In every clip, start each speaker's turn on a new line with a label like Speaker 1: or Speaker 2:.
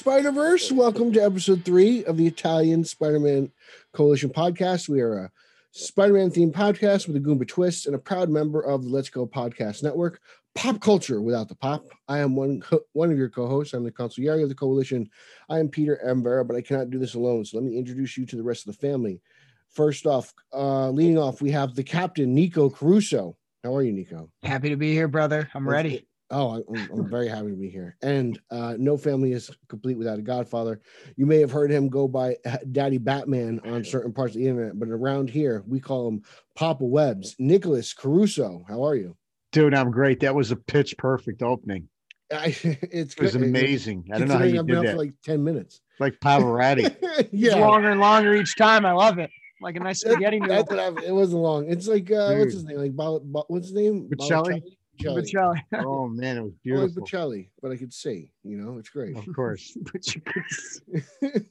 Speaker 1: First, welcome to episode three of the Italian Spider Man Coalition podcast. We are a Spider Man themed podcast with a Goomba twist and a proud member of the Let's Go Podcast Network. Pop culture without the pop. I am one one of your co-hosts. I'm the consigliere of the coalition. I am Peter Ambera, but I cannot do this alone. So let me introduce you to the rest of the family. First off, uh, leading off, we have the captain, Nico Caruso. How are you, Nico?
Speaker 2: Happy to be here, brother. I'm ready.
Speaker 1: Oh, I'm, I'm very happy to be here. And uh, no family is complete without a godfather. You may have heard him go by uh, Daddy Batman on certain parts of the internet, but around here we call him Papa Webs. Nicholas Caruso, how are you?
Speaker 3: Dude, I'm great. That was a pitch perfect opening.
Speaker 1: I, it's
Speaker 3: It was
Speaker 1: good.
Speaker 3: amazing. I don't know how
Speaker 1: Considering
Speaker 3: you
Speaker 1: I've
Speaker 3: did
Speaker 1: been out
Speaker 3: that.
Speaker 1: for
Speaker 3: Like,
Speaker 1: like ten minutes.
Speaker 3: Pavarotti.
Speaker 2: It's
Speaker 1: yeah,
Speaker 2: longer and longer each time. I love it. Like a nice
Speaker 1: That-
Speaker 2: spaghetti noodle.
Speaker 1: that's what I've, it wasn't long. It's like uh, what's his name? Like Bal- Bal- what's his name?
Speaker 3: Bocelli?
Speaker 1: Bocelli. Bocelli.
Speaker 2: Bocelli.
Speaker 3: oh man, it
Speaker 1: I
Speaker 3: was
Speaker 1: like
Speaker 3: beautiful. Oh.
Speaker 1: Bocelli, but I could see. You know, it's great.
Speaker 3: Of course.
Speaker 2: But you could s-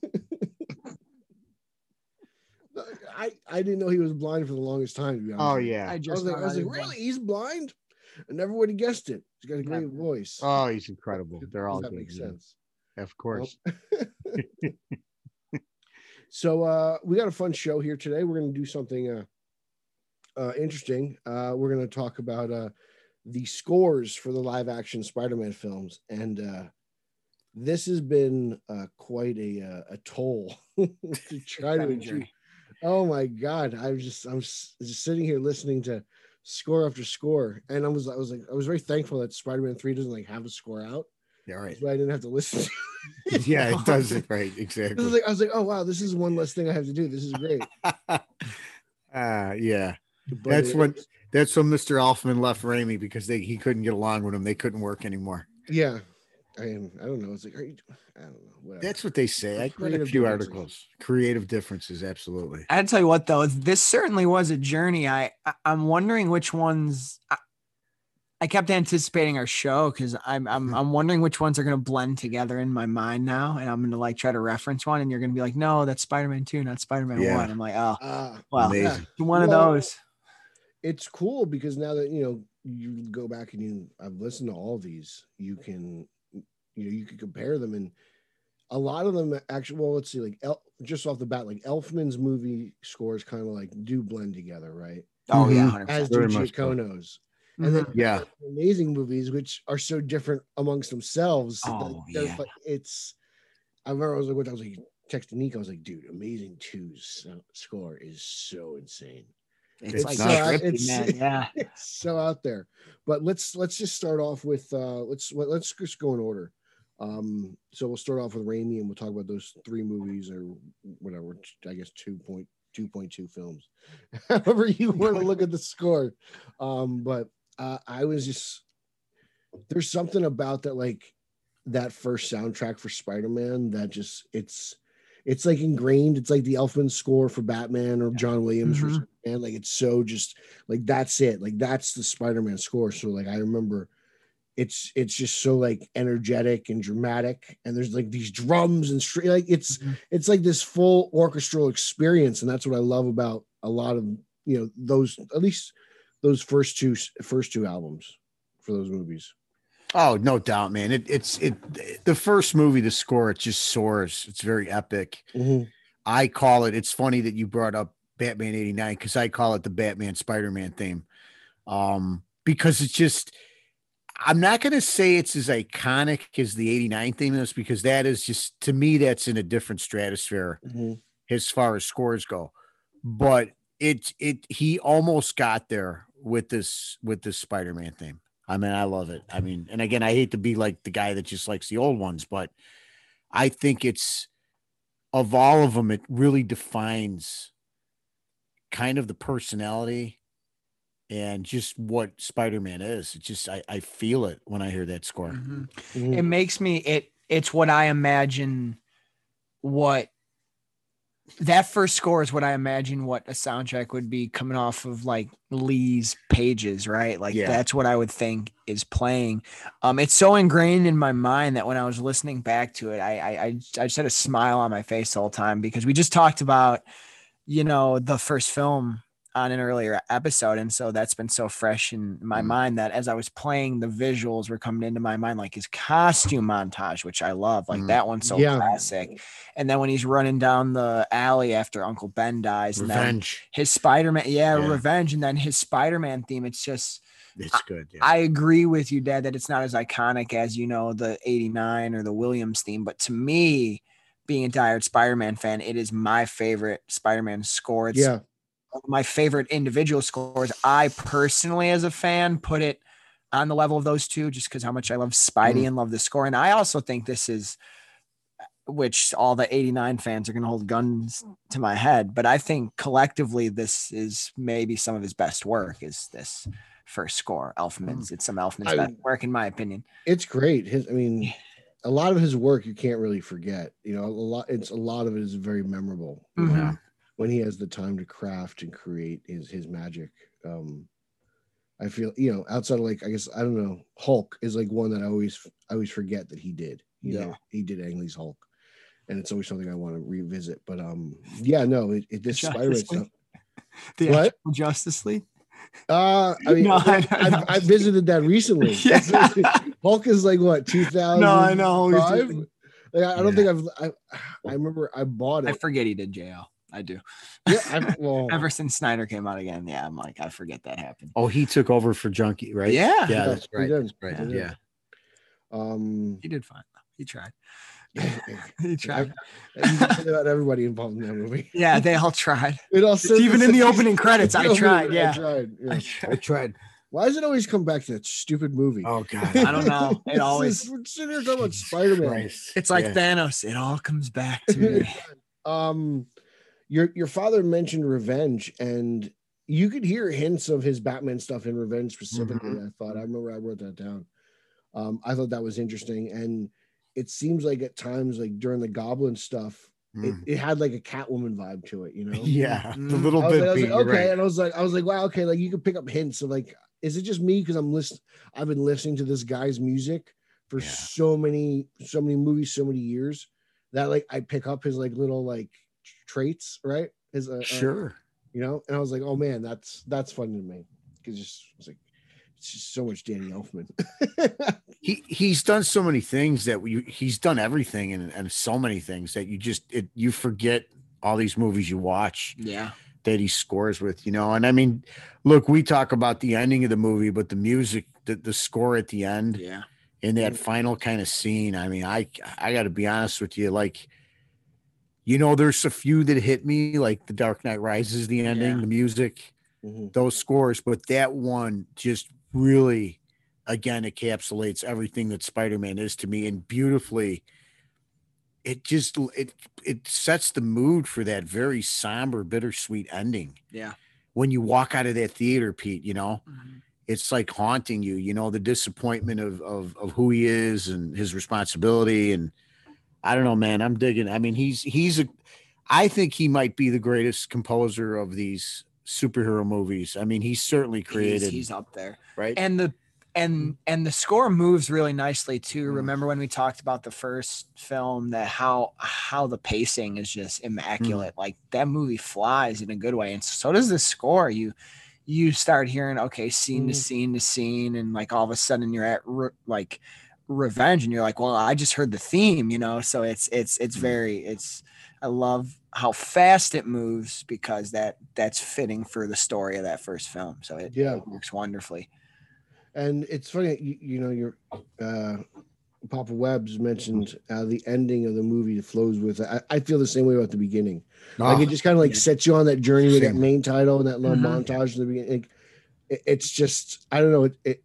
Speaker 1: I I didn't know he was blind for the longest time. To be honest.
Speaker 3: Oh
Speaker 1: with you.
Speaker 3: yeah.
Speaker 2: I
Speaker 1: I was
Speaker 2: just
Speaker 1: like, I
Speaker 2: thought
Speaker 1: was like,
Speaker 2: I'd-
Speaker 1: really? He's blind? I never would have guessed it. He's got a great
Speaker 2: Never.
Speaker 1: voice.
Speaker 3: Oh, he's incredible. They're all
Speaker 1: that
Speaker 3: good,
Speaker 1: makes
Speaker 3: man.
Speaker 1: sense.
Speaker 3: Of course.
Speaker 1: So uh, we got a fun show here today. We're going to do something uh, uh, interesting. Uh, we're going to talk about uh, the scores for the live action Spider-Man films, and uh, this has been uh, quite a uh, a toll to try to
Speaker 2: been a
Speaker 1: achieve.
Speaker 2: journey.
Speaker 1: Oh my God! I was just I'm s- just sitting here listening to score after score, and I was I was like I was very thankful that Spider-Man Three doesn't like have a score out,
Speaker 3: Yeah, right.
Speaker 1: so I didn't have to listen.
Speaker 3: Yeah, it does it right.
Speaker 1: This is
Speaker 3: Exactly.
Speaker 1: like, I was like, oh wow, this is one less thing I have to do. This is great.
Speaker 3: uh, Ah, yeah.
Speaker 1: But
Speaker 3: That's
Speaker 1: it-
Speaker 3: what- That's when Mr. Alfman left Raimi because they he couldn't get along with him. They couldn't work anymore.
Speaker 1: Yeah, I am. I don't know. It's like, are you, I don't know. Whatever.
Speaker 3: That's what they say. I read a
Speaker 1: Creative
Speaker 3: few
Speaker 1: differences.
Speaker 3: articles. Creative differences, absolutely.
Speaker 2: I tell you what though, this certainly was a journey. I, I I'm wondering which ones I, I kept anticipating our show because I'm I'm I'm wondering which ones are gonna blend together in my mind now, and I'm gonna like try to reference one, and you're gonna be like, no, that's Spider Man Two, not Spider Man
Speaker 3: Yeah.
Speaker 2: One. I'm like, oh,
Speaker 1: Ah,
Speaker 2: well,
Speaker 3: Amazing.
Speaker 1: yeah.
Speaker 2: one of
Speaker 1: Well,
Speaker 2: those.
Speaker 1: It's cool because now that you know, you go back and you. I've listened to all these. You can, you know, you can compare them, and a lot of them actually. Well, let's see. Like, El, just off the bat, like Elfman's movie scores kind of like do blend together, right?
Speaker 2: Oh yeah,
Speaker 3: Mhm.
Speaker 2: 100%.
Speaker 1: As do
Speaker 3: Very much so.
Speaker 1: Giacono's. And then
Speaker 2: Mhm.
Speaker 3: Yeah.
Speaker 1: amazing movies, which are so different amongst themselves. that
Speaker 2: Oh,
Speaker 1: there's,
Speaker 2: yeah.
Speaker 1: like, it's. I remember I was like, I was like texting Nico. I was like, dude, Amazing Two's so- score is so insane.
Speaker 2: it's,
Speaker 3: It's
Speaker 2: like
Speaker 3: not-
Speaker 2: scripted,
Speaker 1: it's-
Speaker 2: man. yeah.
Speaker 1: It's so out there. But let's let's just start off with uh let's let- let's just go in order. Um, so we'll start off with Raimi and we'll talk about those three movies or whatever. I guess two point two point two films. However, you want to look at the score. Um, but uh, I was just there's something about that like that first soundtrack for Spider-Man that just it's it's like ingrained. It's like the Elfman score for Batman or John Williams
Speaker 2: Mhm.
Speaker 1: for Superman. Like it's so just like that's it. Like that's the Spider-Man score. So like I remember it's it's just so like energetic and dramatic and there's like these drums and str- like it's
Speaker 2: Mhm.
Speaker 1: it's like this full orchestral experience and that's what I love about a lot of you know those at least those first two first two albums for those movies.
Speaker 3: Oh, no doubt, man. It, it's it the first movie, the score, it just soars. It's very epic. I call it. It's funny that you brought up Batman 89 because I call it the Batman Spider-Man theme. Um, because it's just I'm not gonna say it's as iconic as the 89 theme is because that is just to me, that's in a different stratosphere as far as scores go. But it it he almost got there with this with this Spider-Man thing. I mean, I love it. I mean, and again, I hate to be like the guy that just likes the old ones, but I think it's of all of them, it really defines kind of the personality and just what Spider-Man is. It just I, I feel it when I hear that score.
Speaker 2: Mhm.
Speaker 1: Mhm.
Speaker 2: it makes me it it's what i imagine what that first score is what i imagine what a soundtrack would be coming off of like lee's pages right like
Speaker 3: Yeah.
Speaker 2: that's what i would think is playing um it's so ingrained in my mind that when i was listening back to it i i i, I just had a smile on my face the whole time because we just talked about you know the first film on an earlier episode, and so that's been so fresh in my
Speaker 3: Mhm.
Speaker 2: mind that as I was playing, the visuals were coming into my mind, like his costume montage, which I love, like
Speaker 3: Mhm.
Speaker 2: that one's so
Speaker 1: Yeah.
Speaker 2: classic. And then when he's running down the alley after Uncle Ben dies, and then
Speaker 3: Revenge.
Speaker 2: his Spider-Man, yeah,
Speaker 3: Yeah.
Speaker 2: revenge, and then his Spider-Man theme. It's just
Speaker 3: It's good. Yeah.
Speaker 2: I agree with you, Dad, that it's not as iconic as you know the '89 or the Williams theme. But to me, being a diehard Spider-Man fan, it is my favorite Spider-Man score. It's
Speaker 1: yeah,
Speaker 2: my favorite individual scores. I personally, as a fan, put it on the level of those two, just because how much I love Spidey and love the score. And I also think this is, which all the '89 fans are going to hold guns to my head, but I think collectively this is maybe some of his best work. Is this first score, Elfman's? It's some Elfman's
Speaker 1: I-
Speaker 2: best work, in my opinion.
Speaker 1: it's great. His, I mean, a lot of his work you can't really forget. You know, a lot. It's a lot of it is very memorable. you know,
Speaker 2: Mhm.
Speaker 1: When he has the time to craft and create his his magic. Um, I feel you know outside of like I guess I don't know Hulk is like one that I always I always forget that he did. You know,
Speaker 2: Yeah.
Speaker 1: he did Ang Lee's Hulk, and it's always something I want to revisit. But um, yeah, no, it, it this
Speaker 2: Justice
Speaker 1: Spider-Man
Speaker 2: League?
Speaker 1: stuff.
Speaker 2: The
Speaker 1: What?
Speaker 2: actual Justice League.
Speaker 1: Uh, I mean,
Speaker 2: No, I- I
Speaker 1: I've,
Speaker 2: know.
Speaker 1: I visited that recently.
Speaker 2: Yeah.
Speaker 1: Hulk is like what 2000?
Speaker 2: No, I know. He's
Speaker 1: Five?
Speaker 2: just-
Speaker 1: Like, I I don't think I've. I, I remember I bought
Speaker 2: I
Speaker 1: it.
Speaker 2: forget he did JL. I do.
Speaker 1: yeah, I, well,
Speaker 2: ever since Snyder came out again, yeah, I'm like, I forget that happened.
Speaker 3: oh, he took over for Junkie, right?
Speaker 2: Yeah.
Speaker 3: Yeah,
Speaker 1: Yeah,
Speaker 3: that's
Speaker 1: he
Speaker 3: right.
Speaker 1: did.
Speaker 3: That's right.
Speaker 1: He did.
Speaker 3: Yeah.
Speaker 1: um,
Speaker 2: He did fine. though. He tried.
Speaker 1: you
Speaker 2: He tried.
Speaker 1: can say about everybody involved in that movie.
Speaker 2: Yeah, they all tried.
Speaker 1: It
Speaker 2: It's
Speaker 1: also
Speaker 2: even in the opening credits, I tried.
Speaker 1: I
Speaker 2: Yeah.
Speaker 1: tried. yeah.
Speaker 2: I tried.
Speaker 3: I tried.
Speaker 1: Why does it always come back to that stupid movie?
Speaker 3: Oh God.
Speaker 2: I don't know. It
Speaker 1: It's
Speaker 2: always-
Speaker 1: just- we're sitting here talking about Spider Man.
Speaker 3: Christ.
Speaker 2: It's like
Speaker 3: Yeah.
Speaker 2: Thanos. It all comes back to me.
Speaker 1: um your your father mentioned revenge and you could hear hints of his batman stuff in revenge specifically i thought i remember i wrote that down um i thought that was interesting and it seems like at times like during the goblin stuff
Speaker 3: Mm.
Speaker 1: it, it had like a catwoman vibe to it you know
Speaker 3: Yeah. The
Speaker 2: Mm.
Speaker 3: little
Speaker 1: I was,
Speaker 3: bit.
Speaker 1: like, I was
Speaker 3: being
Speaker 1: like, okay,
Speaker 3: right.
Speaker 1: and I was like, I was like, wow, okay, like you could pick up hints of like, is it just me because I'm listening? I've been listening to this guy's music for
Speaker 3: Yeah.
Speaker 1: so many, so many movies, so many years that like I pick up his like little like traits, right? His uh, uh,
Speaker 3: Sure.
Speaker 1: you know, and I was like, oh man, that's that's fun to me because just it's like it's just so much Danny Elfman.
Speaker 3: he he's done so many things that you he's done everything and, and so many things that you just it, you forget all these movies you watch
Speaker 2: Yeah.
Speaker 3: that he scores with you know and i mean look we talk about the ending of the movie but the music the, the score at the end
Speaker 2: Yeah.
Speaker 3: in that final kind of scene i mean i i gotta be honest with you like you know there's a few that hit me like the dark knight rises the ending
Speaker 2: Yeah.
Speaker 3: the music
Speaker 1: Mhm.
Speaker 3: those scores, but that one just really again encapsulates everything that Spider-Man is to me and beautifully it just it it sets the mood for that very somber bittersweet ending.
Speaker 2: Yeah.
Speaker 3: When you walk out of that theater, Pete, you know,
Speaker 2: Mhm.
Speaker 3: it's like haunting you, you know, the disappointment of of of who he is and his responsibility and I don't know, man, I'm digging. I mean, he's he's a I think he might be the greatest composer of these superhero movies. I mean, he's certainly created,
Speaker 2: He's, he's up there.
Speaker 3: right?
Speaker 2: And the and and the score moves really nicely too.
Speaker 3: Mhm.
Speaker 2: Remember when we talked about the first film that how how the pacing is just immaculate. Like that movie flies in a good way, and so does the score. You you start hearing okay scene to
Speaker 1: Mhm.
Speaker 2: scene to scene and like all of a sudden you're at re- like revenge and you're like well i just heard the theme you know so it's it's it's
Speaker 3: Mhm.
Speaker 2: very it's i love how fast it moves because that that's fitting for the story of that first film so it
Speaker 1: Yeah.
Speaker 2: works wonderfully
Speaker 1: And it's funny, you, you know, your uh, Papa Webb's mentioned uh, the ending of the movie flows with. I, I feel the same way about the beginning.
Speaker 3: Oh,
Speaker 1: like it just kind of like
Speaker 2: Ah, yeah.
Speaker 1: sets you on that journey with that
Speaker 3: Same.
Speaker 1: main title and that little
Speaker 2: Mhm.
Speaker 1: montage in the beginning. Like, it- it's just I don't know. It it,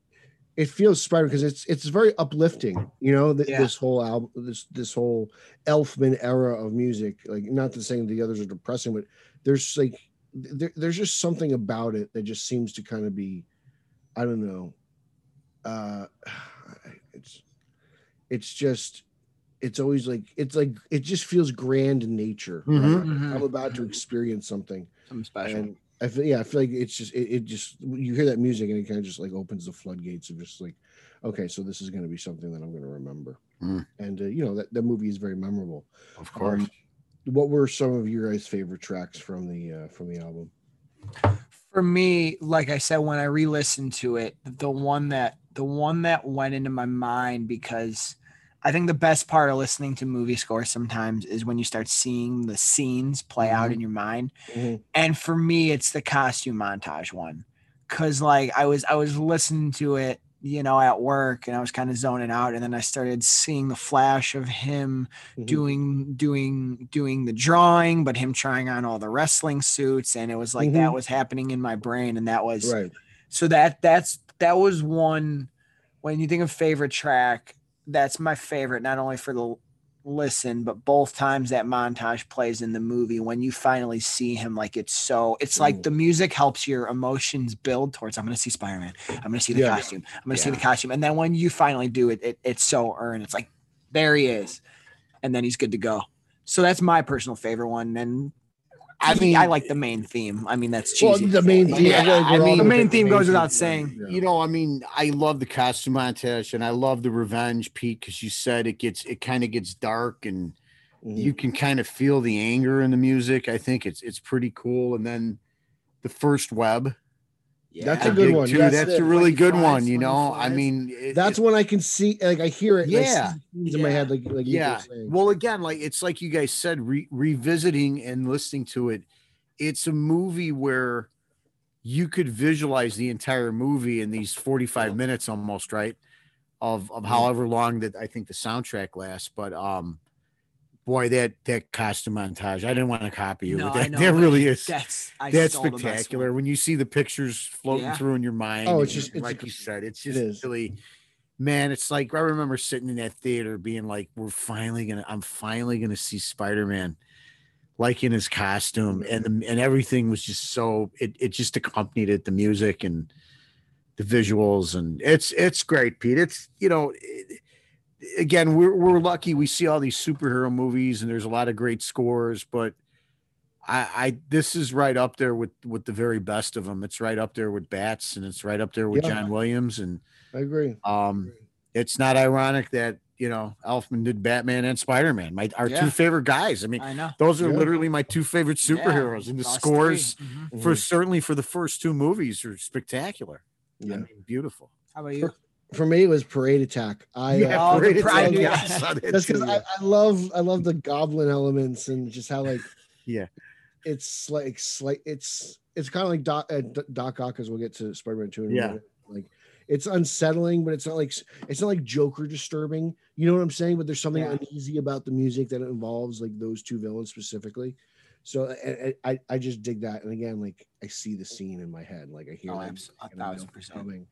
Speaker 1: it feels Spider because it's it's very uplifting. You know th-
Speaker 2: Yeah.
Speaker 1: this whole album, this this whole Elfman era of music. Like not to say the others are depressing, but there's like there, there's just something about it that just seems to kind of be, I don't know. Uh, it's it's just it's always like it's like it just feels grand in nature. right?
Speaker 3: Mhm.
Speaker 2: Mm-hmm.
Speaker 1: I'm about to experience something.
Speaker 2: something special
Speaker 1: And I feel yeah, I feel like it's just it, it just you hear that music and it kind of just like opens the floodgates of just like, okay, so this is gonna be something that I'm gonna remember.
Speaker 3: Mm.
Speaker 1: And uh, you know that, that movie is very memorable. Um,
Speaker 3: of course.
Speaker 1: What were some of your guys' favorite tracks from the uh, from the album?
Speaker 2: for me, like I said, when I re-listened to it, the one that the one that went into my mind because I think the best part of listening to movie scores sometimes is when you start seeing the scenes play out
Speaker 1: Mhm.
Speaker 2: in your mind.
Speaker 1: Mhm.
Speaker 2: And for me, it's the costume montage one. Cause like I was I was listening to it, you know, at work and I was kind of zoning out. And then I started seeing the flash of him
Speaker 1: Mhm.
Speaker 2: doing doing doing the drawing but him trying on all the wrestling suits and it was like that
Speaker 1: Mhm.
Speaker 2: was happening in my brain and that was
Speaker 1: right.
Speaker 2: so that that's that was one when you think of favorite track that's my favorite not only for the listen but both times that montage plays in the movie when you finally see him like it's so it's like
Speaker 1: Mm.
Speaker 2: the music helps your emotions build towards i'm gonna see spider-man i'm gonna see the
Speaker 1: Yeah.
Speaker 2: costume i'm gonna see
Speaker 3: Yeah.
Speaker 2: the costume and then when you finally do it, it it's so earned it's like there he is and then he's good to go so that's my personal favorite one and i mean i like the main theme i mean that's cheesy
Speaker 1: Well, the main,
Speaker 3: Yeah,
Speaker 1: yeah, we're-
Speaker 3: I
Speaker 1: we're all gonna
Speaker 3: mean- The
Speaker 2: main
Speaker 1: pick
Speaker 2: theme goes
Speaker 1: theme.
Speaker 2: without saying.
Speaker 1: Yeah.
Speaker 3: You know, I mean, I love the costume montage and I love the revenge, Pete, because you said it gets it kind of gets dark and
Speaker 1: Mhm.
Speaker 3: you can kind of feel the anger in the music. I think it's it's pretty cool. And then the first web,
Speaker 1: That's
Speaker 3: I
Speaker 1: a good
Speaker 3: dig,
Speaker 1: one.
Speaker 3: too.
Speaker 1: That's
Speaker 3: That's,
Speaker 1: it.
Speaker 3: a really good
Speaker 4: Flash,
Speaker 3: one. You
Speaker 4: Flash,
Speaker 3: know,
Speaker 4: Flash.
Speaker 3: I mean, it-
Speaker 1: That's when I can see, like, I hear it. and I see
Speaker 3: Yeah.
Speaker 1: scenes in my
Speaker 4: Yeah.
Speaker 1: head, like, like you
Speaker 3: yeah
Speaker 1: were saying.
Speaker 3: well again like it's like you guys said re- revisiting and listening to it it's a movie where you could visualize the entire movie in these 45 minutes almost right of of however long that i think the soundtrack lasts but um boy that that costume montage i didn't want to copy you
Speaker 2: No,
Speaker 3: but
Speaker 2: I
Speaker 3: that,
Speaker 2: know,
Speaker 3: that
Speaker 2: but
Speaker 3: really is
Speaker 2: That's I
Speaker 3: that's
Speaker 2: stole the best
Speaker 3: spectacular
Speaker 2: one.
Speaker 3: when you see the pictures floating
Speaker 2: Yeah.
Speaker 3: through in your mind.
Speaker 1: Oh, it's
Speaker 3: and
Speaker 1: just- it's-
Speaker 3: like you said, it's
Speaker 1: it
Speaker 3: just
Speaker 1: is.
Speaker 3: really, man. It's like I remember sitting in that theater, being like, "We're finally gonna, I'm finally gonna see Spider Man, like in his costume, and the, and everything was just so it it just accompanied it, the music and the visuals, and it's it's great, Pete. It's you know. It, Again, we're, we're lucky we see all these superhero movies and there's a lot of great scores, but I, I this is right up there with with the very best of them. It's right up there with Bats, and it's right up there with
Speaker 1: Yeah.
Speaker 3: John Williams. And
Speaker 1: I agree.
Speaker 3: um, it's not ironic that you know Elfman did Batman and Spider Man, my our
Speaker 2: Yeah.
Speaker 3: two favorite guys. I mean,
Speaker 2: I know.
Speaker 3: those are
Speaker 1: Yeah.
Speaker 3: literally my two favorite
Speaker 2: Yeah,
Speaker 3: superheroes, and the
Speaker 2: us
Speaker 3: scores
Speaker 2: three. Mhm.
Speaker 1: Mhm.
Speaker 3: for certainly for the first two movies are spectacular. I
Speaker 1: Mm-hmm. yeah.
Speaker 3: mean, beautiful.
Speaker 2: How about you?
Speaker 1: For me, it was Parade Attack. I uh,
Speaker 2: Oh, the
Speaker 3: Parade
Speaker 2: Pride,
Speaker 3: Attack,
Speaker 2: yeah.
Speaker 3: yes, I saw that
Speaker 1: that's because
Speaker 3: too,
Speaker 1: I,
Speaker 3: yeah.
Speaker 1: I love I love the goblin elements and just how like
Speaker 3: Yeah.
Speaker 1: it's like slight it's it's kind of like Doc uh, D- Doc Ock as we'll get to Spider Man Two in a
Speaker 3: Yeah.
Speaker 1: minute. Like it's unsettling, but it's not like it's not like Joker disturbing. You know what I'm saying? But there's something
Speaker 2: Yeah.
Speaker 1: uneasy about the music that involves like those two villains specifically. So I, I- I I just dig that. And again, like I see the scene in my head, like I hear
Speaker 2: Oh,
Speaker 1: that
Speaker 2: abs- a
Speaker 1: and I know
Speaker 2: thousand
Speaker 1: it's
Speaker 2: percent.
Speaker 1: coming.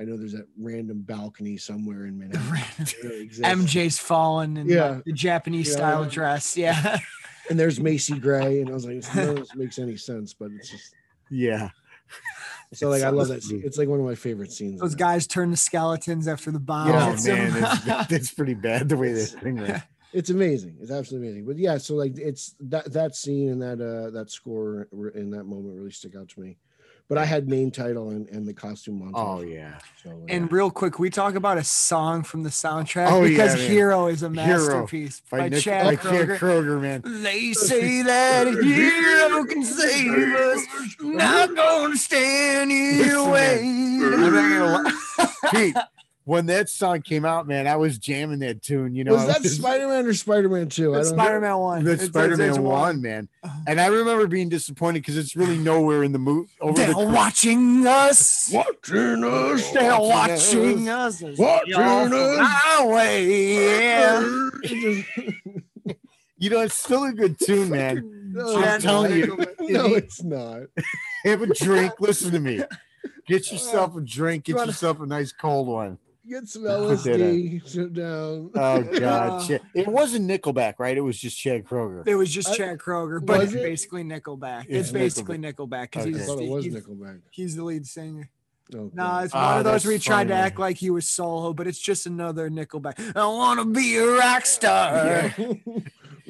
Speaker 1: I know there's that random balcony somewhere in
Speaker 2: The
Speaker 1: Manhattan.
Speaker 2: random-
Speaker 1: that really exists.
Speaker 2: MJ's fallen in like,
Speaker 1: Yeah.
Speaker 2: the Japanese
Speaker 1: Yeah.
Speaker 2: style dress. Yeah.
Speaker 1: and there's Macy Gray, and I was like, none of this makes any sense, but it's just
Speaker 3: yeah.
Speaker 1: so like I love that. Scene.
Speaker 3: Absolutely.
Speaker 1: It's like one of my favorite scenes.
Speaker 2: Those
Speaker 1: in that.
Speaker 2: guys turn to skeletons after the bombs.
Speaker 1: Yeah,
Speaker 2: hits
Speaker 3: oh
Speaker 2: them.
Speaker 3: man, it's, that's pretty bad the way that thing went.
Speaker 1: it's amazing. It's absolutely amazing. But yeah, so like it's that that scene and that uh that score were- in that moment really stick out to me. But I had main title and, and the costume montage.
Speaker 3: Oh yeah.
Speaker 1: So, like,
Speaker 2: and real quick, we talk about a song from the soundtrack
Speaker 3: Oh, yeah,
Speaker 2: because
Speaker 3: man.
Speaker 2: Hero is a
Speaker 3: Hero.
Speaker 2: masterpiece
Speaker 3: By,
Speaker 2: by
Speaker 3: Nick,
Speaker 2: Chad
Speaker 3: by
Speaker 2: Kroeger.
Speaker 3: Chad Kroger, man.
Speaker 2: They say that a hero can save us. Not gonna stand here
Speaker 3: Listen,
Speaker 2: waiting.
Speaker 3: I'm not gonna lie. Pete, when that song came out, man, I was jamming that tune. You know,
Speaker 1: was
Speaker 3: I
Speaker 1: that Spider Man or Spider Man Two? I
Speaker 2: That's
Speaker 1: don't
Speaker 2: Spider Man one.
Speaker 3: That's Spider Man One, man.
Speaker 1: Uh-huh.
Speaker 3: And I remember being disappointed because it's really nowhere in the movie. Over
Speaker 2: They're
Speaker 3: the
Speaker 2: watching us.
Speaker 1: Watching us.
Speaker 2: They're
Speaker 3: watching
Speaker 2: watching us.
Speaker 1: Watching us.
Speaker 2: Highway. Yeah.
Speaker 1: It just-
Speaker 3: you know, it's still a good tune, man.
Speaker 1: no,
Speaker 3: I'm
Speaker 1: it's
Speaker 3: telling
Speaker 1: not.
Speaker 3: you.
Speaker 1: no, it's not.
Speaker 3: Have a drink. Listen to me. Get yourself a drink. Get yourself a nice cold one.
Speaker 1: Get some
Speaker 3: I did
Speaker 1: LSD, sit down.
Speaker 3: Oh
Speaker 2: Uh,
Speaker 3: God, Chad- it wasn't Nickelback, right? It was just Chad Kroger.
Speaker 2: It was just
Speaker 1: I-
Speaker 2: Chad Kroger, but it's
Speaker 1: Was it?
Speaker 2: basically Nickelback.
Speaker 3: It's
Speaker 2: It's basically Nickelback because
Speaker 3: Okay.
Speaker 1: I
Speaker 2: he's,
Speaker 1: thought it was
Speaker 2: he's-
Speaker 1: Nickelback.
Speaker 2: he's the lead singer.
Speaker 1: Oh,
Speaker 2: No,
Speaker 1: God.
Speaker 2: it's one
Speaker 3: Ah,
Speaker 2: of those where he
Speaker 3: that's
Speaker 2: tried to
Speaker 3: funny.
Speaker 2: act like he was solo, but it's just another Nickelback. I want to be a rock star.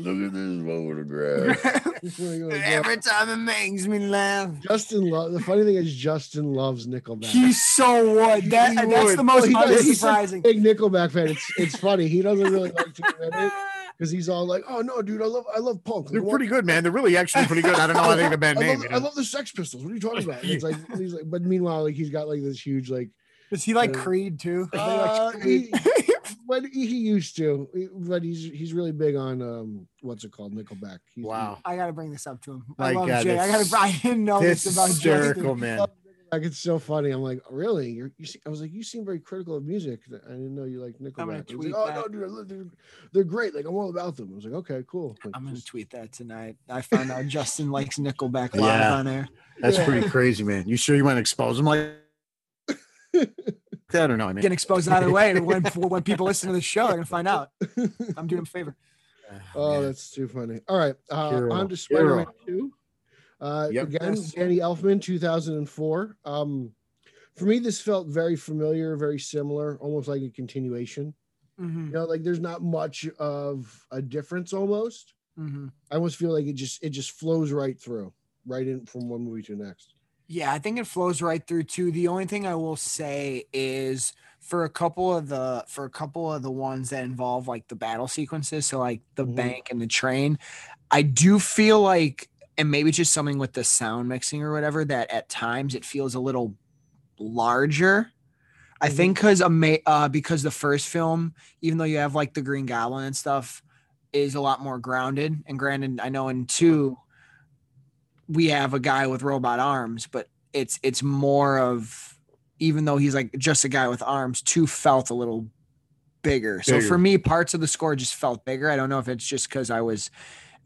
Speaker 1: Look at this photograph.
Speaker 3: Oh,
Speaker 2: Every time it makes me laugh.
Speaker 1: Justin loves the funny thing is Justin loves Nickelback.
Speaker 2: He so would. That,
Speaker 3: He
Speaker 2: that's
Speaker 3: would.
Speaker 2: the most
Speaker 1: He does. He's a
Speaker 2: unsurprising.
Speaker 1: big Nickelback fan. It's it's funny. He doesn't really like to admit it, because he's all like, "Oh no, dude, I love I love punk."
Speaker 3: They're
Speaker 1: Like,
Speaker 3: pretty good, man. They're really actually pretty good. I don't know why they got a bad
Speaker 1: I
Speaker 3: name.
Speaker 1: love,
Speaker 3: you
Speaker 1: I
Speaker 3: know?
Speaker 1: love the Sex Pistols. What are you talking about? And it's like, he's like, but meanwhile, like he's got like this huge like.
Speaker 2: Is he like
Speaker 1: Yeah.
Speaker 2: Creed too?
Speaker 1: Uh, he, but he used to, but he's he's really big on um what's it called Nickelback. He's,
Speaker 3: wow,
Speaker 2: I gotta bring this up to him.
Speaker 3: My
Speaker 2: I love
Speaker 3: God,
Speaker 2: Jay. I
Speaker 3: that's-
Speaker 2: gotta. I didn't know
Speaker 3: this
Speaker 2: this
Speaker 3: is
Speaker 2: about
Speaker 3: hysterical,
Speaker 2: Jay.
Speaker 3: man.
Speaker 1: Like it's so funny. I'm like, really? You're, you see, I was like, you seem very critical of music. I didn't know you liked
Speaker 2: gonna
Speaker 1: Nickelback. He's
Speaker 2: tweet
Speaker 1: like, oh
Speaker 2: that.
Speaker 1: no, dude, I love- they're, they're great. Like I'm all about them. I was like, okay, cool. Like,
Speaker 2: I'm gonna
Speaker 1: just-
Speaker 2: tweet that tonight. I found out Justin likes Nickelback live
Speaker 3: Yeah.
Speaker 2: on air.
Speaker 3: That's
Speaker 1: Yeah.
Speaker 3: pretty crazy, man. You sure you want to expose him like that or not? Man,
Speaker 2: Getting exposed either way. and When when people listen to the show, they're gonna find out. I'm doing him a favor.
Speaker 1: oh,
Speaker 3: Man.
Speaker 1: that's too funny. All right, uh,
Speaker 3: Hero.
Speaker 1: on to
Speaker 3: Hero.
Speaker 1: Spider-Man Two. Uh,
Speaker 3: Yep.
Speaker 1: Again,
Speaker 2: Yes.
Speaker 1: Danny Elfman, 2004. Um, for me, this felt very familiar, very similar, almost like a continuation.
Speaker 2: Mhm,
Speaker 1: You know, like there's not much of a difference. Almost,
Speaker 2: mhm.
Speaker 1: I almost feel like it just it just flows right through, right in from one movie to the next.
Speaker 2: Yeah, I think it flows right through too. The only thing I will say is for a couple of the for a couple of the ones that involve like the battle sequences, so like the
Speaker 1: Mhm.
Speaker 2: bank and the train, I do feel like and maybe it's just something with the sound mixing or whatever that at times it feels a little larger. I
Speaker 1: Mhm.
Speaker 2: think because ama- uh, because the first film, even though you have like the Green Goblin and stuff, is a lot more grounded. And granted, I know in two, we have a guy with robot arms, but it's it's more of even though he's like just a guy with arms, two felt a little bigger. So
Speaker 3: Bigger.
Speaker 2: for me, parts of the score just felt bigger. I don't know if it's just because I was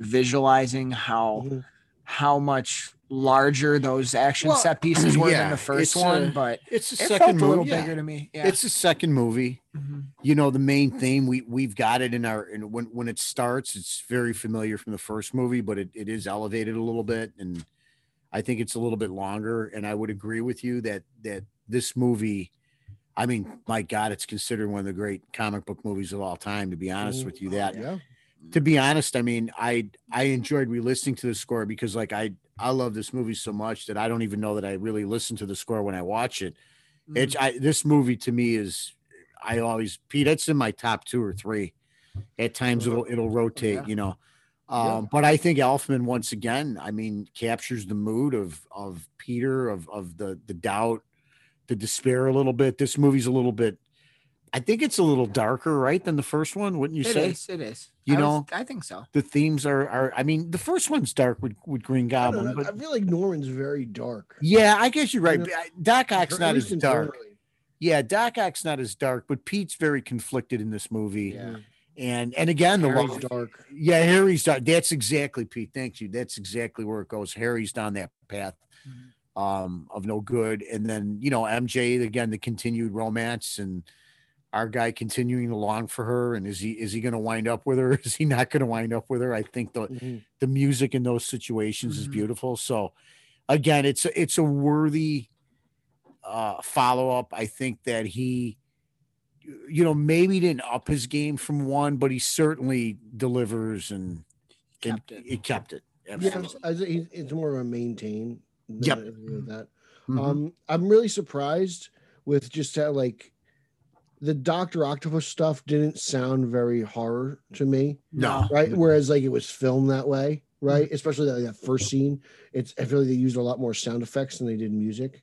Speaker 2: visualizing how
Speaker 1: Mhm.
Speaker 2: how much larger those action
Speaker 3: Well,
Speaker 2: set pieces were
Speaker 3: yeah,
Speaker 2: than the first
Speaker 3: it's,
Speaker 2: one,
Speaker 3: uh,
Speaker 2: but
Speaker 3: it's the
Speaker 2: it felt
Speaker 3: second
Speaker 2: a little
Speaker 3: movie. yeah.
Speaker 2: bigger to me. Yeah.
Speaker 3: It's the second movie.
Speaker 2: Mhm.
Speaker 3: You know, the main theme we we've got it in our and when when it starts, it's very familiar from the first movie, but it, it is elevated a little bit, and I think it's a little bit longer. And I would agree with you that that this movie, I mean, my God, it's considered one of the great comic book movies of all time. To be honest
Speaker 1: Mhm.
Speaker 3: with you, that
Speaker 1: Yeah,
Speaker 3: to be honest, I mean, I I enjoyed re-listening to the score because like I I love this movie so much that I don't even know that I really listen to the score when I watch it.
Speaker 2: Mm-hmm.
Speaker 3: It's
Speaker 1: Mm-hmm.
Speaker 3: I this movie to me is I always Pete, it's in my top two or three. At times it'll it'll rotate,
Speaker 2: Yeah.
Speaker 3: you know.
Speaker 1: Yeah.
Speaker 3: Um, but I think Elfman once again, I mean, captures the mood of of Peter, of of the the doubt, the despair a little bit. This movie's a little bit I think it's a little darker, right, than the first one, wouldn't you
Speaker 2: It
Speaker 3: say?
Speaker 2: is, It is. I
Speaker 3: You
Speaker 2: was-
Speaker 3: know-
Speaker 2: I think so.
Speaker 3: the themes are are I mean the first one's dark with, with Green
Speaker 1: I, don't
Speaker 3: Goblin,
Speaker 1: know,
Speaker 3: but
Speaker 1: I feel like Norman's very dark.
Speaker 3: yeah, I guess you're right.
Speaker 1: You know,
Speaker 3: but uh, Doc Ock's
Speaker 1: At
Speaker 3: not as
Speaker 1: least
Speaker 3: dark.
Speaker 1: internally.
Speaker 3: Yeah, Doc Ock's not as dark, but Pete's very conflicted in this movie.
Speaker 2: Yeah.
Speaker 3: And and again the
Speaker 1: Harry's
Speaker 3: love-
Speaker 1: Mm-hmm. dark.
Speaker 3: yeah, Harry's dark. That's exactly Pete. Thank you. That's exactly where it goes. Harry's down that path
Speaker 1: Mm-hmm.
Speaker 3: um of no good. And then, you know, MJ again, the continued romance and our guy continuing to long for her. And is he is he gonna wind up with her? Is he not gonna wind up with her? I think the
Speaker 1: Mhm.
Speaker 3: the music in those situations is
Speaker 2: Mhm.
Speaker 3: beautiful. So again, it's a, it's a worthy uh, follow up. I think that he, you know, maybe didn't up his game from one, but he certainly delivers and and
Speaker 2: Kept it.
Speaker 3: He kept it.
Speaker 1: Yeah,
Speaker 3: Absolutely.
Speaker 1: I think he- it's more of a maintain. than
Speaker 3: Yep.
Speaker 1: anything like that.
Speaker 3: Mhm.
Speaker 1: Um, I'm really surprised with just how like the Doctor Octopus stuff didn't sound very horror to me,
Speaker 3: No.
Speaker 1: right?
Speaker 2: Mm-hmm.
Speaker 1: Whereas like it was filmed that way, right? Especially that, that first scene, it's I feel like they used a lot more sound effects than they did music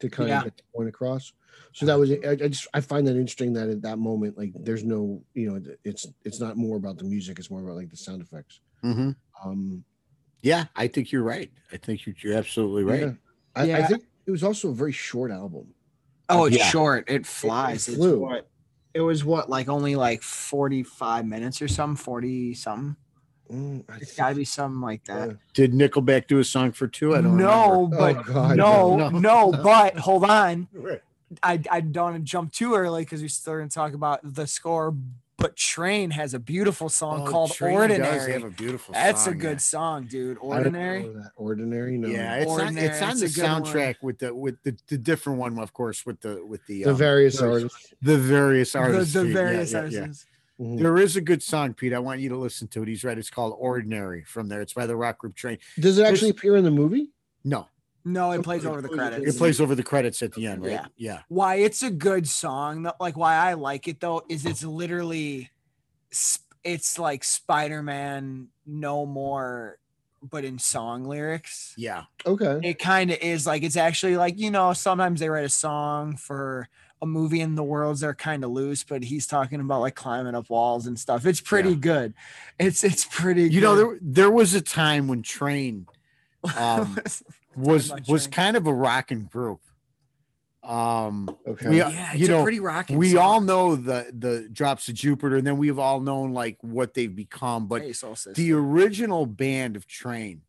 Speaker 1: to kind
Speaker 2: Yeah.
Speaker 1: of get the point across. So that was I, I just I find that interesting that at that moment like there's no you know it's it's not more about the music, it's more about like the sound effects.
Speaker 3: Mhm.
Speaker 1: Um,
Speaker 3: Yeah, I think you're right. I think you're, you're absolutely right.
Speaker 1: yeah. I, I
Speaker 2: Yeah.
Speaker 1: think it was also a very short album.
Speaker 2: Oh, it's
Speaker 3: Yeah.
Speaker 2: short. It flies. It's
Speaker 1: flew.
Speaker 2: what- it was what like only like 45 minutes or some 40 something.
Speaker 1: Mm, I
Speaker 2: It's
Speaker 1: think-
Speaker 2: got to be something like that.
Speaker 3: Did Nickelback do a song for two? I don't
Speaker 2: no,
Speaker 1: Oh,
Speaker 2: but
Speaker 1: God,
Speaker 2: no,
Speaker 3: no.
Speaker 2: no, but hold on.
Speaker 3: remember.
Speaker 2: I I don't want to jump too early because we still didn't talk about the score. But Train has a beautiful song
Speaker 3: Oh,
Speaker 2: called
Speaker 3: Train does have
Speaker 2: Ordinary.
Speaker 3: a beautiful
Speaker 2: That's a
Speaker 3: song,
Speaker 2: good
Speaker 3: yeah.
Speaker 2: song, dude.
Speaker 1: I don't
Speaker 2: Ordinary.
Speaker 1: know that. Ordinary. No.
Speaker 3: Yeah, it's on,
Speaker 2: Ordinary,
Speaker 3: it's on
Speaker 2: it's
Speaker 3: the
Speaker 2: a good one.
Speaker 3: soundtrack with the with the, the different one, of course, with the with the
Speaker 1: the
Speaker 3: um,
Speaker 1: various
Speaker 3: various-
Speaker 1: artists.
Speaker 3: the various
Speaker 2: The,
Speaker 3: artists.
Speaker 2: the
Speaker 3: Pete. Yeah,
Speaker 2: various
Speaker 3: yeah, yeah.
Speaker 2: artists.
Speaker 1: Mhm.
Speaker 3: There is a good song, Pete. I want you to listen to it. He's right. It's called "Ordinary" from there. It's by the rock group Train.
Speaker 1: Does it actually appear in the movie?
Speaker 3: No,
Speaker 2: No, it plays over the credits.
Speaker 3: it plays over the credits at the end, right?
Speaker 2: Yeah.
Speaker 3: yeah.
Speaker 2: why it's a good song though like why i like it though is it's literally sp- it's like Spider-Man No More, but in song lyrics.
Speaker 3: Yeah.
Speaker 1: Okay.
Speaker 2: It kind of is like it's actually like you know sometimes they write a song for a movie and the worlds are kind of loose, but he's talking about like climbing up walls and stuff. It's pretty
Speaker 3: Yeah.
Speaker 2: good. It's it's pretty.
Speaker 3: You know, there there was a time when Train um, was
Speaker 2: about
Speaker 3: was
Speaker 2: Train.
Speaker 3: kind of a rocking group. Um,
Speaker 1: Okay.
Speaker 3: we,
Speaker 2: yeah,
Speaker 3: you
Speaker 2: it's
Speaker 3: know,
Speaker 2: a pretty rocking.
Speaker 3: we
Speaker 2: song.
Speaker 3: all know the the drops of Jupiter, and then we've all known like what they've become. But
Speaker 2: Hey, Solstice.
Speaker 3: the original band of Train,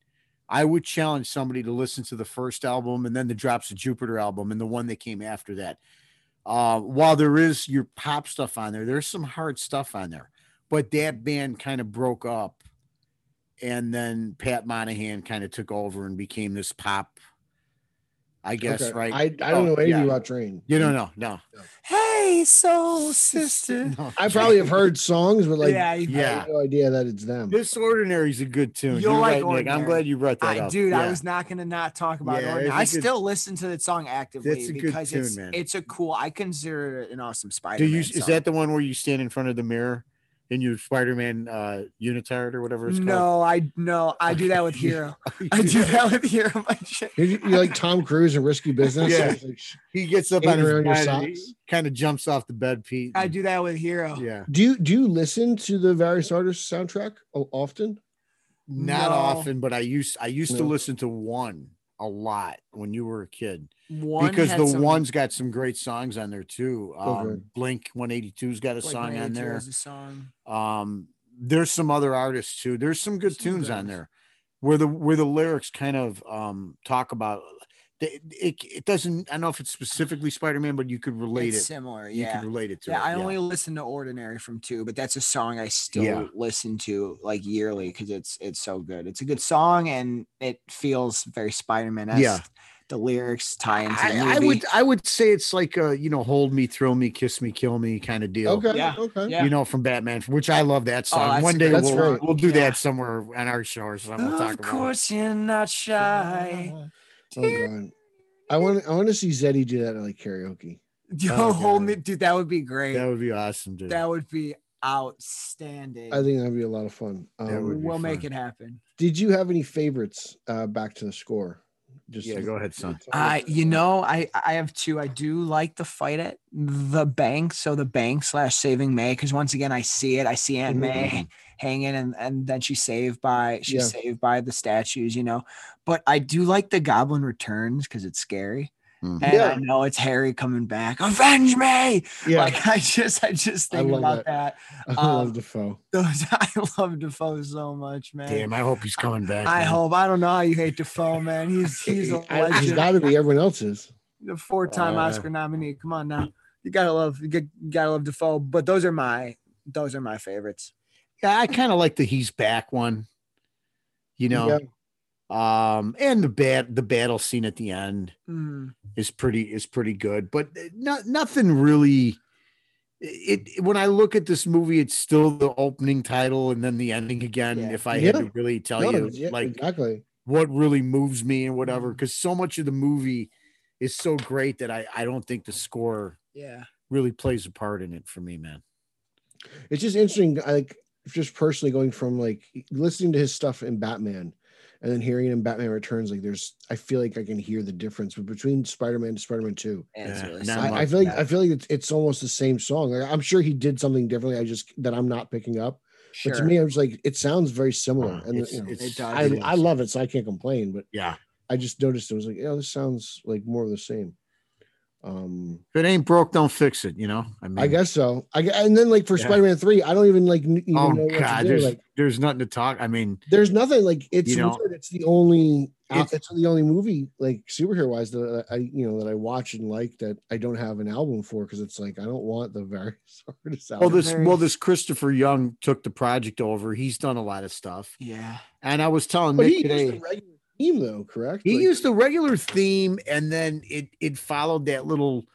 Speaker 3: I would challenge somebody to listen to the first album and then the Drops of Jupiter album and the one that came after that. Uh, while there is your pop stuff on there, there's some hard stuff on there, but that band kind of broke up, and then Pat Monahan kind of took over and became this pop. I guess
Speaker 1: Okay.
Speaker 3: right.
Speaker 1: I, I don't
Speaker 3: Oh,
Speaker 1: know anything
Speaker 3: yeah.
Speaker 1: about Train.
Speaker 3: you don't know, no.
Speaker 2: hey, soul sister.
Speaker 3: no.
Speaker 1: I probably have heard songs, but like
Speaker 2: yeah, you-
Speaker 1: I
Speaker 3: Yeah.
Speaker 1: have no idea that it's them.
Speaker 3: This ordinary is a good tune.
Speaker 2: You'll
Speaker 3: You're
Speaker 2: like
Speaker 3: right, Nick. I'm
Speaker 2: Ordinary.
Speaker 3: glad you brought that
Speaker 2: I,
Speaker 3: up.
Speaker 2: dude, I
Speaker 3: uh, Yeah.
Speaker 2: was not gonna not talk about
Speaker 3: Yeah,
Speaker 2: it.
Speaker 3: it's
Speaker 2: Ordinary.
Speaker 3: a
Speaker 2: I
Speaker 3: good-
Speaker 2: still listen to that song actively
Speaker 3: That's a good
Speaker 2: because
Speaker 3: tune,
Speaker 2: it's
Speaker 3: man.
Speaker 2: it's a cool. I consider it an awesome Spider.
Speaker 3: Do you is that the one where you stand in front of the mirror in your Spider-Man uh unitard or whatever it's called?
Speaker 2: No, I no, I do that with Hero. I do that with Hero. My shit.
Speaker 1: You, you like Tom Cruise in Risky Business?
Speaker 3: Yeah.
Speaker 1: It's like, sh-
Speaker 3: He gets up on
Speaker 1: Hanging
Speaker 3: his
Speaker 1: around your
Speaker 3: bed and
Speaker 1: socks?
Speaker 3: kind of jumps off the bed, Pete.
Speaker 2: I
Speaker 3: and-
Speaker 2: do that with Hero.
Speaker 3: Yeah.
Speaker 1: Do you do you listen to the various artists soundtrack o- often?
Speaker 3: Not
Speaker 2: No.
Speaker 3: often, but I used I used to
Speaker 1: No.
Speaker 3: listen to one a lot when you were a kid
Speaker 2: One
Speaker 3: because
Speaker 2: had
Speaker 3: the
Speaker 2: some-
Speaker 3: one's got some great songs on there too. Um,
Speaker 1: Okay.
Speaker 3: Blink 182's got a
Speaker 2: like,
Speaker 3: song on
Speaker 2: Blade
Speaker 3: there.
Speaker 2: has a song.
Speaker 3: Um, there's some other artists too. There's some good
Speaker 2: Some
Speaker 3: tunes
Speaker 2: good
Speaker 3: on
Speaker 2: ones.
Speaker 3: there where the where the lyrics kind of um talk about it, it, it doesn't I don't know if it's specifically Spider-Man, but you could relate
Speaker 2: It's
Speaker 3: it.
Speaker 2: similar.
Speaker 3: You
Speaker 2: Yeah.
Speaker 3: can relate it to
Speaker 2: Yeah, I
Speaker 3: it.
Speaker 2: only listen to Ordinary from two, but that's a song I still
Speaker 3: Yeah.
Speaker 2: listen to like yearly because it's it's so good. It's a good song and it feels very Spider Man esque.
Speaker 3: Yeah.
Speaker 2: The lyrics tie into the movie.
Speaker 3: I, I would I would say it's like a you know, hold me, thrill me, kiss me, kill me kind of deal.
Speaker 1: Okay,
Speaker 2: Yeah.
Speaker 1: okay.
Speaker 2: Yeah.
Speaker 3: You know, from Batman, which I love that Oh, song.
Speaker 2: that's
Speaker 3: One
Speaker 2: a
Speaker 3: day
Speaker 1: great
Speaker 3: we'll
Speaker 1: song.
Speaker 3: we'll do
Speaker 2: Yeah.
Speaker 3: that somewhere on our show or something. We'll talk
Speaker 2: of
Speaker 3: about it.
Speaker 2: course, you're not shy.
Speaker 1: Oh god, I want I want to see Zeddy do that at like karaoke.
Speaker 2: Yo,
Speaker 3: Oh,
Speaker 2: hold
Speaker 3: God.
Speaker 2: me, dude. That would be great.
Speaker 3: That would be awesome, dude.
Speaker 2: That would be outstanding.
Speaker 1: I think that'd be a lot of fun.
Speaker 3: That would
Speaker 1: Um,
Speaker 3: be
Speaker 2: we'll make
Speaker 3: fun.
Speaker 2: it happen.
Speaker 1: did you have any favorites? Uh, back to the score. Just
Speaker 3: Yeah, go ahead, son.
Speaker 2: I, you know, I I have two. I do like the fight at the bank. So the bank slash saving May, because once again I see it. I see Aunt
Speaker 1: Mhm.
Speaker 2: May hanging, and and then she's saved by she's
Speaker 1: Yeah.
Speaker 2: saved by the statues, you know. But I do like the Goblin Returns because it's scary,
Speaker 3: Mhm.
Speaker 2: and
Speaker 1: Yeah.
Speaker 2: I know it's Harry coming back. Avenge me!
Speaker 1: yeah,
Speaker 2: Like I just I just
Speaker 1: I
Speaker 2: think
Speaker 1: love
Speaker 2: about that.
Speaker 1: I
Speaker 2: um,
Speaker 1: love Defoe.
Speaker 2: Those I love Defoe so much, man.
Speaker 3: Damn, I hope he's coming back.
Speaker 2: I
Speaker 3: man.
Speaker 2: hope. I don't know how you hate Defoe, man. He's he's a
Speaker 1: I- he's
Speaker 2: legend.
Speaker 1: got to be everyone else's.
Speaker 2: the four-time
Speaker 3: Uh,
Speaker 2: Oscar nominee. Come on now, you gotta love you g- gotta love Defoe. But those are my those are my favorites.
Speaker 3: Yeah, I kind of like the he's back one. You know, um, and the bat the battle scene at the end
Speaker 1: Mm-hmm.
Speaker 2: Mm.
Speaker 3: is pretty is pretty good, but not nothing really. It it- when I look at this movie, it's still the opening title and then the ending again.
Speaker 2: Yeah.
Speaker 3: If I had
Speaker 1: Yeah.
Speaker 3: to really tell
Speaker 1: No,
Speaker 3: you,
Speaker 1: yeah,
Speaker 3: like
Speaker 1: exactly.
Speaker 3: what really moves me and whatever,
Speaker 2: Mhm.
Speaker 3: because so much of the movie is so great that I I don't think the score
Speaker 2: Yeah,
Speaker 3: really plays a part in it for me, man.
Speaker 1: it's just interesting like just personally going from like listening to his stuff in batman and then hearing him in batman returns like there's i feel like i can hear the difference but between spider-man and spider-man 2
Speaker 2: and it's
Speaker 3: Yeah,
Speaker 2: really
Speaker 3: not
Speaker 2: sad.
Speaker 3: much.
Speaker 1: I, I feel like uh, i feel like it's, it's almost the same song Like, i'm sure he did something differently i just that i'm not picking up
Speaker 2: sure.
Speaker 1: but to me i was like it sounds very similar
Speaker 3: Uh,
Speaker 1: and
Speaker 3: it's-
Speaker 1: you know,
Speaker 3: it's-
Speaker 2: It does.
Speaker 1: I, I love it so i can't complain but
Speaker 3: yeah.
Speaker 1: i just noticed it was like yeah this sounds like more of the same um
Speaker 3: If it ain't broke, don't fix it. You know, I mean,
Speaker 1: i guess so i gu- and then like for
Speaker 3: Yeah.
Speaker 1: spider-man 3 i don't even like kn- even
Speaker 3: oh
Speaker 1: know what
Speaker 3: god,
Speaker 1: to do.
Speaker 3: there's
Speaker 1: like
Speaker 3: there's nothing to talk. I mean,
Speaker 1: there's nothing like it's
Speaker 3: You know,
Speaker 1: weird. It's the only uh,
Speaker 3: it's-
Speaker 1: it's, the only movie like superhero wise that I you know that I watch and like that I don't have an album for because it's like I don't want the various artists out.
Speaker 3: well Oh, this
Speaker 2: very-
Speaker 3: well this Christopher Young took the project over. He's done a lot of stuff,
Speaker 2: yeah,
Speaker 3: and I was telling
Speaker 1: but
Speaker 3: Nick
Speaker 1: he
Speaker 3: today
Speaker 1: used the regular theme though, correct?
Speaker 3: he
Speaker 1: Like,
Speaker 3: used the regular theme, and then it it followed that little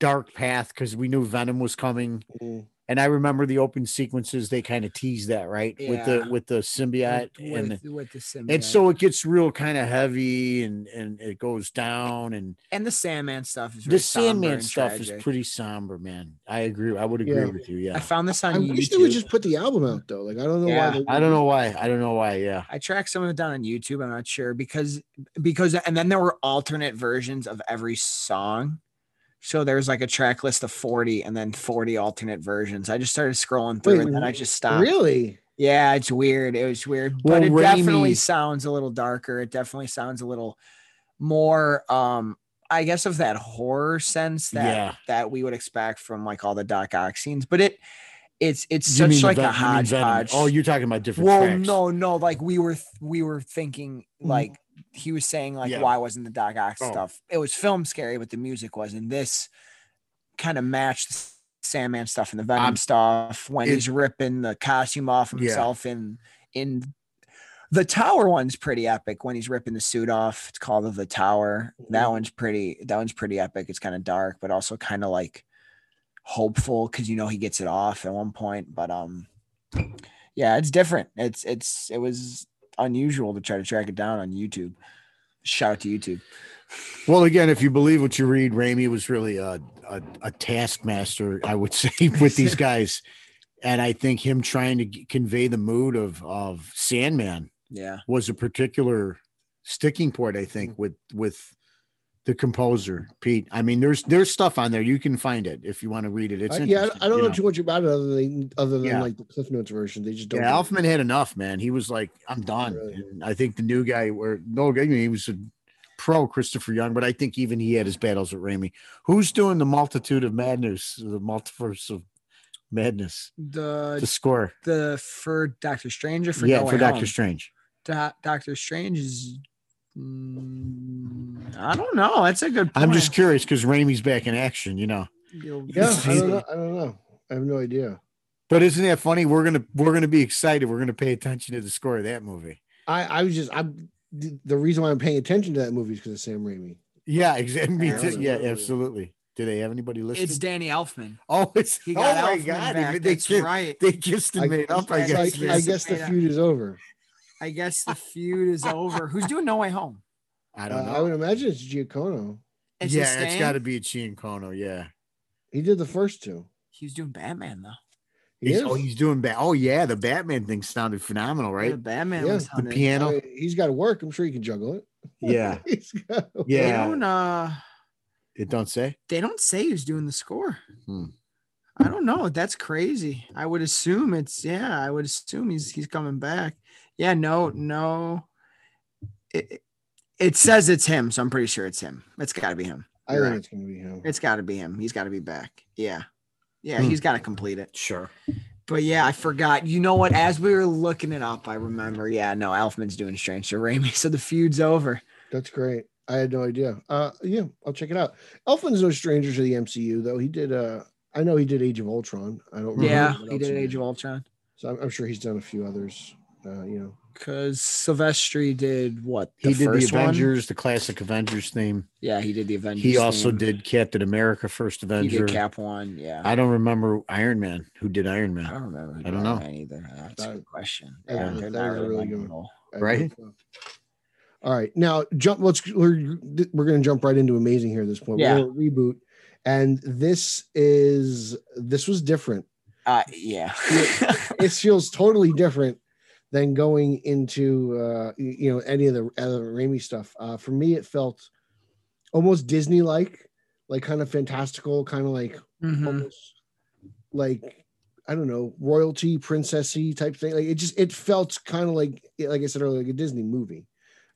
Speaker 3: dark path because we knew Venom was coming,
Speaker 1: mm,
Speaker 3: And I remember the open sequences; they kind of tease that, right, with
Speaker 2: Yeah.
Speaker 3: the with the symbiote
Speaker 2: with,
Speaker 3: and the,
Speaker 2: with, with the symbiote.
Speaker 3: and so it gets real kind of heavy and and it goes down and
Speaker 2: and the Sandman stuff is
Speaker 3: the
Speaker 2: really
Speaker 3: Sandman stuff
Speaker 2: pretty.
Speaker 3: is pretty somber, man. I agree. I would agree
Speaker 1: Yeah.
Speaker 3: with you.
Speaker 2: I
Speaker 3: Yeah.
Speaker 2: found this on
Speaker 1: I
Speaker 2: YouTube.
Speaker 1: wish they would just put the album out though. Like I don't know
Speaker 2: Yeah,
Speaker 1: why. They,
Speaker 3: I don't know why. I don't know why. Yeah.
Speaker 2: I tracked some of it down on YouTube. I'm not sure because because and then there were alternate versions of every song. So there's like a track list of 40 and then 40 alternate versions. I just started scrolling through
Speaker 1: Wait,
Speaker 2: and then I just stopped.
Speaker 1: Really?
Speaker 2: Yeah, it's weird. It was weird,
Speaker 3: Well,
Speaker 2: but it definitely
Speaker 3: Raimi-
Speaker 2: sounds a little darker. It definitely sounds a little more um I guess of that horror sense that
Speaker 3: Yeah.
Speaker 2: that we would expect from like all the Doc Ock scenes, but it it's it's
Speaker 3: You
Speaker 2: such
Speaker 3: mean
Speaker 2: like
Speaker 3: Ven-
Speaker 2: a
Speaker 3: you mean Venom.
Speaker 2: hodgepodge.
Speaker 3: Oh, you're talking about different.
Speaker 2: Well,
Speaker 3: tracks.
Speaker 2: no, no, like we were th- we were thinking
Speaker 1: Mhm.
Speaker 2: like he was saying like
Speaker 3: Yeah.
Speaker 2: why wasn't the Doc Ock
Speaker 3: Oh.
Speaker 2: stuff? It was film scary, but the music was, and this kind of matched the Sandman stuff and the Venom
Speaker 3: I'm-
Speaker 2: stuff when
Speaker 3: it-
Speaker 2: he's ripping the costume off
Speaker 3: Yeah.
Speaker 2: himself in in the tower one's pretty epic when he's ripping the suit off. It's called the tower. That
Speaker 1: Mhm.
Speaker 2: one's pretty. That one's pretty epic. It's kind of dark, but also kind of like hopeful because you know he gets it off at one point. But um, yeah, it's different. It's it's it was unusual to try to track it down on YouTube. Shout out to YouTube.
Speaker 3: Well, again, if you believe what you read, Raimi was really a, a, a taskmaster, I would say, with these guys. And I think him trying to g- convey the mood of, of Sandman
Speaker 2: Yeah,
Speaker 3: was a particular sticking point, I think,
Speaker 1: Mm.
Speaker 3: with with the composer, Pete. I mean, there's there's stuff on there. You can find it if you want to read it. It's
Speaker 1: I, Uh, yeah,
Speaker 3: interesting,
Speaker 1: I, I don't
Speaker 3: you
Speaker 1: know, too much about it other than other than
Speaker 3: Yeah.
Speaker 1: like the Cliff Notes version. They just don't.
Speaker 3: Yeah, Alfman had enough, man. He was like, I'm done.
Speaker 1: Really?
Speaker 3: And I think the new guy where no I mean, he was a pro Christopher Young, but I think even he had his battles with Raimi. Who's doing the multitude of madness, the multiverse of madness? The
Speaker 1: Uh,
Speaker 2: the
Speaker 3: score.
Speaker 2: the for Doctor Strange or for
Speaker 3: yeah,
Speaker 2: No
Speaker 3: for
Speaker 2: Way
Speaker 3: Doctor
Speaker 2: Home?
Speaker 3: Strange.
Speaker 2: Do- Doctor Strange is. mm, I don't know. That's a good. Point.
Speaker 3: I'm just curious because Raimi's back in action, you know.
Speaker 2: You'll-
Speaker 1: Yeah, I don't know. I don't know. I have no idea.
Speaker 3: But isn't that funny? We're gonna we're gonna be excited. We're gonna pay attention to the score of that movie.
Speaker 1: I I was just I'm the the reason why I'm paying attention to that movie is because of Sam Raimi.
Speaker 3: Yeah, exactly.
Speaker 1: Absolutely.
Speaker 3: Yeah, absolutely. Do they have anybody listening?
Speaker 2: It's Danny Elfman.
Speaker 3: oh, it's
Speaker 2: He
Speaker 3: oh
Speaker 2: got
Speaker 3: my
Speaker 2: Elfman
Speaker 3: god!
Speaker 2: back.
Speaker 3: They, they,
Speaker 2: That's
Speaker 3: kissed-
Speaker 2: right.
Speaker 3: they kissed and
Speaker 1: I-
Speaker 3: made up. I
Speaker 2: I-
Speaker 3: guess.
Speaker 1: I, I guess the feud is over.
Speaker 2: I guess the feud is over. Who's doing No Way Home?
Speaker 3: I
Speaker 1: Uh, I would imagine it's Giacomo.
Speaker 2: It's
Speaker 3: yeah, it's got to
Speaker 2: to.
Speaker 3: be a Giancono. Yeah.
Speaker 1: He did the first two.
Speaker 2: He was doing Batman though.
Speaker 1: He
Speaker 3: He's-
Speaker 1: is.
Speaker 3: oh, he's doing bad. Oh, yeah. The Batman thing sounded phenomenal,
Speaker 2: Right,
Speaker 3: right?
Speaker 2: Batman
Speaker 1: Yeah,
Speaker 2: was
Speaker 3: The
Speaker 2: on it.
Speaker 1: I
Speaker 3: piano.
Speaker 1: mean, he's got to work. I'm sure he can juggle it.
Speaker 3: Yeah.
Speaker 1: He's got to
Speaker 2: They
Speaker 3: Yeah.
Speaker 2: don't. Uh,
Speaker 3: It don't say.
Speaker 2: they don't say who's doing the score.
Speaker 3: Hmm.
Speaker 2: I don't know. That's crazy. I would assume it's yeah. I would assume he's he's coming back. Yeah. No. No. It, it- it says it's him, so I'm pretty sure it's him. It's got to be him.
Speaker 1: I
Speaker 2: You're
Speaker 1: think
Speaker 2: right.
Speaker 1: it's going to be him.
Speaker 2: It's got to be him. He's got to be back. Yeah. Yeah,
Speaker 3: Hmm.
Speaker 2: he's got to complete it.
Speaker 3: Sure.
Speaker 2: But yeah, I forgot. You know what? As we were looking it up, I remember. Yeah, no, Alfman's doing Strange to Raimi, so the feud's over.
Speaker 1: That's great. I had no idea. Uh, yeah, I'll check it out. Elfin's no stranger to the MCU, though. He did. Uh, I know he did Age of Ultron. I don't. remember
Speaker 2: Yeah,
Speaker 1: Mm-hmm. what
Speaker 2: he
Speaker 1: else
Speaker 2: did Age of
Speaker 1: Ultron.
Speaker 2: Ultron
Speaker 1: So I'm, I'm sure he's done a few others. Uh, you know.
Speaker 2: because Silvestri did what?
Speaker 3: He did the
Speaker 2: first one?
Speaker 3: Avengers, the classic Avengers theme.
Speaker 2: Yeah, he did the Avengers.
Speaker 3: He also
Speaker 2: theme.
Speaker 3: did Captain America, First
Speaker 2: He
Speaker 3: Avenger.
Speaker 2: did Cap One. Yeah, I,
Speaker 3: I don't remember Iron Man. Who did Iron
Speaker 1: Oh.
Speaker 3: Man?
Speaker 2: don't remember. who
Speaker 3: I don't
Speaker 2: did
Speaker 3: know.
Speaker 2: that either. That's a
Speaker 1: That-
Speaker 2: good question.
Speaker 1: that
Speaker 2: Yeah,
Speaker 1: was-
Speaker 2: they're
Speaker 1: that
Speaker 2: not
Speaker 1: was a
Speaker 2: really
Speaker 1: really good
Speaker 2: memorable.
Speaker 1: I-
Speaker 3: Right?
Speaker 1: All right. Now jump. Let's we're we're gonna jump right into amazing here at this point.
Speaker 2: Yeah.
Speaker 1: We're gonna reboot, and this is this was different.
Speaker 2: Uh, yeah.
Speaker 1: This feels totally different than going into uh, y- you know any of the other Raimi stuff. Uh, for me, it felt almost Disney like, like kind of fantastical, kind of like
Speaker 3: Mm-hmm.
Speaker 2: Mhm.
Speaker 1: almost like I don't know royalty princessy type thing. Like it just it felt kind of like like I said earlier, like a Disney movie.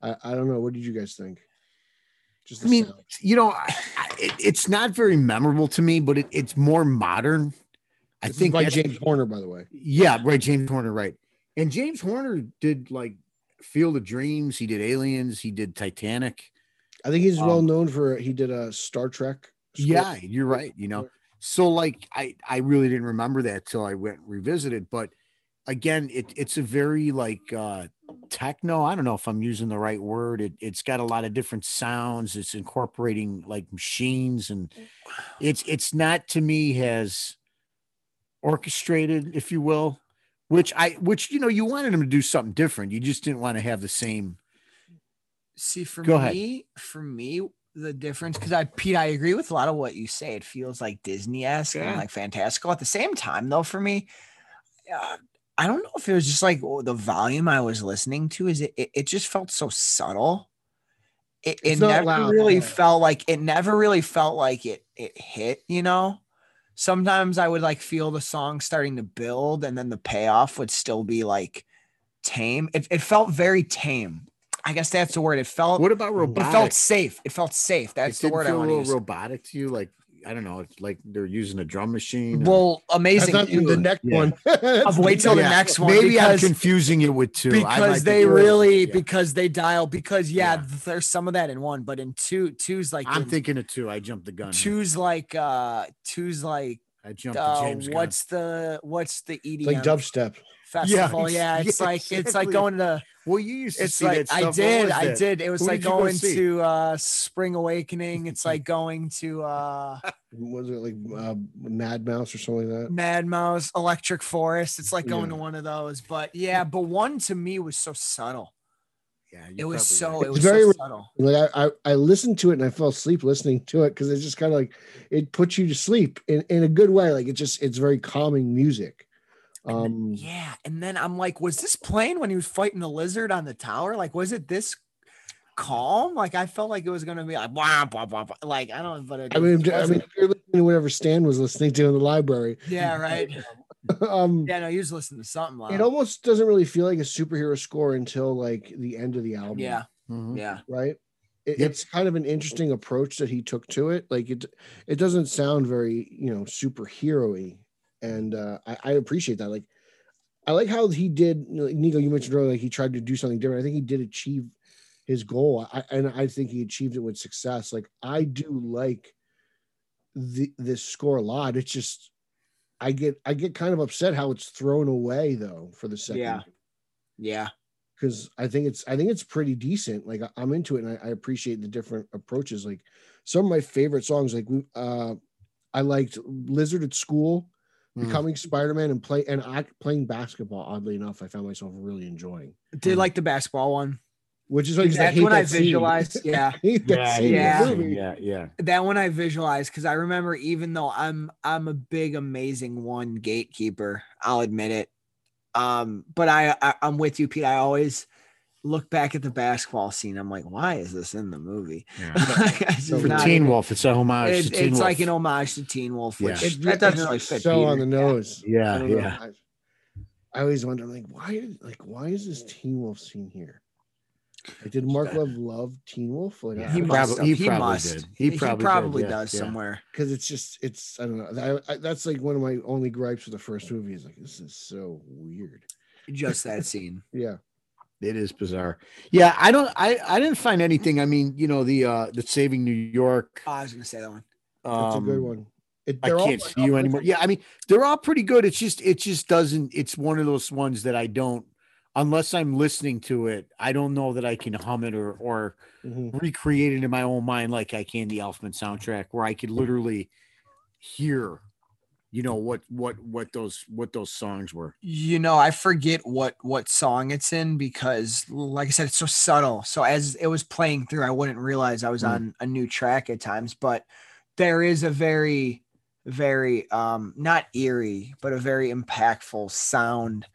Speaker 1: I, I don't know. What did you guys think? Just
Speaker 3: I mean, you know, I, I- it, it's not very memorable to me, but it, it's more modern. I think
Speaker 1: by
Speaker 3: that's-
Speaker 1: James Horner, by the way.
Speaker 3: Yeah, right. James Horner, right. And James Horner did like Field of Dreams. He did Aliens. He did Titanic.
Speaker 1: I think he's
Speaker 3: Um,
Speaker 1: well known for he did a Star Trek. score.
Speaker 3: Yeah, you're right. You know, so like I I really didn't remember that till I went and revisited. But again, it it's a very like uh techno. I don't know if I'm using the right word. It it's got a lot of different sounds. It's incorporating like machines and it's it's not to me has orchestrated, if you will, which I, which you know, you wanted him to do something different. You just didn't want to have the same.
Speaker 2: See, for
Speaker 3: Go ahead.
Speaker 2: me, for me, the difference because I, Pete, I agree with a lot of what you say. It feels like Disney esque
Speaker 3: Yeah.
Speaker 2: and like fantastical. At the same time, though, for me, uh, I don't know if it was just like oh, the volume I was listening to. Is it? It, it just felt so subtle. It, it
Speaker 1: It's not
Speaker 2: never
Speaker 1: loud.
Speaker 2: really felt like it never really felt like it it hit. You know. Sometimes I would like feel the song starting to build, and then the payoff would still be like tame. It, it felt very tame. I guess that's the word. It felt
Speaker 3: What about
Speaker 2: it
Speaker 3: robotic?
Speaker 2: felt safe. It felt safe. That's
Speaker 3: It
Speaker 2: the
Speaker 3: didn't
Speaker 2: word I
Speaker 3: feel a
Speaker 2: want to
Speaker 3: little
Speaker 2: use.
Speaker 3: robotic to you, like I don't know, it's like they're using a drum machine. or-
Speaker 2: well,
Speaker 1: That's
Speaker 2: amazing.
Speaker 1: not
Speaker 2: too.
Speaker 1: the next
Speaker 3: Yeah.
Speaker 1: one.
Speaker 2: I'll wait till the
Speaker 3: Yeah.
Speaker 2: next one
Speaker 3: Maybe
Speaker 2: because-
Speaker 3: I'm confusing it with two I
Speaker 2: because
Speaker 3: like
Speaker 2: they
Speaker 3: the-
Speaker 2: really
Speaker 3: Yeah.
Speaker 2: because they dial because yeah,
Speaker 3: Yeah.
Speaker 2: there's some of that in one, but in two two's like
Speaker 3: I'm
Speaker 2: in-
Speaker 3: thinking of two. I jumped the gun. Two.
Speaker 2: two's like uh two's like
Speaker 3: I jumped
Speaker 2: uh,
Speaker 3: the James gun.
Speaker 2: what's the what's the EDM
Speaker 3: uh,
Speaker 1: like dubstep.
Speaker 2: festival? Yeah,
Speaker 3: ex-
Speaker 2: it's
Speaker 3: yeah,
Speaker 2: like it's like
Speaker 3: exactly.
Speaker 2: going to
Speaker 3: Well, you used to
Speaker 2: it's
Speaker 3: see
Speaker 2: like
Speaker 3: that
Speaker 2: I
Speaker 3: stuff. What
Speaker 2: did,
Speaker 3: was
Speaker 2: I
Speaker 3: that?
Speaker 2: did. It was
Speaker 3: Who
Speaker 2: like
Speaker 3: did you go
Speaker 2: going
Speaker 3: see?
Speaker 2: to uh Spring Awakening. It's like going to uh
Speaker 1: Was it like uh, Mad Mouse or something like that?
Speaker 2: Mad Mouse, Electric Forest. It's like going to
Speaker 1: Yeah.
Speaker 2: one of those, but yeah, but one to me was so subtle.
Speaker 3: Yeah,
Speaker 2: It
Speaker 3: you're
Speaker 2: was so
Speaker 3: probably right.
Speaker 2: it
Speaker 1: It's
Speaker 2: was
Speaker 1: very
Speaker 2: so
Speaker 1: re-
Speaker 2: subtle.
Speaker 1: Like I, I, I listened to it and I fell asleep listening to it because it's just kind of like it puts you to sleep in, in a good way. Like it just it's very calming music. Um,
Speaker 2: Yeah, and then I'm like, was this playing when he was fighting the lizard on the tower? Like, was it this calm? Like, I felt like it was gonna be like, blah, blah, blah, blah. like I don't. But it
Speaker 1: I mean, I mean,
Speaker 2: wasn't.
Speaker 1: if you're listening to whatever Stan was listening to in the library,
Speaker 2: yeah, right.
Speaker 1: um,
Speaker 2: Yeah, no, you just listen to something. Loud.
Speaker 1: it almost doesn't really feel like a superhero score until like the end of the album.
Speaker 2: yeah,
Speaker 3: Mhm.
Speaker 2: yeah.
Speaker 1: right? It,
Speaker 3: Yep.
Speaker 1: It's kind of an interesting approach that he took to it. Like it, it doesn't sound very you know superhero-y. and uh, I, I appreciate that. Like I like how he did. You know, like Nico, you mentioned earlier, like he tried to do something different. I think he did achieve his goal, I, and I think he achieved it with success. Like I do like the this score a lot. It's just I get I get kind of upset how it's thrown away though for the second
Speaker 2: Yeah. Yeah.
Speaker 1: because I think it's I think it's pretty decent. Like I- I'm into it, and I, I appreciate the different approaches. Like some of my favorite songs, like we, uh, I liked Lizard at School,
Speaker 3: Mhm.
Speaker 1: Becoming Spider Man, and play and I, playing basketball. Oddly enough, I found myself really enjoying,
Speaker 2: Did like the basketball one.
Speaker 1: which is Mm. like 'cause
Speaker 2: That's
Speaker 1: hate
Speaker 2: when I
Speaker 1: that scene.
Speaker 2: visualized. Yeah.
Speaker 1: I hate that
Speaker 3: Yeah,
Speaker 1: scene in the
Speaker 2: yeah.
Speaker 1: movie.
Speaker 3: yeah, yeah.
Speaker 2: that one I visualized because I remember even though I'm I'm a big amazing one gatekeeper, I'll admit it. Um, but I, I I'm with you, Pete. I always look back at the basketball scene. I'm like, why is this in the movie? it's
Speaker 1: So
Speaker 2: just
Speaker 3: For
Speaker 2: not-
Speaker 3: Teen Wolf, it's a homage.
Speaker 2: it-
Speaker 3: to Teen
Speaker 2: it's like
Speaker 3: Wolf.
Speaker 2: an homage to Teen Wolf, which
Speaker 3: Yeah.
Speaker 1: It-
Speaker 2: that doesn't
Speaker 1: it's
Speaker 2: really fit.
Speaker 1: so
Speaker 2: Peter.
Speaker 1: on the nose. I
Speaker 3: Yeah,
Speaker 1: don't know.
Speaker 3: yeah.
Speaker 1: I, I always wonder, like, why, like, why is this Teen Wolf scene here? Like, did Mark Love love Teen Wolf? Like,
Speaker 3: Yeah.
Speaker 1: I-
Speaker 2: He
Speaker 1: I-
Speaker 3: Probably-
Speaker 2: must. have.
Speaker 3: he
Speaker 2: He,
Speaker 3: probably
Speaker 2: must.
Speaker 3: did. He
Speaker 2: He
Speaker 3: probably
Speaker 2: probably,
Speaker 3: did, yeah,
Speaker 2: does
Speaker 3: yeah.
Speaker 2: somewhere.
Speaker 1: because it's just it's I don't know. I, I, that's like one of my only gripes with the first movie is like this is so weird.
Speaker 2: Just that scene.
Speaker 1: Yeah,
Speaker 3: It is bizarre. Yeah, I don't. I I didn't find anything. I mean, you know, the uh the saving New York.
Speaker 2: Oh, I was gonna say that one.
Speaker 1: that's
Speaker 3: um,
Speaker 1: a good one. It,
Speaker 3: I
Speaker 1: they're all-
Speaker 3: can't see you anymore. Yeah, I mean, they're all pretty good. It's just, it just doesn't. It's one of those ones that I don't, unless I'm listening to it, I don't know that I can hum it or or
Speaker 1: Mhm.
Speaker 3: recreate it in my own mind like I can the Elfman soundtrack, where I could literally hear, you know, what what what those what those songs were.
Speaker 2: you know i forget what what song it's in because like i said it's so subtle so as it was playing through i wouldn't realize i was
Speaker 3: Mm.
Speaker 2: on a new track at times but there is a very very um not eerie but a very impactful sound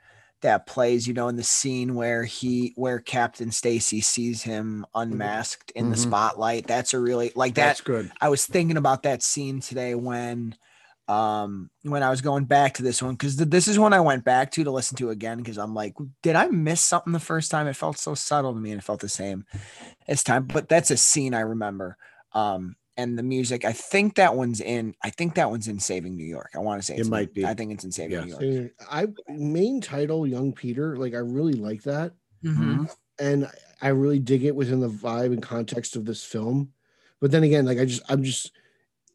Speaker 2: that plays you know in the scene where he where captain stacy sees him unmasked in the
Speaker 3: Mhm.
Speaker 2: spotlight that's a really like that
Speaker 3: That's good.
Speaker 2: I was thinking about that scene today when um when I was going back to this one cuz th- this is one I went back to to listen to again cuz I'm like did I miss something the first time it felt so subtle to me and it felt the same this time but that's a scene I remember um and the music I think that one's in I think that one's in Saving New York I want to say
Speaker 3: It
Speaker 2: it's in-
Speaker 3: might be.
Speaker 2: I think it's in Saving
Speaker 3: Yeah.
Speaker 2: New York
Speaker 1: Anyway, I main title Young Peter. Like I really like that,
Speaker 2: Mhm.
Speaker 1: and I- I really dig it within the vibe and context of this film. But then again, like I just I'm just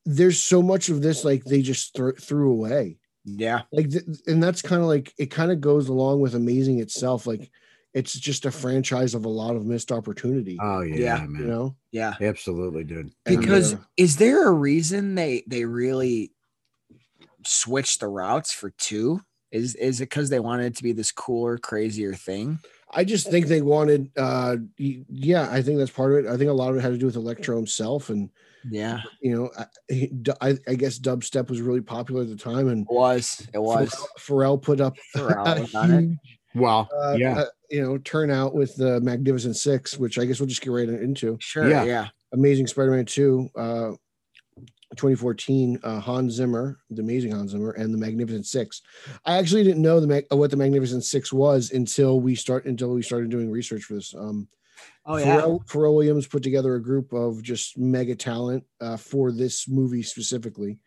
Speaker 1: there's so much of this like they just thro- threw away.
Speaker 2: yeah
Speaker 1: like th- and that's kind of like it kind of goes along with amazing itself like it's just a franchise of a lot of missed opportunity
Speaker 3: Oh yeah,
Speaker 2: Yeah.
Speaker 3: man.
Speaker 1: you know
Speaker 2: yeah
Speaker 3: Absolutely, dude.
Speaker 1: And,
Speaker 2: because
Speaker 1: uh,
Speaker 2: is there a reason they they really switched the routes for two? Is is it because they wanted it to be this cooler, crazier thing?
Speaker 1: I just think they wanted. uh y- Yeah, I think that's part of it. I think a lot of it had to do with Electro himself, and
Speaker 2: Yeah,
Speaker 1: you know, I, he- I, I guess dubstep was really popular at the time, and
Speaker 2: it was. It was.
Speaker 1: Pharrell, Pharrell put up
Speaker 2: Pharrell
Speaker 1: a
Speaker 2: was on it.
Speaker 1: huge,
Speaker 3: Well,
Speaker 1: uh,
Speaker 3: yeah.
Speaker 1: uh, you know, turnout with the Magnificent Six, which I guess we'll just get right into.
Speaker 2: Sure.
Speaker 3: Yeah.
Speaker 2: Yeah.
Speaker 1: Amazing Spider-Man Two, uh, 2014. Uh, Hans Zimmer, the Amazing Hans Zimmer, and the Magnificent Six. I actually didn't know the Mag- what the Magnificent Six was until we start until we started doing research for this. Um,
Speaker 2: Oh yeah.
Speaker 1: Pharrell, Pharrell Williams put together a group of just mega talent uh, for this movie specifically,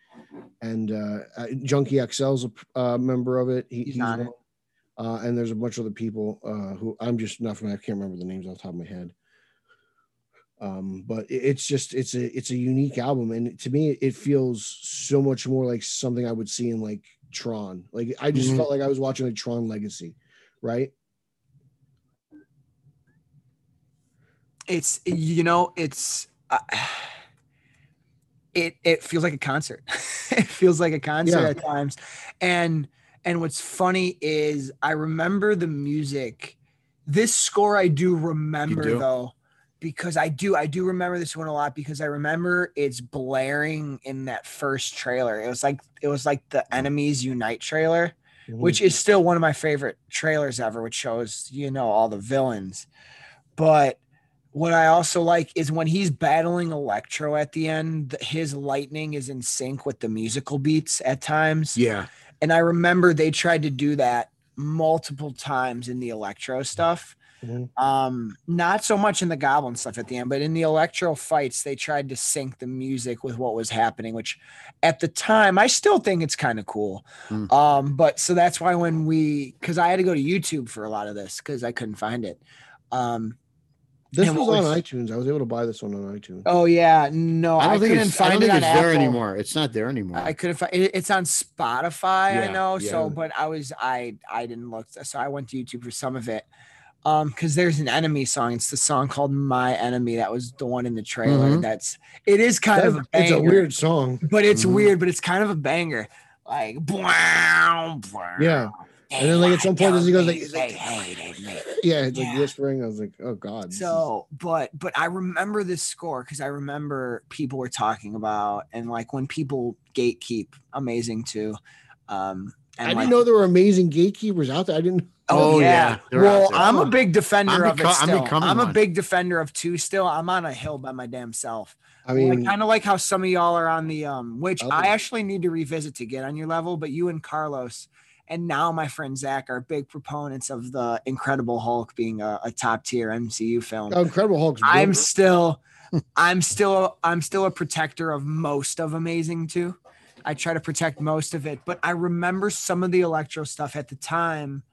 Speaker 1: and uh, uh, Junkie XL's a uh, member of it. He,
Speaker 2: He's on it.
Speaker 1: one. Uh, and there's a bunch of other people uh, who I'm just not from. I can't remember the names off the top of my head. Um, but it- it's just it's a it's a unique album, and to me, it feels so much more like something I would see in like Tron. Like I just
Speaker 2: Mm-hmm.
Speaker 3: Mhm.
Speaker 1: felt like I was watching like Tron Legacy, right?
Speaker 2: It's you know it's. Uh, it, it feels like a concert. it feels like a concert
Speaker 1: Yeah.
Speaker 2: at times. And and what's funny is I remember the music. This score I do remember
Speaker 3: do?
Speaker 2: though because I do I do remember this one a lot because I remember it's blaring in that first trailer. It was like it was like the Enemies Unite trailer.
Speaker 1: Mm-hmm.
Speaker 2: which is still one of my favorite trailers ever, which shows, you know, all the villains. But what I also like is when he's battling Electro at the end, th- his lightning is in sync with the musical beats at times.
Speaker 3: Yeah.
Speaker 2: And I remember they tried to do that multiple times in the Electro stuff.
Speaker 1: Mhm.
Speaker 2: Um, not so much in the goblin stuff at the end, but in the electro fights, they tried to sync the music with what was happening, which at the time I still think it's kind of cool.
Speaker 3: Mm.
Speaker 2: Um, but so that's why when we because I had to go to YouTube for a lot of this because I couldn't find it. Um,
Speaker 1: This
Speaker 2: And
Speaker 1: was
Speaker 2: what
Speaker 1: on
Speaker 2: was-
Speaker 1: iTunes. I was able to buy this one on iTunes.
Speaker 2: oh yeah, no,
Speaker 3: I
Speaker 2: I,
Speaker 3: don't think
Speaker 2: couldn't
Speaker 3: it's, I
Speaker 2: find
Speaker 3: don't think
Speaker 2: it on
Speaker 3: it's there
Speaker 2: Apple.
Speaker 3: anymore. It's not there anymore.
Speaker 2: I couldn't find it, it's on Spotify. I
Speaker 3: Yeah,
Speaker 2: know.
Speaker 3: yeah.
Speaker 2: So, but I was I I didn't look. So I went to YouTube for some of it. Um, because there's an enemy song. It's the song called "My Enemy." That was the one in the trailer.
Speaker 3: Mhm.
Speaker 2: That's it is kind of a
Speaker 1: Mm-hmm. That- it's a
Speaker 2: banger,
Speaker 1: weird Mm-hmm. song.
Speaker 2: but it's
Speaker 3: Mhm.
Speaker 2: weird, but it's kind of a banger. Like wow,
Speaker 1: Yeah. And then, like, at some point, he goes, like-
Speaker 2: they hated me.
Speaker 1: Yeah, it's like
Speaker 2: Yeah.
Speaker 1: whispering. I was like, oh god. this
Speaker 2: So, but but I remember this score because I remember people were talking about and like when people gatekeep, amazing too. Um,
Speaker 1: is-
Speaker 2: and
Speaker 1: I
Speaker 2: like-
Speaker 1: didn't know there were amazing gatekeepers out there. I didn't.
Speaker 2: Oh,
Speaker 3: Oh, yeah.
Speaker 2: yeah.
Speaker 3: They're out
Speaker 2: Well,
Speaker 3: there.
Speaker 2: I'm a big defender
Speaker 3: I'm
Speaker 2: of
Speaker 3: become-
Speaker 2: it.
Speaker 3: I'm
Speaker 2: Still. I'm,
Speaker 3: becoming
Speaker 2: a
Speaker 3: one.
Speaker 2: big defender of two. Still, I'm on a hill by my damn self.
Speaker 1: I mean,
Speaker 2: kind of like how some of y'all are on the um, which
Speaker 1: Oh.
Speaker 2: I actually need to revisit to get on your level. But you and Carlos, and now my friend Zach are big proponents of the Incredible Hulk being a, a top tier MCU film.
Speaker 1: oh, Incredible Hulk's.
Speaker 2: I'm
Speaker 1: brilliant.
Speaker 2: still, I'm still, I'm still a protector of most of Amazing too. I try to protect most of it, but I remember some of the electro stuff at the time.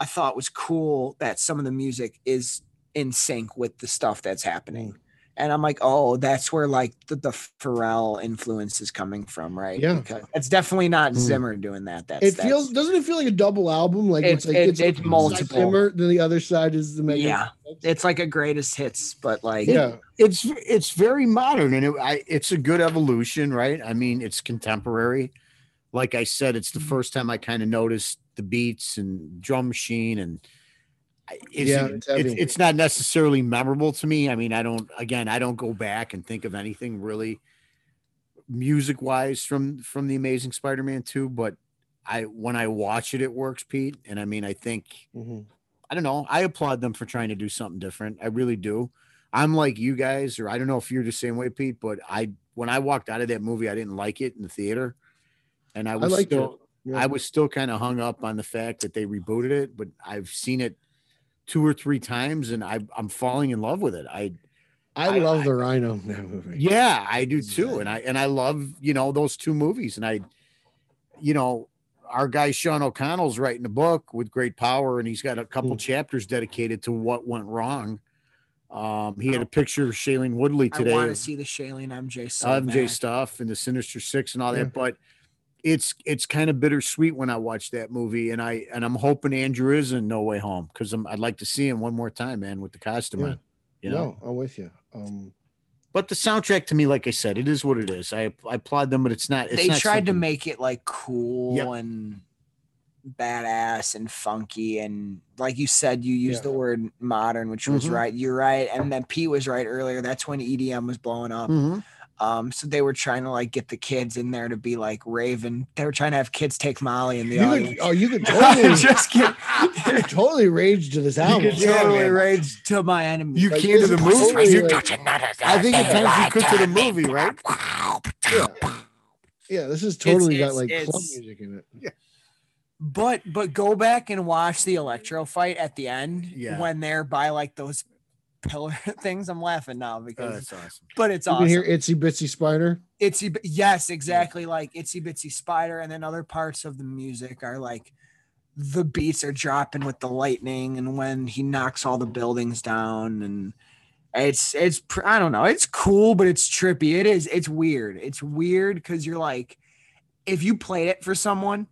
Speaker 2: I thought was cool that some of the music is in sync with the stuff that's happening, and I'm like, oh, that's where like the, the Pharrell influence is coming from, right?
Speaker 1: Yeah. Hmm.
Speaker 2: because it's definitely not
Speaker 3: Mm.
Speaker 2: Zimmer doing that. That's
Speaker 1: It
Speaker 2: that's-
Speaker 1: feels doesn't it feel like a double album? Like
Speaker 2: It's-
Speaker 1: it's, like
Speaker 2: it-
Speaker 1: like
Speaker 2: it's
Speaker 1: one side
Speaker 2: multiple.
Speaker 1: Zimmer, then the other side is the Mega.
Speaker 2: yeah. It's like a greatest hits, but like
Speaker 1: yeah.
Speaker 3: it's it's very modern and it, I, it's a good evolution right i mean it's contemporary like i said it's the
Speaker 1: Mm-hmm.
Speaker 3: first time i kind of noticed the beats and drum machine and I- it's,
Speaker 1: Yeah, it's
Speaker 3: it's,
Speaker 1: heavy.
Speaker 3: it's, not necessarily memorable to me i mean i don't again i don't go back and think of anything really music wise from from the amazing spider-man 2 but i when i watch it it works pete and i mean i think
Speaker 1: Mhm.
Speaker 3: I don't know. I applaud them for trying to do something different. I really do. I'm like you guys, or I don't know if you're the same way, Pete, but I when I walked out of that movie, I didn't like it in the theater. And I was
Speaker 1: liked
Speaker 3: still
Speaker 1: Yeah.
Speaker 3: I was still kind of hung up on the fact that they rebooted it, but I've seen it two or three times and I I'm falling in love with it. I
Speaker 1: I,
Speaker 3: I-
Speaker 1: love
Speaker 3: I-
Speaker 1: the Rhino in that movie.
Speaker 3: yeah, I do
Speaker 1: It's
Speaker 3: too.
Speaker 1: good.
Speaker 3: And I and I love, you know, those two movies. And I, you know, our guy Sean O'Connell's writing a book with great power, and he's got a couple
Speaker 1: Hmm.
Speaker 3: chapters dedicated to what went wrong. Um, he had a picture of Shailene Woodley
Speaker 2: I
Speaker 3: today.
Speaker 2: want to see the Shailene MJ. So
Speaker 3: MJ
Speaker 2: bad.
Speaker 3: stuff and the Sinister Six and all
Speaker 1: Yeah.
Speaker 3: that, but it's it's kind of bittersweet when I watch that movie, and I and I'm hoping Andrew is in No Way Home because I'd like to see him one more time, man, with the costume
Speaker 1: Yeah.
Speaker 3: on. You know,
Speaker 1: No, I'm with you. Um,
Speaker 3: But the soundtrack to me, like I said, it is what it is. I, I applaud them, but it's not. It's
Speaker 2: they
Speaker 3: not
Speaker 2: tried to
Speaker 3: something-
Speaker 2: make it like cool
Speaker 3: Yep.
Speaker 2: and badass and funky and like you said you used
Speaker 1: Yeah.
Speaker 2: the word modern which was
Speaker 3: Mhm.
Speaker 2: right you're right and then pete was right earlier that's when edm was blowing up
Speaker 1: Mm-hmm.
Speaker 3: Mhm.
Speaker 2: um so they were trying to like get the kids in there to be like raven they were trying to have kids take molly in the
Speaker 1: You could,
Speaker 2: audience
Speaker 1: oh, you could totally,
Speaker 2: just kidding
Speaker 1: you could totally rage to this
Speaker 3: You
Speaker 1: album.
Speaker 3: could
Speaker 1: Yeah,
Speaker 3: totally
Speaker 1: man.
Speaker 2: rage to my enemy
Speaker 3: You
Speaker 1: Like,
Speaker 3: came to
Speaker 1: this
Speaker 3: the
Speaker 1: is
Speaker 3: movie.
Speaker 1: totally
Speaker 3: You-
Speaker 1: like-
Speaker 3: I think it depends who cooked to the movie, right?
Speaker 1: yeah. Yeah, this is totally
Speaker 2: It's-
Speaker 1: got like
Speaker 2: it's-
Speaker 1: club
Speaker 2: it's-
Speaker 1: music in it.
Speaker 2: But but go back and watch the electro fight at the end
Speaker 3: Yeah.
Speaker 2: when they're by like those pillar things. I'm laughing now
Speaker 3: Oh,
Speaker 2: because
Speaker 3: that's awesome.
Speaker 2: but it's
Speaker 1: You
Speaker 2: awesome.
Speaker 1: can hear Itsy Bitsy Spider.
Speaker 2: Itsy bi- yes, exactly like Itsy Bitsy Spider, and then other parts of the music are like the beats are dropping with the lightning, and when he knocks all the buildings down, and it's it's pr- I don't know, it's cool, but it's trippy. It is it's weird. It's weird because you're like, if you played it for someone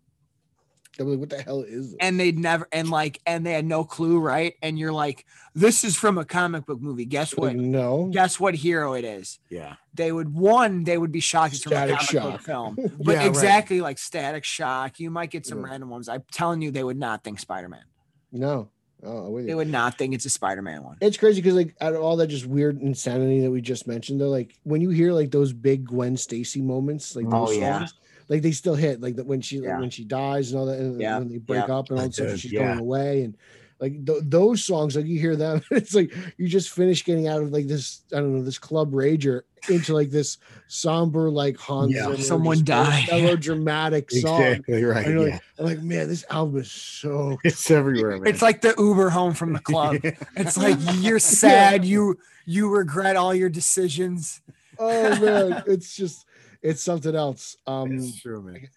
Speaker 1: I'm like, what the hell is this?
Speaker 2: and they'd never and like and they had no clue right and you're like this is from a comic book movie guess
Speaker 1: Like,
Speaker 2: what
Speaker 3: Mm-hmm.
Speaker 1: no.
Speaker 2: guess what hero it is
Speaker 3: Yeah.
Speaker 2: they would one they would be shocked it's from a
Speaker 1: Static
Speaker 2: comic book
Speaker 1: Shock.
Speaker 2: film
Speaker 3: Yeah,
Speaker 2: but
Speaker 3: right.
Speaker 2: exactly like static shock you might get some
Speaker 1: Yeah.
Speaker 2: random ones i'm telling you they would not think spider-man
Speaker 1: No. Oh, I'm with
Speaker 2: they
Speaker 1: you.
Speaker 2: would not think it's a spider-man one
Speaker 1: It's crazy because like out of all that just weird insanity that we just mentioned, though, like when you hear like those big Gwen Stacy moments, like
Speaker 2: Oh,
Speaker 1: those
Speaker 2: yeah.
Speaker 1: songs, like they still hit, like that when she
Speaker 2: Yeah.
Speaker 1: when she dies and all that, and
Speaker 2: Yeah.
Speaker 1: when they break up and all that stuff, and
Speaker 3: did,
Speaker 1: she's
Speaker 3: yeah.
Speaker 1: going away, and like th- those songs, like you hear them, it's like you just finish getting out of like this, I don't know, this club rager into like this somber, like Hans,
Speaker 3: Yeah.
Speaker 1: Zimmer,
Speaker 2: Someone
Speaker 1: just
Speaker 2: died.
Speaker 1: melodramatic song.
Speaker 3: right.
Speaker 1: And you're
Speaker 3: yeah.
Speaker 1: like, I'm like, man, this album is so
Speaker 3: It's everywhere, man.
Speaker 2: it's like um, the uber home from the club
Speaker 3: Yeah.
Speaker 2: it's like you're sad you you regret all your decisions
Speaker 1: oh man, it's just it's something else. Um,
Speaker 3: It's true, man.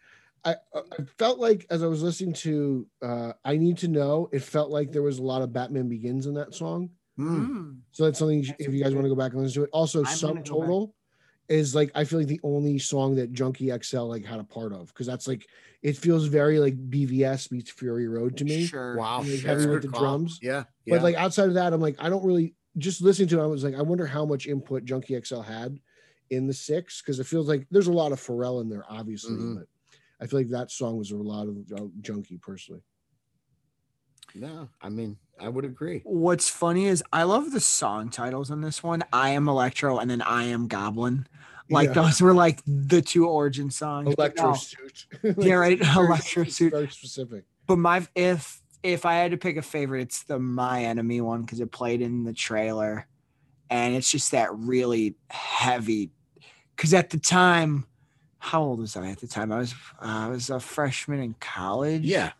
Speaker 1: I, I felt like as I was listening to uh, "I Need to Know," it felt like there was a lot of Batman Begins in that song. hmm.
Speaker 3: Mm.
Speaker 2: Mm.
Speaker 1: So that's something you should- if you guys want to go back and listen to it. Also,
Speaker 2: I'm gonna go back.
Speaker 1: Subtotal is like I feel like the only song that Junkie XL like had a part of because that's like it feels very like BVS meets Fury Road to me.
Speaker 2: sure
Speaker 3: Wow.
Speaker 1: Like,
Speaker 3: that's
Speaker 1: heavy
Speaker 3: a
Speaker 1: with
Speaker 3: good
Speaker 1: the
Speaker 3: call.
Speaker 1: drums.
Speaker 3: Yeah. yeah.
Speaker 1: But like outside of that, I'm like, I don't really just listening to it. I was like, I wonder how much input Junkie XL had in the six because it feels like there's a lot of Pharrell in there, obviously.
Speaker 3: Mhm.
Speaker 1: But I feel like that song was a lot of uh, Junkie personally.
Speaker 3: no, I mean, I would agree.
Speaker 2: What's funny is I love the song titles on this one. I am Electro and then I am Goblin. Like
Speaker 1: Yeah.
Speaker 2: those were like the two origin songs. But
Speaker 1: Electro
Speaker 2: no.
Speaker 1: suit.
Speaker 2: Yeah, right.
Speaker 1: Very-
Speaker 2: Electro
Speaker 1: it's
Speaker 2: suit.
Speaker 1: Very specific.
Speaker 2: But my if if I had to pick a favorite, it's the My Enemy one because it played in the trailer, and it's just that really heavy. Because at the time, how old was I at the time? I was I was a freshman in college.
Speaker 3: Yeah.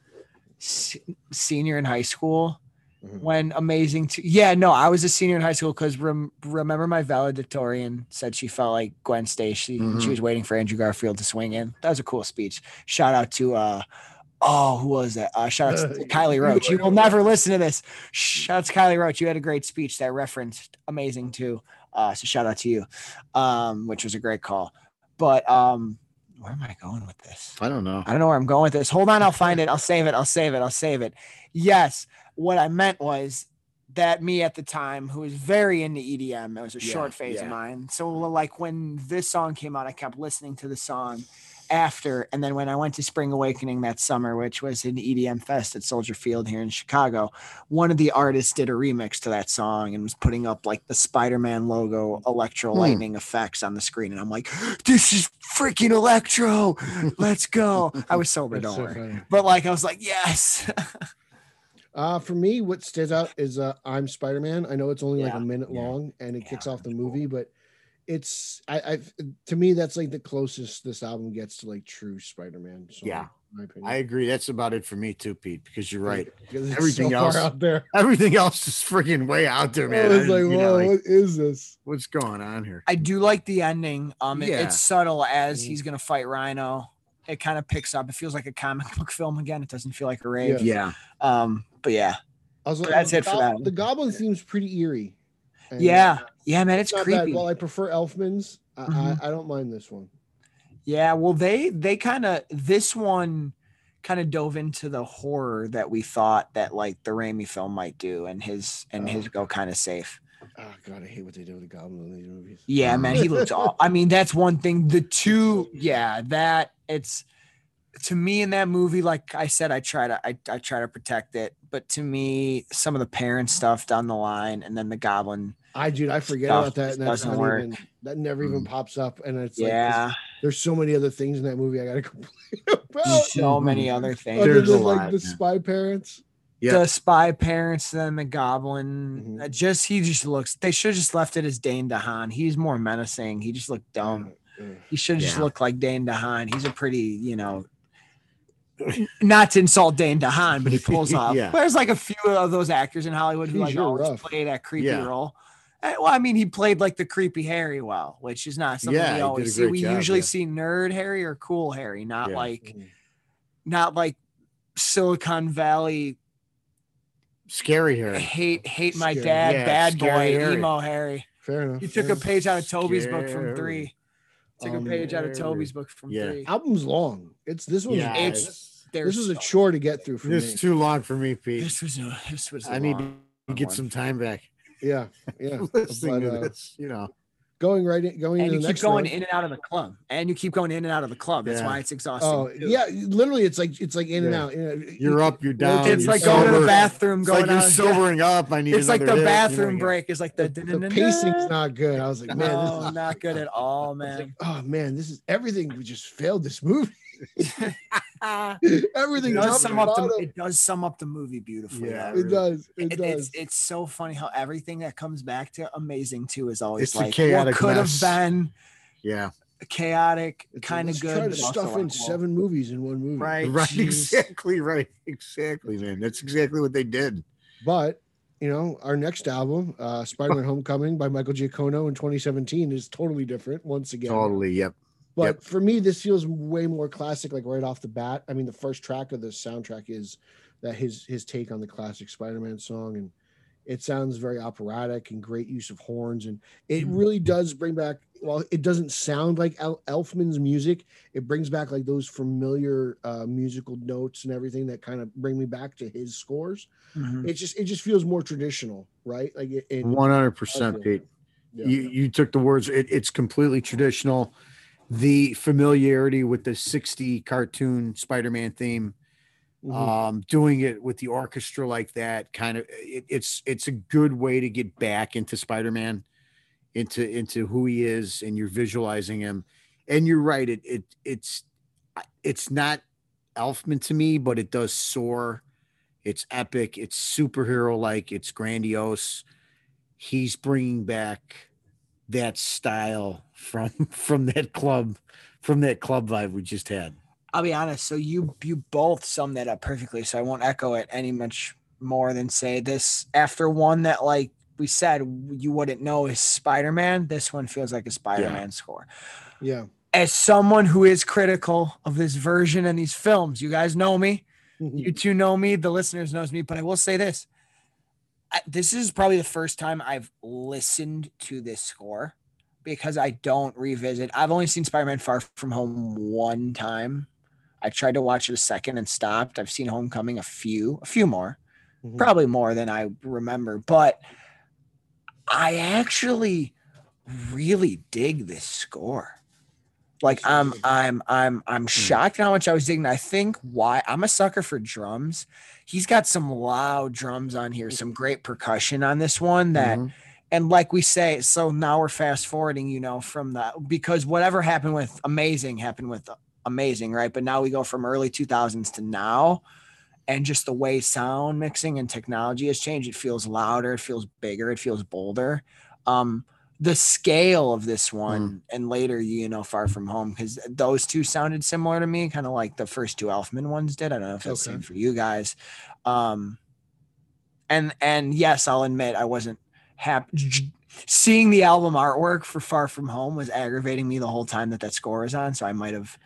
Speaker 2: se- senior in high school
Speaker 1: Mhm.
Speaker 2: when amazing to yeah no i was a senior in high school because rem- remember my valedictorian said she felt like gwen stacy and
Speaker 3: Mhm.
Speaker 2: she was waiting for andrew garfield to swing in that was a cool speech shout out to uh oh who was that uh shout out to kylie roach you will never listen to this shout out to kylie roach you had a great speech that referenced amazing too uh so shout out to you um which was a great call but um where am i going with this
Speaker 3: I don't know.
Speaker 2: I don't know where I'm going with this. Hold on, I'll find it. I'll save it. I'll save it. I'll save it. Yes, what I meant was that me at the time, who was very into EDM, it was a
Speaker 3: Yeah,
Speaker 2: short phase
Speaker 3: yeah.
Speaker 2: of mine. So like when this song came out, I kept listening to the song after, and then when I went to Spring Awakening that summer, which was an EDM fest at Soldier Field here in Chicago, one of the artists did a remix to that song and was putting up like the Spider-Man logo, electro
Speaker 3: Hmm.
Speaker 2: lightning effects on the screen, and I'm like, this is freaking electro. Let's go. I was sober, don't
Speaker 1: That's so
Speaker 2: worry.
Speaker 1: funny.
Speaker 2: But like I was like, yes.
Speaker 1: Uh, for me, what stands out is uh, I'm Spider Man. I know it's only like
Speaker 2: Yeah.
Speaker 1: a minute
Speaker 3: Yeah.
Speaker 1: long and it kicks
Speaker 2: Yeah,
Speaker 1: off the
Speaker 2: that's
Speaker 1: movie, but it's I, I to me that's like the closest this album gets to like true Spider Man.
Speaker 3: Yeah.
Speaker 1: in my opinion.
Speaker 3: I agree. That's about it for me too, Pete, because you're right.
Speaker 1: Because it's
Speaker 3: Everything
Speaker 1: so
Speaker 3: else-
Speaker 1: far out there.
Speaker 3: Everything else is freaking way out there, man.
Speaker 1: I was
Speaker 3: I-
Speaker 1: like,
Speaker 3: you know,
Speaker 1: whoa,
Speaker 3: like,
Speaker 1: what is this?
Speaker 3: what's going on here?
Speaker 2: I do like the ending. Um it-
Speaker 3: Yeah.
Speaker 2: it's subtle as
Speaker 1: Mhm.
Speaker 2: he's gonna fight Rhino. It kind of picks up. It feels like a comic book film again. It doesn't feel like a rave.
Speaker 3: Yeah.
Speaker 2: Um, but yeah.
Speaker 1: I was like,
Speaker 2: That's
Speaker 1: the
Speaker 2: it for
Speaker 1: gob-
Speaker 2: that one.
Speaker 1: The Goblin theme's pretty eerie. And,
Speaker 2: Yeah.
Speaker 1: uh,
Speaker 2: Yeah, man, it's
Speaker 1: not
Speaker 2: creepy.
Speaker 1: Bad. While I prefer Elfman's, I,
Speaker 2: Mhm.
Speaker 1: I, I don't mind this one.
Speaker 2: Yeah, well, they they kind of this one kind of dove into the horror that we thought that like the Raimi film might do, and his and
Speaker 1: Oh.
Speaker 2: his go kind of safe.
Speaker 1: Oh god, I hate what they do with the goblin in these movies.
Speaker 2: Yeah, man, he looks all. I mean, that's one thing. The two, yeah, that it's to me in that movie. Like I said, I try to, I, I try to protect it, but to me, some of the parent stuff down the line, and then the goblin.
Speaker 1: I dude, I forget
Speaker 2: Stuff
Speaker 1: about that. And that's
Speaker 2: doesn't
Speaker 1: not
Speaker 2: work.
Speaker 1: even that never even pops up. And it's like
Speaker 2: yeah,
Speaker 1: there's so many other things in that movie I gotta complain about.
Speaker 2: so many other things.
Speaker 1: Oh, mm-hmm. Other
Speaker 3: There's a
Speaker 1: than like
Speaker 3: lot,
Speaker 1: the
Speaker 3: yeah.
Speaker 1: spy parents.
Speaker 3: Yeah.
Speaker 2: The spy parents, then the goblin.
Speaker 1: Mhm.
Speaker 2: uh, Just he just looks. They should have just left it as Dane DeHaan. He's more menacing. He just looked dumb.
Speaker 1: Ugh.
Speaker 2: He should have just
Speaker 3: Yeah.
Speaker 2: looked like Dane DeHaan. He's a pretty, you know, not to insult Dane DeHaan, but he pulls off.
Speaker 3: Yeah.
Speaker 2: There's like a few of those actors in Hollywood who
Speaker 1: He's
Speaker 2: like
Speaker 1: sure
Speaker 2: always
Speaker 1: rough.
Speaker 2: play that creepy
Speaker 3: Yeah.
Speaker 2: role. Uh, Well, I mean, he played like the creepy Harry well, which is not something
Speaker 3: Yeah, he
Speaker 2: we
Speaker 3: did a
Speaker 2: always see.
Speaker 3: great
Speaker 2: We
Speaker 3: job,
Speaker 2: usually
Speaker 3: yeah.
Speaker 2: see nerd Harry or cool Harry, not
Speaker 3: Yeah.
Speaker 2: like
Speaker 1: mm,
Speaker 2: not like Silicon Valley
Speaker 3: Scary hair.
Speaker 2: hate hate my
Speaker 1: Scary.
Speaker 2: dad
Speaker 3: Yeah,
Speaker 2: bad boy
Speaker 3: scary Harry.
Speaker 2: emo Harry.
Speaker 1: Fair enough.
Speaker 2: He took
Speaker 1: fair
Speaker 2: a
Speaker 1: enough.
Speaker 2: page out of Toby's book from
Speaker 3: Scary.
Speaker 2: three. Took
Speaker 1: Um,
Speaker 2: a page out of
Speaker 3: Scary.
Speaker 2: Toby's book from
Speaker 3: Yeah.
Speaker 2: three.
Speaker 1: album's long. It's this one's
Speaker 3: Yeah,
Speaker 2: it's-
Speaker 1: this is a
Speaker 2: so-
Speaker 1: chore to get through for
Speaker 3: This
Speaker 1: me.
Speaker 3: is too long for me, Pete.
Speaker 2: This was a, this was. I
Speaker 3: I need to get some time back.
Speaker 1: Yeah, yeah.
Speaker 3: Listening
Speaker 1: But, uh,
Speaker 3: to this, you know.
Speaker 1: Going right in, going
Speaker 2: And
Speaker 1: into
Speaker 2: you
Speaker 1: the
Speaker 2: keep
Speaker 1: next
Speaker 2: going
Speaker 1: one.
Speaker 2: in and out of the club, and you keep going in and out of the club. That's
Speaker 3: Yeah.
Speaker 2: why it's exhausting.
Speaker 1: Oh
Speaker 2: too.
Speaker 1: yeah, literally, it's like it's like in and
Speaker 3: Yeah.
Speaker 1: out. in and out.
Speaker 3: You're up, you're down.
Speaker 2: it's
Speaker 3: you're
Speaker 2: like going to the
Speaker 3: sober.
Speaker 2: bathroom,
Speaker 3: It's
Speaker 2: going
Speaker 3: like you're
Speaker 2: out.
Speaker 3: sobering up. I need
Speaker 2: It's like the
Speaker 3: another hit, you know,
Speaker 2: bathroom
Speaker 3: yeah.
Speaker 2: break is like the,
Speaker 1: The, the pacing's not good. I was like, man, this
Speaker 2: No,
Speaker 1: is
Speaker 2: not good at all, Oh, man.
Speaker 1: oh man, this is everything. We just failed this movie.
Speaker 2: Ah, it
Speaker 1: everything. top
Speaker 2: does
Speaker 1: to
Speaker 2: sum up the
Speaker 1: bottom.
Speaker 2: it does sum up the movie beautifully.
Speaker 3: Yeah.
Speaker 2: though.
Speaker 1: It does. It,
Speaker 2: It-
Speaker 1: does.
Speaker 2: it's it's so funny how everything that comes back to amazing too is always
Speaker 3: It's a
Speaker 2: like what
Speaker 3: chaotic
Speaker 2: could have
Speaker 3: mess.
Speaker 2: been
Speaker 3: Yeah.
Speaker 2: chaotic,
Speaker 1: It's like,
Speaker 2: kind
Speaker 1: let's
Speaker 2: of good.
Speaker 1: Try to
Speaker 2: but also,
Speaker 1: stuff in
Speaker 2: like, well,
Speaker 1: seven movies in one movie.
Speaker 2: Right.
Speaker 3: Right.
Speaker 2: jeez.
Speaker 3: Exactly. Right. Exactly, man. That's exactly what they did.
Speaker 1: But you know, our next album, uh, Spider-Man: Homecoming by Michael Giacchino in 2017, is totally different once again.
Speaker 3: Totally. Yep.
Speaker 1: But
Speaker 3: Yep.
Speaker 1: for me, this feels way more classic, like right off the bat. I mean, the first track of the soundtrack is that his his take on the classic Spider-Man song, and it sounds very operatic and great use of horns, and it
Speaker 3: Mm-hmm.
Speaker 2: Mhm.
Speaker 1: really does bring back. While it doesn't sound like El- Elfman's music, it brings back like those familiar uh, musical notes and everything that kind of bring me back to his scores.
Speaker 2: mhm.
Speaker 1: It just it just feels more traditional, right? Like it. it
Speaker 3: Mm. One hundred
Speaker 1: I feel
Speaker 3: percent, Pete.
Speaker 1: that.
Speaker 3: You you took the words. It, it's completely traditional. The familiarity with the '60 cartoon Spider-Man theme,
Speaker 1: Mhm.
Speaker 3: um, doing it with the orchestra like that, kind of. It, it's it's a good way to get back into Spider-Man, into into who he is, and you're visualizing him. And you're right. It it it's it's not Elfman to me, but it does soar. It's epic. It's superhero like. It's grandiose. He's bringing back that style from from that club, from that club vibe we just had.
Speaker 2: I'll be honest. So you you both summed that up perfectly. So I won't echo it any much more than say this after one that like we said you wouldn't know is Spider-Man. This one feels like a Spider-Man score.
Speaker 1: yeah.
Speaker 2: As someone who is critical of this version and these films, you guys know me. you two know me the listeners knows me but i will say this I, this is probably the first time i've listened to this score because i don't revisit i've only seen spider-man far from home one time i tried to watch it a second and stopped i've seen homecoming a few a few more
Speaker 1: Mhm.
Speaker 2: probably more than i remember but i actually really dig this score like i'm i'm i'm i'm shocked at how much i was digging i think why i'm a sucker for drums he's got some loud drums on here some great percussion on this one that
Speaker 3: Mhm.
Speaker 2: and like we say so now we're fast forwarding you know from the because whatever happened with amazing happened with amazing right but now we go from early 2000s to now and just the way sound mixing and technology has changed it feels louder it feels bigger it feels bolder um the scale of this one and later you know far from home because those two sounded similar to me kind of like the first two elfman ones did i don't know if that's the
Speaker 1: Okay.
Speaker 2: same for you guys um and and yes i'll admit i wasn't happy seeing the album artwork for far from home was aggravating me the whole time that that score was on so i might have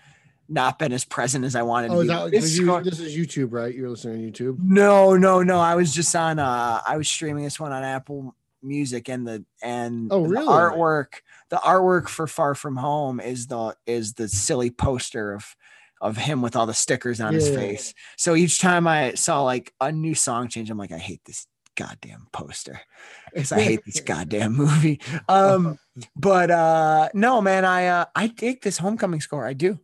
Speaker 2: not been as present as i wanted
Speaker 1: Oh,
Speaker 2: to
Speaker 1: is
Speaker 2: be
Speaker 1: that,
Speaker 2: with
Speaker 1: this,
Speaker 2: this
Speaker 1: you,
Speaker 2: score-
Speaker 1: this is YouTube, right? You're listening on YouTube.
Speaker 2: no, no, no. I was just on uh I was streaming this one on Apple Music and the and
Speaker 1: Oh,
Speaker 2: the
Speaker 1: really?
Speaker 2: artwork the artwork for Far From Home is the is the silly poster of of him with all the stickers on his
Speaker 1: Yeah.
Speaker 2: face. So each time I saw like a new song change, I'm like, I hate this goddamn poster because I hate this goddamn movie. Um, but uh, no, man, I uh, I dig this homecoming score. I do,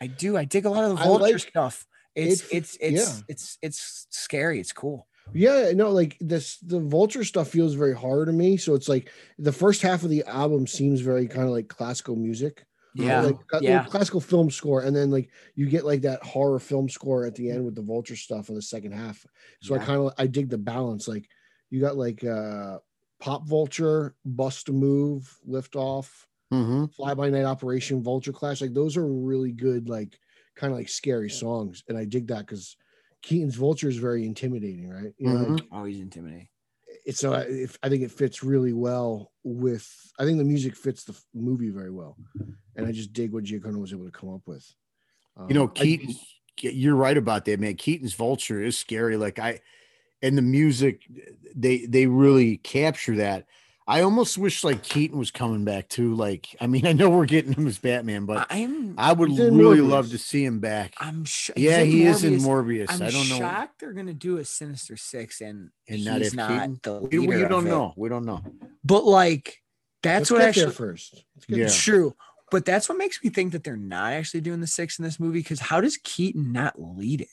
Speaker 2: I do. I dig a lot of the
Speaker 1: I
Speaker 2: vulture
Speaker 1: like-
Speaker 2: stuff. It's
Speaker 1: it's-
Speaker 2: it's it's it's, it's scary. It's cool.
Speaker 1: Yeah, no, like this the vulture stuff feels very horror to me. So it's like the first half of the album seems very kind of like classical music. or
Speaker 2: Yeah,
Speaker 1: Like cla-
Speaker 2: yeah.
Speaker 1: classical film score. And then like you get like that horror film score at the end with the vulture stuff in the second half. So I
Speaker 2: Yeah.
Speaker 1: kind of I dig the balance. Like you got like uh pop vulture, bust a move, lift off,
Speaker 3: Mm-hmm.
Speaker 1: fly by night operation, vulture clash. Like those are really good, like kind of like scary songs. And I dig that because Keaton's vulture is very intimidating, right? You know,
Speaker 3: Mhm.
Speaker 2: Always intimidating.
Speaker 3: Mm-hmm.
Speaker 1: it's so I- if I think it fits really well with I think the music fits the f- movie very well, and I just dig what Giacomo was able to come up with. Um,
Speaker 3: You know,
Speaker 1: I-
Speaker 3: Keaton, you're right about that, man. Keaton's Vulture is scary. Like I, and the music, they they really capture that. I almost wish like Keaton was coming back too. Like, I mean, I know we're getting him as Batman, but
Speaker 2: I'm
Speaker 3: I would
Speaker 1: He's in
Speaker 3: really
Speaker 1: Morbius.
Speaker 3: love to see him back.
Speaker 2: I'm sh-
Speaker 3: yeah,
Speaker 2: he's
Speaker 3: he is in
Speaker 2: Morbius.
Speaker 3: Morbius.
Speaker 2: I'm
Speaker 3: I don't know.
Speaker 2: shocked they're gonna do a Sinister Six and,
Speaker 3: And
Speaker 2: he's
Speaker 3: not
Speaker 2: not,
Speaker 3: if Keaton-
Speaker 2: the
Speaker 3: We,
Speaker 2: leader.
Speaker 3: we don't
Speaker 2: of it.
Speaker 3: know. We don't know.
Speaker 2: But like
Speaker 1: let's
Speaker 2: that's what
Speaker 1: get there
Speaker 2: actually
Speaker 1: first. Let's
Speaker 3: Yeah.
Speaker 1: there.
Speaker 2: It's true. But that's what makes me think that they're not actually doing the six in this movie. Because how does Keaton not lead it?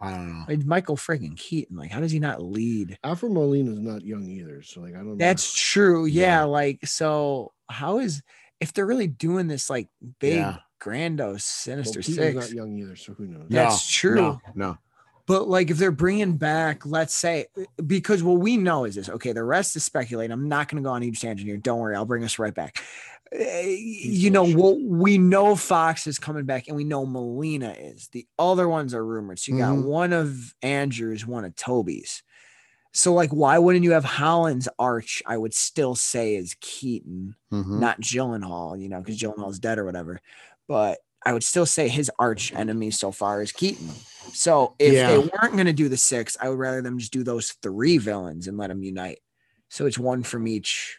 Speaker 3: I don't know.
Speaker 2: I mean, Michael friggin' Keaton, like, how does he not lead?
Speaker 1: Alfred Molina's not young either, so like I don't.
Speaker 2: That's true. Yeah.
Speaker 3: Yeah.
Speaker 2: Like, so how is if they're really doing this like big
Speaker 3: Yeah.
Speaker 2: grandos
Speaker 1: know.
Speaker 2: sinister
Speaker 1: Well, Keaton's
Speaker 2: six?
Speaker 1: not young either, so who knows?
Speaker 3: No,
Speaker 2: That's true.
Speaker 3: No, no.
Speaker 2: But like, if they're bringing back, let's say, because what we know is this. Okay, the rest is speculating. I'm not going to go on each tangent here. Don't worry, I'll bring us right back. Eh, You know,
Speaker 1: bullshit.
Speaker 2: what we know Fox is coming back, and we know Molina is. The other ones are rumored. So you got
Speaker 3: Mhm.
Speaker 2: one of Andrews, one of Toby's. So like, why wouldn't you have Holland's arch? I would still say is Keaton,
Speaker 1: Mm-hmm.
Speaker 3: Mhm.
Speaker 2: not Gyllenhaal. You know, because Gyllenhaal's dead or whatever. But I would still say his arch enemy so far is Keaton. So if
Speaker 3: Yeah.
Speaker 2: they weren't going to do the six, I would rather them just do those three villains and let them unite. So it's one from each.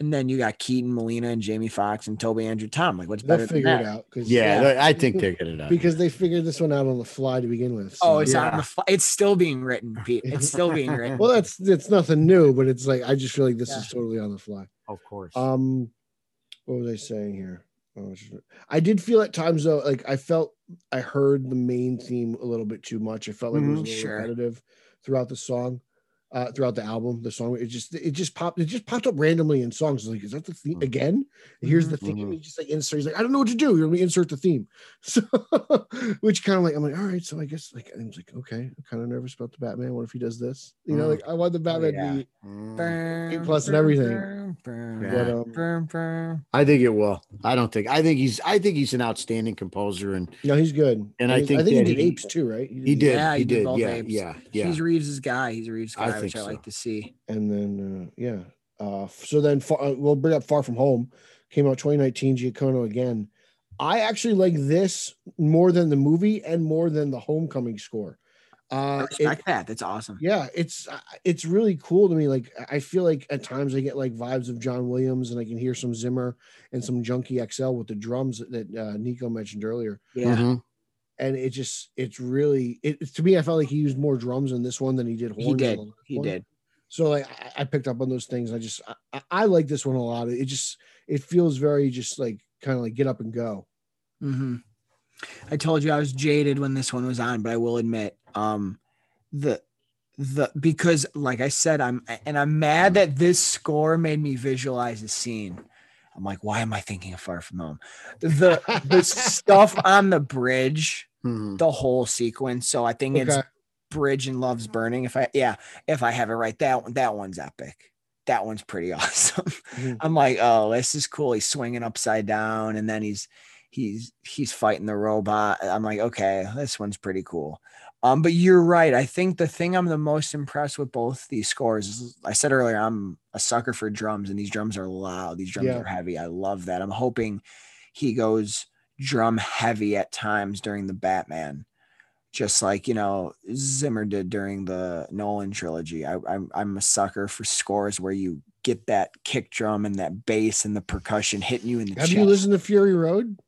Speaker 2: And then you got Keaton, Molina, and Jamie Fox and Toby Andrew Tom. Like, what's better
Speaker 1: They'll
Speaker 2: than
Speaker 1: figure
Speaker 2: that?
Speaker 1: it out because
Speaker 3: Yeah, th- I think they're getting it out.
Speaker 1: because they figured this one out on the fly to begin with. so-
Speaker 2: Oh, it's
Speaker 3: Yeah.
Speaker 2: on the. Fl- it's still being written, Pete. It's still being written.
Speaker 1: well, that's that's nothing new, but it's like I just feel like this
Speaker 2: Yeah.
Speaker 1: is totally on the fly.
Speaker 3: of course.
Speaker 1: Um, what was I saying here? Oh, it's- I did feel at times though, like I felt I heard the main theme a little bit too much. I felt like it was a
Speaker 3: Mm-hmm,
Speaker 2: Mhm.
Speaker 1: little
Speaker 2: Sure.
Speaker 1: repetitive throughout the song, uh, throughout the album. The song it just it just popped it just popped up randomly in songs. Like, is that the theme
Speaker 3: Mhm.
Speaker 1: again? Here's the theme.
Speaker 3: Mhm.
Speaker 1: He just like insert. He's like, I don't know what to do. You're gonna insert the theme. So, which kind of like I'm like, all right. So I guess like I was like, okay, I'm kind of nervous about the Batman. What if he does this? You know,
Speaker 3: Mhm.
Speaker 1: like I want the Batman
Speaker 2: yeah.
Speaker 1: to be
Speaker 3: Mm.
Speaker 2: Burn,
Speaker 1: plus and
Speaker 2: burn,
Speaker 1: everything.
Speaker 2: burn, burn,
Speaker 3: Yeah.
Speaker 1: But, um,
Speaker 2: burn, burn.
Speaker 3: I think it will. I don't think. I think he's. I think he's an outstanding composer, and
Speaker 1: No, he's good.
Speaker 3: And I
Speaker 1: he-
Speaker 3: think
Speaker 1: I think he
Speaker 3: that
Speaker 1: did
Speaker 3: he-
Speaker 1: apes too, right?
Speaker 3: he did.
Speaker 2: Yeah,
Speaker 3: he
Speaker 2: he did
Speaker 3: did.
Speaker 2: both
Speaker 3: yeah,
Speaker 2: apes.
Speaker 3: yeah, yeah,
Speaker 2: He's Reeves' guy. He's Reeves'
Speaker 3: I
Speaker 2: guy,
Speaker 3: think
Speaker 2: which I
Speaker 3: so.
Speaker 2: like to see.
Speaker 1: and then uh, yeah. Uh, f- so then far, uh, we'll bring up Far From Home, came out 2019. Giacomo again. I actually like this more than the movie and more than the Homecoming score.
Speaker 2: I
Speaker 1: Uh,
Speaker 2: respect
Speaker 1: it,
Speaker 2: that. That's awesome.
Speaker 1: yeah, it's uh, it's really cool to me. Like I- I feel like at times I get like vibes of John Williams, and I can hear some Zimmer and some Junkie XL with the drums that uh, Nico mentioned earlier.
Speaker 2: Yeah.
Speaker 3: Mhm.
Speaker 1: and it just it's really it to me i felt like he used more drums in this one than he did horns
Speaker 2: He
Speaker 1: in
Speaker 2: did.
Speaker 1: the last
Speaker 2: He
Speaker 1: one.
Speaker 2: did.
Speaker 1: so like I- i picked up on those things i just I- i, I like this one a lot it just it feels very just like kind of like get up and go
Speaker 2: hmm I told you I was jaded when this one was on, but I will admit, um, the the because like I said, I'm and I'm mad that this score made me visualize the scene. I'm like, why am I thinking of Far From Home? The the stuff on the bridge,
Speaker 3: Mhm.
Speaker 2: the whole sequence. So I think it's
Speaker 1: okay
Speaker 2: Bridge and Love's Burning. If I yeah, if I have it right, that one that one's epic. That one's pretty awesome.
Speaker 1: Mhm.
Speaker 2: I'm like, oh, this is cool. He's swinging upside down, and then he's he's he's fighting the robot. I'm like, okay, this one's pretty cool. Um, but you're right. I think the thing I'm the most impressed with both these scores is I said earlier, I'm a sucker for drums, and these drums are loud. These drums
Speaker 1: Yeah.
Speaker 2: are heavy. I love that. I'm hoping he goes drum heavy at times during the Batman just like you know Zimmer did during the Nolan trilogy. I, I'm I'm a sucker for scores where you get that kick drum and that bass and the percussion hitting you in the
Speaker 1: have
Speaker 2: chest.
Speaker 1: you listened to fury road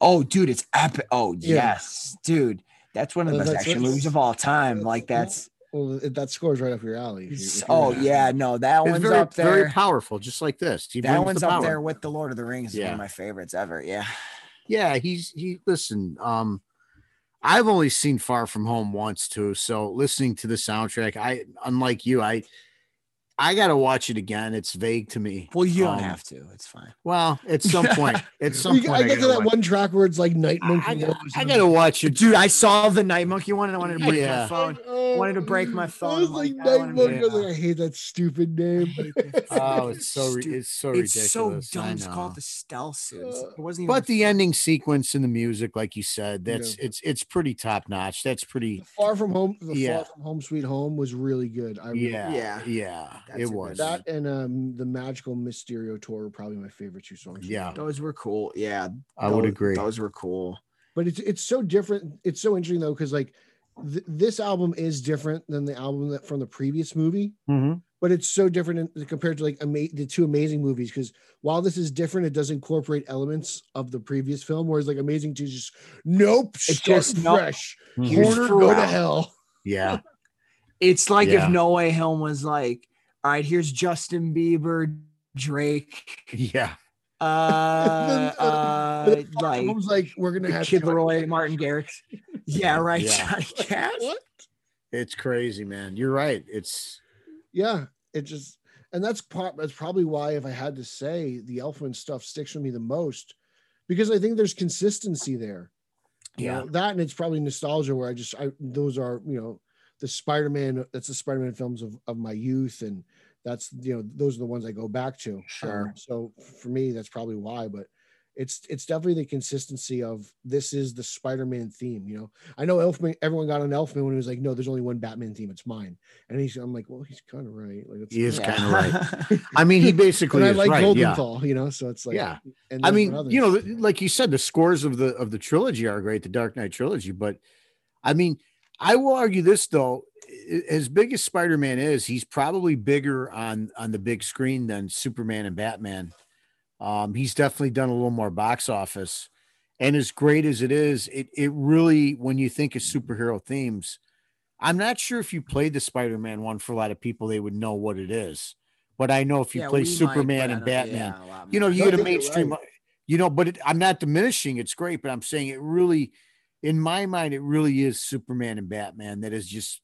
Speaker 2: oh, dude, it's epic! Oh
Speaker 1: Yeah.
Speaker 2: yes, dude, that's one of the
Speaker 1: Uh,
Speaker 2: best
Speaker 1: that's-
Speaker 2: action
Speaker 1: that's-
Speaker 2: movies of all time.
Speaker 1: that's-
Speaker 2: Like that's
Speaker 1: Well, it- that scores right up your alley. if you- if you
Speaker 2: Oh
Speaker 1: were-
Speaker 2: yeah, no, that
Speaker 3: It's
Speaker 2: one's
Speaker 3: very,
Speaker 2: up there.
Speaker 3: very powerful, just like this. He
Speaker 2: that
Speaker 3: brings
Speaker 2: one's
Speaker 3: the
Speaker 2: up
Speaker 3: power.
Speaker 2: there with the Lord of the Rings. It's One
Speaker 3: Yeah.
Speaker 2: of my favorites ever. Yeah.
Speaker 3: Yeah, he's he. Listen, um, I've only seen Far From Home once too. So listening to the soundtrack, I unlike you, I I gotta watch it again. It's vague to me.
Speaker 2: Well, you don't
Speaker 3: Um,
Speaker 2: have to. It's fine.
Speaker 3: Well, at some point, at some
Speaker 1: You-
Speaker 3: point,
Speaker 1: I get to
Speaker 3: gotta
Speaker 1: that
Speaker 3: watch-
Speaker 1: one track where it's like Night
Speaker 3: I,
Speaker 1: Monkey.
Speaker 3: I gotta-
Speaker 1: Loves
Speaker 3: I
Speaker 1: You.
Speaker 3: gotta watch it.
Speaker 2: Dude, I saw the Night Monkey one and I wanted to break
Speaker 3: Yeah.
Speaker 2: my phone.
Speaker 1: Oh,
Speaker 2: wanted to break my
Speaker 1: I
Speaker 2: phone,
Speaker 1: was
Speaker 2: like,
Speaker 1: like,
Speaker 2: I
Speaker 1: Night
Speaker 2: wanna
Speaker 1: Monkey. I was
Speaker 2: break-
Speaker 1: like, I hate that stupid
Speaker 2: I
Speaker 1: name.
Speaker 2: hate that
Speaker 3: Oh,
Speaker 2: fucking
Speaker 3: it's so re-
Speaker 2: stu-
Speaker 3: it's so
Speaker 2: it's so
Speaker 3: ridiculous. I
Speaker 2: dumb. It's
Speaker 3: know.
Speaker 2: called the Stealth suits. It wasn't even.
Speaker 3: But the ending sequence and the music, like you said, that's
Speaker 1: Yeah.
Speaker 3: it's it's pretty top notch. That's pretty
Speaker 1: The Far from home, the
Speaker 3: Yeah.
Speaker 1: Far from Home, Sweet Home was really good. I really-
Speaker 3: yeah,
Speaker 2: Yeah.
Speaker 3: yeah,
Speaker 2: That's a
Speaker 3: it
Speaker 2: good
Speaker 3: was.
Speaker 1: that and um the Magical Mysterio tour are probably my favorite two songs.
Speaker 3: Yeah.
Speaker 2: those were cool. Yeah,
Speaker 3: I would
Speaker 2: those-
Speaker 3: agree.
Speaker 2: Those were cool.
Speaker 1: but it's it's so different. It's so interesting though because like th- this album is different than the album that from the previous movie.
Speaker 3: Mhm.
Speaker 1: but it's so different in, compared to like ama- the two amazing movies because while this is different it does incorporate elements of the previous film whereas like amazing two is just nope
Speaker 2: It's
Speaker 1: it's
Speaker 2: just
Speaker 1: just
Speaker 2: no-
Speaker 1: fresh
Speaker 3: Mhm.
Speaker 2: Here's
Speaker 1: corner go to
Speaker 2: Pharrell.
Speaker 1: hell
Speaker 3: Yeah,
Speaker 2: It's like
Speaker 3: Yeah.
Speaker 2: if No Way Home was like, all right, here's Justin Bieber, Drake,
Speaker 3: yeah.
Speaker 2: uh,
Speaker 1: uh,
Speaker 2: uh
Speaker 1: But
Speaker 2: like
Speaker 1: Holmes, like we're gonna have
Speaker 2: Kid
Speaker 1: Johnny
Speaker 2: Leroy,
Speaker 1: Cash.
Speaker 2: Martin Garrix. Yeah, right.
Speaker 3: Yeah.
Speaker 2: Johnny Cash.
Speaker 1: what
Speaker 3: It's crazy, man. You're right. It's
Speaker 1: yeah it just and that's part that's probably why if i had to say the elfman stuff sticks with me the most because i think there's consistency there You
Speaker 2: Yeah.
Speaker 1: know, that and it's probably nostalgia where i just i those are you know the spider-man that's the spider-man films of, of my youth and that's you know those are the ones i go back to Um,
Speaker 2: Sure.
Speaker 1: so for me that's probably why but it's it's definitely the consistency of this is the spider-man theme you know i know elfman everyone got on elfman when he was like no there's only one batman theme it's mine and he's i'm like well he's kind of right like it's
Speaker 3: He is It's
Speaker 2: Yeah.
Speaker 3: kinda I mean, he basically
Speaker 1: and i
Speaker 3: is
Speaker 1: like
Speaker 3: right. yeah.
Speaker 1: goldenthal you know so it's like
Speaker 3: Yeah.
Speaker 1: and
Speaker 3: I
Speaker 1: there's
Speaker 3: mean,
Speaker 1: been others.
Speaker 3: you know, th- like you said, the scores of the of the trilogy are great, the Dark Knight trilogy. But I mean, I will argue this though: i- as big as Spider Man is, he's probably bigger on on the big screen than Superman and Batman. Um, he's definitely done a little more box office, and as great as it is, it it really when you think of superhero themes, I'm not sure if you played the Spider Man one for a lot of people, they would know what it is. But I know if you
Speaker 2: Yeah,
Speaker 3: play
Speaker 2: we might,
Speaker 3: Superman
Speaker 2: but I
Speaker 3: and
Speaker 2: don't- yeah,
Speaker 3: Batman
Speaker 2: a lot
Speaker 3: you know,
Speaker 2: more.
Speaker 3: you get a
Speaker 1: think you're
Speaker 3: mainstream, you know, but it, I'm not diminishing. It's great, but I'm saying it really, in my mind, it really is Superman and Batman that is just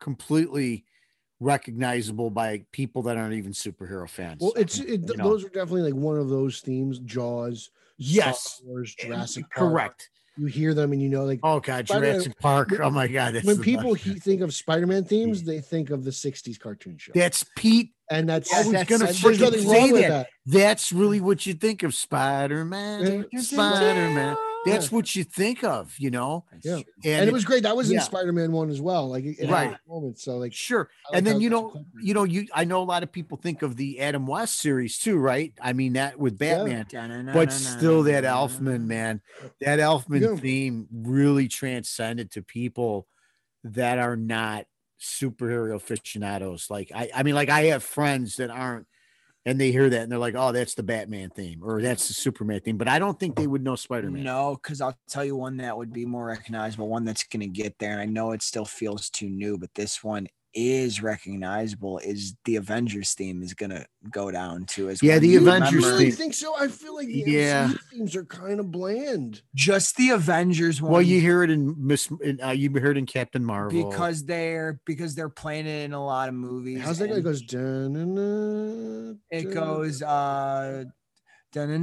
Speaker 3: completely recognizable by people that aren't even superhero fans.
Speaker 1: well it's it,
Speaker 3: you know.
Speaker 1: those are definitely like one of those themes jaws
Speaker 3: yes,
Speaker 1: Star Wars, Oh, Jurassic Park.
Speaker 3: correct.
Speaker 1: you hear them and you know like
Speaker 3: Oh god,
Speaker 1: Spider-Man-
Speaker 3: Jurassic Park. Oh my god, that's
Speaker 1: when
Speaker 3: the
Speaker 1: people
Speaker 3: best. Mm.
Speaker 1: he, think of spider-man themes they think of the 60s cartoon show
Speaker 3: that's Pete.
Speaker 1: and that's,
Speaker 3: I was
Speaker 1: that's-
Speaker 3: gonna
Speaker 1: and there's
Speaker 3: freaking
Speaker 1: nothing
Speaker 3: say
Speaker 1: wrong with
Speaker 3: that.
Speaker 1: that
Speaker 3: That's really what you think of Spider Man.
Speaker 1: Yeah.
Speaker 3: Spider Man. That's
Speaker 1: Yeah.
Speaker 3: what you think of, you know.
Speaker 1: Yeah.
Speaker 2: That's true.
Speaker 1: and, it was great that was in
Speaker 3: yeah.
Speaker 1: spider-man one as well like it- it had
Speaker 3: Right.
Speaker 1: its moments so like I
Speaker 3: sure.
Speaker 1: like
Speaker 3: and
Speaker 1: how
Speaker 3: then you
Speaker 1: that's
Speaker 3: know
Speaker 1: incorporated.
Speaker 3: you know you i know a lot of people think of the adam west series too right i mean that with
Speaker 1: Yeah.
Speaker 3: batman
Speaker 2: Da-na-na-na-na-na.
Speaker 3: but still that elfman man that elfman
Speaker 1: Yeah.
Speaker 3: theme really transcended to people that are not superhero aficionados like i i mean like i have friends that aren't and they hear that and they're like oh that's the batman theme or that's the superman theme but i don't think they would know spider-man
Speaker 2: No, because I'll tell you one that would be more recognizable, one that's going to get there. And I know it still feels too new, but this one is recognizable. Is the Avengers theme is going to go down too as
Speaker 3: Yeah,
Speaker 2: one
Speaker 3: the
Speaker 2: you
Speaker 3: Avengers
Speaker 2: remember.
Speaker 1: really
Speaker 3: theme.
Speaker 1: think so i feel like the
Speaker 3: Yeah.
Speaker 1: MCU themes are kind of bland
Speaker 2: Just the Avengers one.
Speaker 3: well you hear it in miss in, uh, you heard in captain marvel
Speaker 2: because they're because they're playing it in a lot of movies.
Speaker 1: how's that guy
Speaker 2: and
Speaker 1: goes "Da-na-na,
Speaker 2: It
Speaker 1: da-na-na."
Speaker 2: goes uh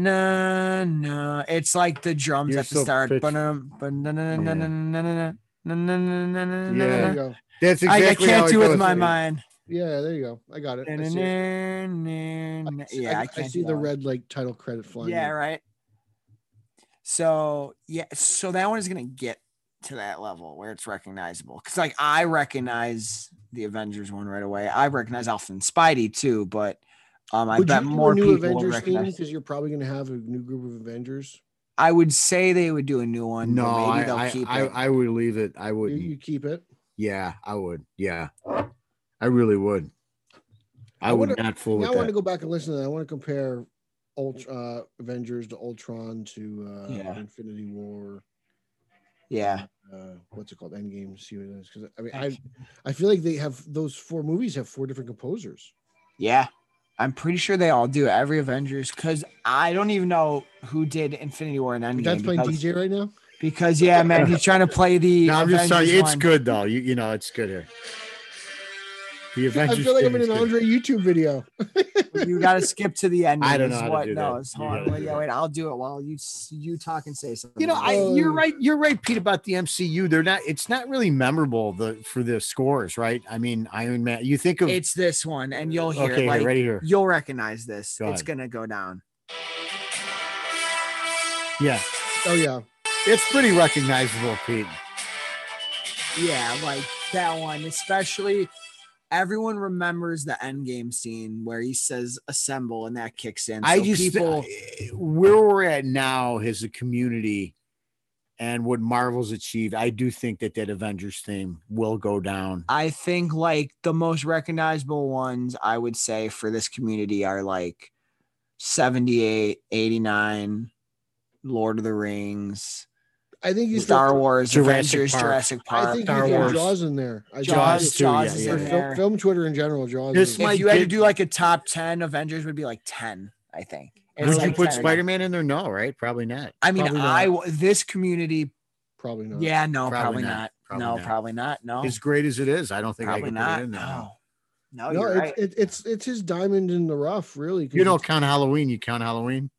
Speaker 2: na It's like the drums
Speaker 3: You're
Speaker 2: at the
Speaker 3: so
Speaker 2: start.
Speaker 3: pitch-
Speaker 2: Ba-dum, ba-na-na-na-na-na-na, na-na-na-na-na-na-na-na.
Speaker 1: there
Speaker 3: Yeah.
Speaker 1: you go
Speaker 3: that's
Speaker 2: I, I
Speaker 3: exactly how
Speaker 2: can't
Speaker 3: it
Speaker 2: do it with
Speaker 3: goes.
Speaker 2: my mind.
Speaker 1: yeah there you go i got it I see it. I see-
Speaker 2: Yeah, I
Speaker 1: I
Speaker 2: can't
Speaker 1: see
Speaker 2: do
Speaker 1: the
Speaker 2: that one.
Speaker 1: red like title credit flying
Speaker 2: Yeah,
Speaker 1: in.
Speaker 2: right. So yeah, so that one is gonna get to that level where it's recognizable. Cause like I recognize the Avengers one right away. I recognize Alpha and Spidey too, but um, I
Speaker 1: Would
Speaker 2: bet
Speaker 1: you do
Speaker 2: more
Speaker 1: a new
Speaker 2: people will
Speaker 1: Avengers theme
Speaker 2: recognize.
Speaker 1: because you're probably going to have a new group of Avengers.
Speaker 2: I would say they would do a new one.
Speaker 3: No,
Speaker 2: but maybe
Speaker 3: I,
Speaker 2: they'll
Speaker 3: I,
Speaker 2: keep
Speaker 3: I,
Speaker 2: it.
Speaker 3: I would leave it. I
Speaker 1: You,
Speaker 3: would.
Speaker 1: you keep it.
Speaker 3: yeah, I would. Yeah, I really would. I,
Speaker 1: I
Speaker 3: would
Speaker 1: wonder-
Speaker 3: not fool
Speaker 1: now
Speaker 3: with
Speaker 1: I want to
Speaker 3: that.
Speaker 1: go back and listen to that. I want to compare Ultra uh, Avengers to Ultron to uh,
Speaker 2: Yeah.
Speaker 1: Infinity War.
Speaker 2: Yeah.
Speaker 1: uh, what's it called? Endgame. See what it is. Because I mean, I I feel like they have those four movies have four different composers.
Speaker 2: Yeah. I'm pretty sure they all do every Avengers because I don't even know who did Infinity War and Endgame.
Speaker 1: Dad's playing
Speaker 2: because,
Speaker 1: DJ right now.
Speaker 2: because, yeah, man, he's trying to play the.
Speaker 3: No, I'm just telling you,
Speaker 2: Avengers
Speaker 3: it's
Speaker 2: one.
Speaker 3: good though. You you know, it's good here. The
Speaker 1: I
Speaker 3: Avengers.
Speaker 1: feel like I'm
Speaker 3: theme
Speaker 1: in
Speaker 3: is
Speaker 1: an
Speaker 3: good.
Speaker 1: Andre YouTube video.
Speaker 2: You got to skip to the end.
Speaker 3: I don't
Speaker 2: is
Speaker 3: know how to
Speaker 2: what
Speaker 3: do that.
Speaker 2: knows.
Speaker 3: You
Speaker 2: Hold on,
Speaker 3: gotta
Speaker 2: wait,
Speaker 3: do
Speaker 2: yeah,
Speaker 3: that.
Speaker 2: wait, I'll do it while you s- you talk and say something.
Speaker 3: You know, I
Speaker 1: Oh.
Speaker 3: you're right. You're right, Pete, about the MCU. They're not. It's not really memorable the for the scores, right? I mean, Iron Man. You think of
Speaker 2: it's this one, and you'll hear.
Speaker 3: okay,
Speaker 2: like,
Speaker 3: right here.
Speaker 2: You'll recognize this.
Speaker 3: Go
Speaker 2: it's
Speaker 3: ahead.
Speaker 2: gonna go down.
Speaker 3: Yeah,
Speaker 1: Oh yeah,
Speaker 3: it's pretty recognizable, Pete.
Speaker 2: Yeah, like that one, especially everyone remembers the end game scene where he says assemble and that kicks in.
Speaker 3: I
Speaker 2: So
Speaker 3: just eh,
Speaker 2: people
Speaker 3: where we're at now as a community and what Marvel's achieved. I do think that that Avengers theme will go down.
Speaker 2: I think like the most recognizable ones I would say for this community are like 78, 89, Lord of the Rings,
Speaker 1: I think he's
Speaker 2: Star Wars,
Speaker 3: Jurassic
Speaker 2: Avengers,
Speaker 3: Park.
Speaker 2: Jurassic Park.
Speaker 1: I think
Speaker 3: Star
Speaker 1: you throw
Speaker 3: Wars.
Speaker 1: Jaws in there. I
Speaker 2: Jaws,
Speaker 3: Jaws
Speaker 2: Jaws,
Speaker 3: too,
Speaker 2: is
Speaker 3: yeah, yeah.
Speaker 1: for
Speaker 2: in
Speaker 1: fil-
Speaker 2: there.
Speaker 1: film, Twitter in general, Jaws.
Speaker 3: This
Speaker 1: is-
Speaker 3: might-
Speaker 2: if you had to
Speaker 3: big-
Speaker 2: do like a top 10 Avengers would be like 10, I think. It's
Speaker 3: Would
Speaker 2: like
Speaker 3: you put
Speaker 2: 10.
Speaker 3: Spider Man in there? No, right? Probably not.
Speaker 2: I mean,
Speaker 1: Probably not.
Speaker 2: I w- this community
Speaker 1: probably not.
Speaker 2: Yeah, no,
Speaker 3: Probably
Speaker 2: probably,
Speaker 3: not.
Speaker 2: not.
Speaker 3: Probably
Speaker 2: no,
Speaker 3: not.
Speaker 2: probably not. No,
Speaker 3: As great as it is, I don't think I
Speaker 2: probably
Speaker 3: can put it
Speaker 2: not.
Speaker 3: in there.
Speaker 2: No, no,
Speaker 1: no,
Speaker 2: Oh, you're
Speaker 1: it's,
Speaker 2: right.
Speaker 1: it, it's it's his diamond in the rough, really. 'cause
Speaker 3: You don't
Speaker 1: it's-
Speaker 3: count Halloween. You count Halloween.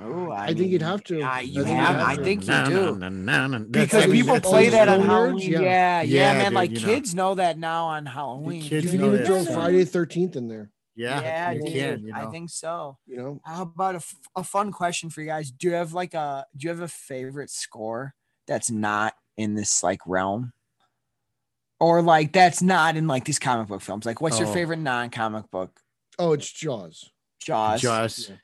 Speaker 2: Ooh,
Speaker 1: I, think you'd
Speaker 2: mean,
Speaker 1: have to.
Speaker 2: I- Uh, you
Speaker 1: I think
Speaker 2: have.
Speaker 1: you'd
Speaker 2: I
Speaker 1: to.
Speaker 2: think you
Speaker 3: No,
Speaker 2: do.
Speaker 3: no, no, no, no. That's
Speaker 2: Because
Speaker 3: what we-
Speaker 2: people
Speaker 3: that's
Speaker 2: play
Speaker 3: what
Speaker 2: that
Speaker 3: we
Speaker 2: on
Speaker 3: do.
Speaker 1: Halloween.
Speaker 2: Halloween.
Speaker 1: Yeah.
Speaker 2: Yeah, yeah,
Speaker 3: Yeah,
Speaker 2: man.
Speaker 3: dude,
Speaker 2: like
Speaker 3: you know.
Speaker 2: kids know. that now on Halloween.
Speaker 3: kids
Speaker 1: You
Speaker 3: know
Speaker 1: can even
Speaker 3: that
Speaker 1: throw
Speaker 3: song.
Speaker 1: Friday Thirteenth in there.
Speaker 3: Yeah, you
Speaker 2: dude,
Speaker 3: can. You know?
Speaker 2: I think so.
Speaker 1: You know,
Speaker 2: How about a, f- a fun question for you guys? Do you have like a do you have a favorite score that's not in this like realm? Or like that's not in like these comic book films. Like, what's your
Speaker 3: Oh.
Speaker 2: favorite non-comic book?
Speaker 1: oh, it's Jaws.
Speaker 2: Jaws.
Speaker 3: Jaws.
Speaker 1: Yeah.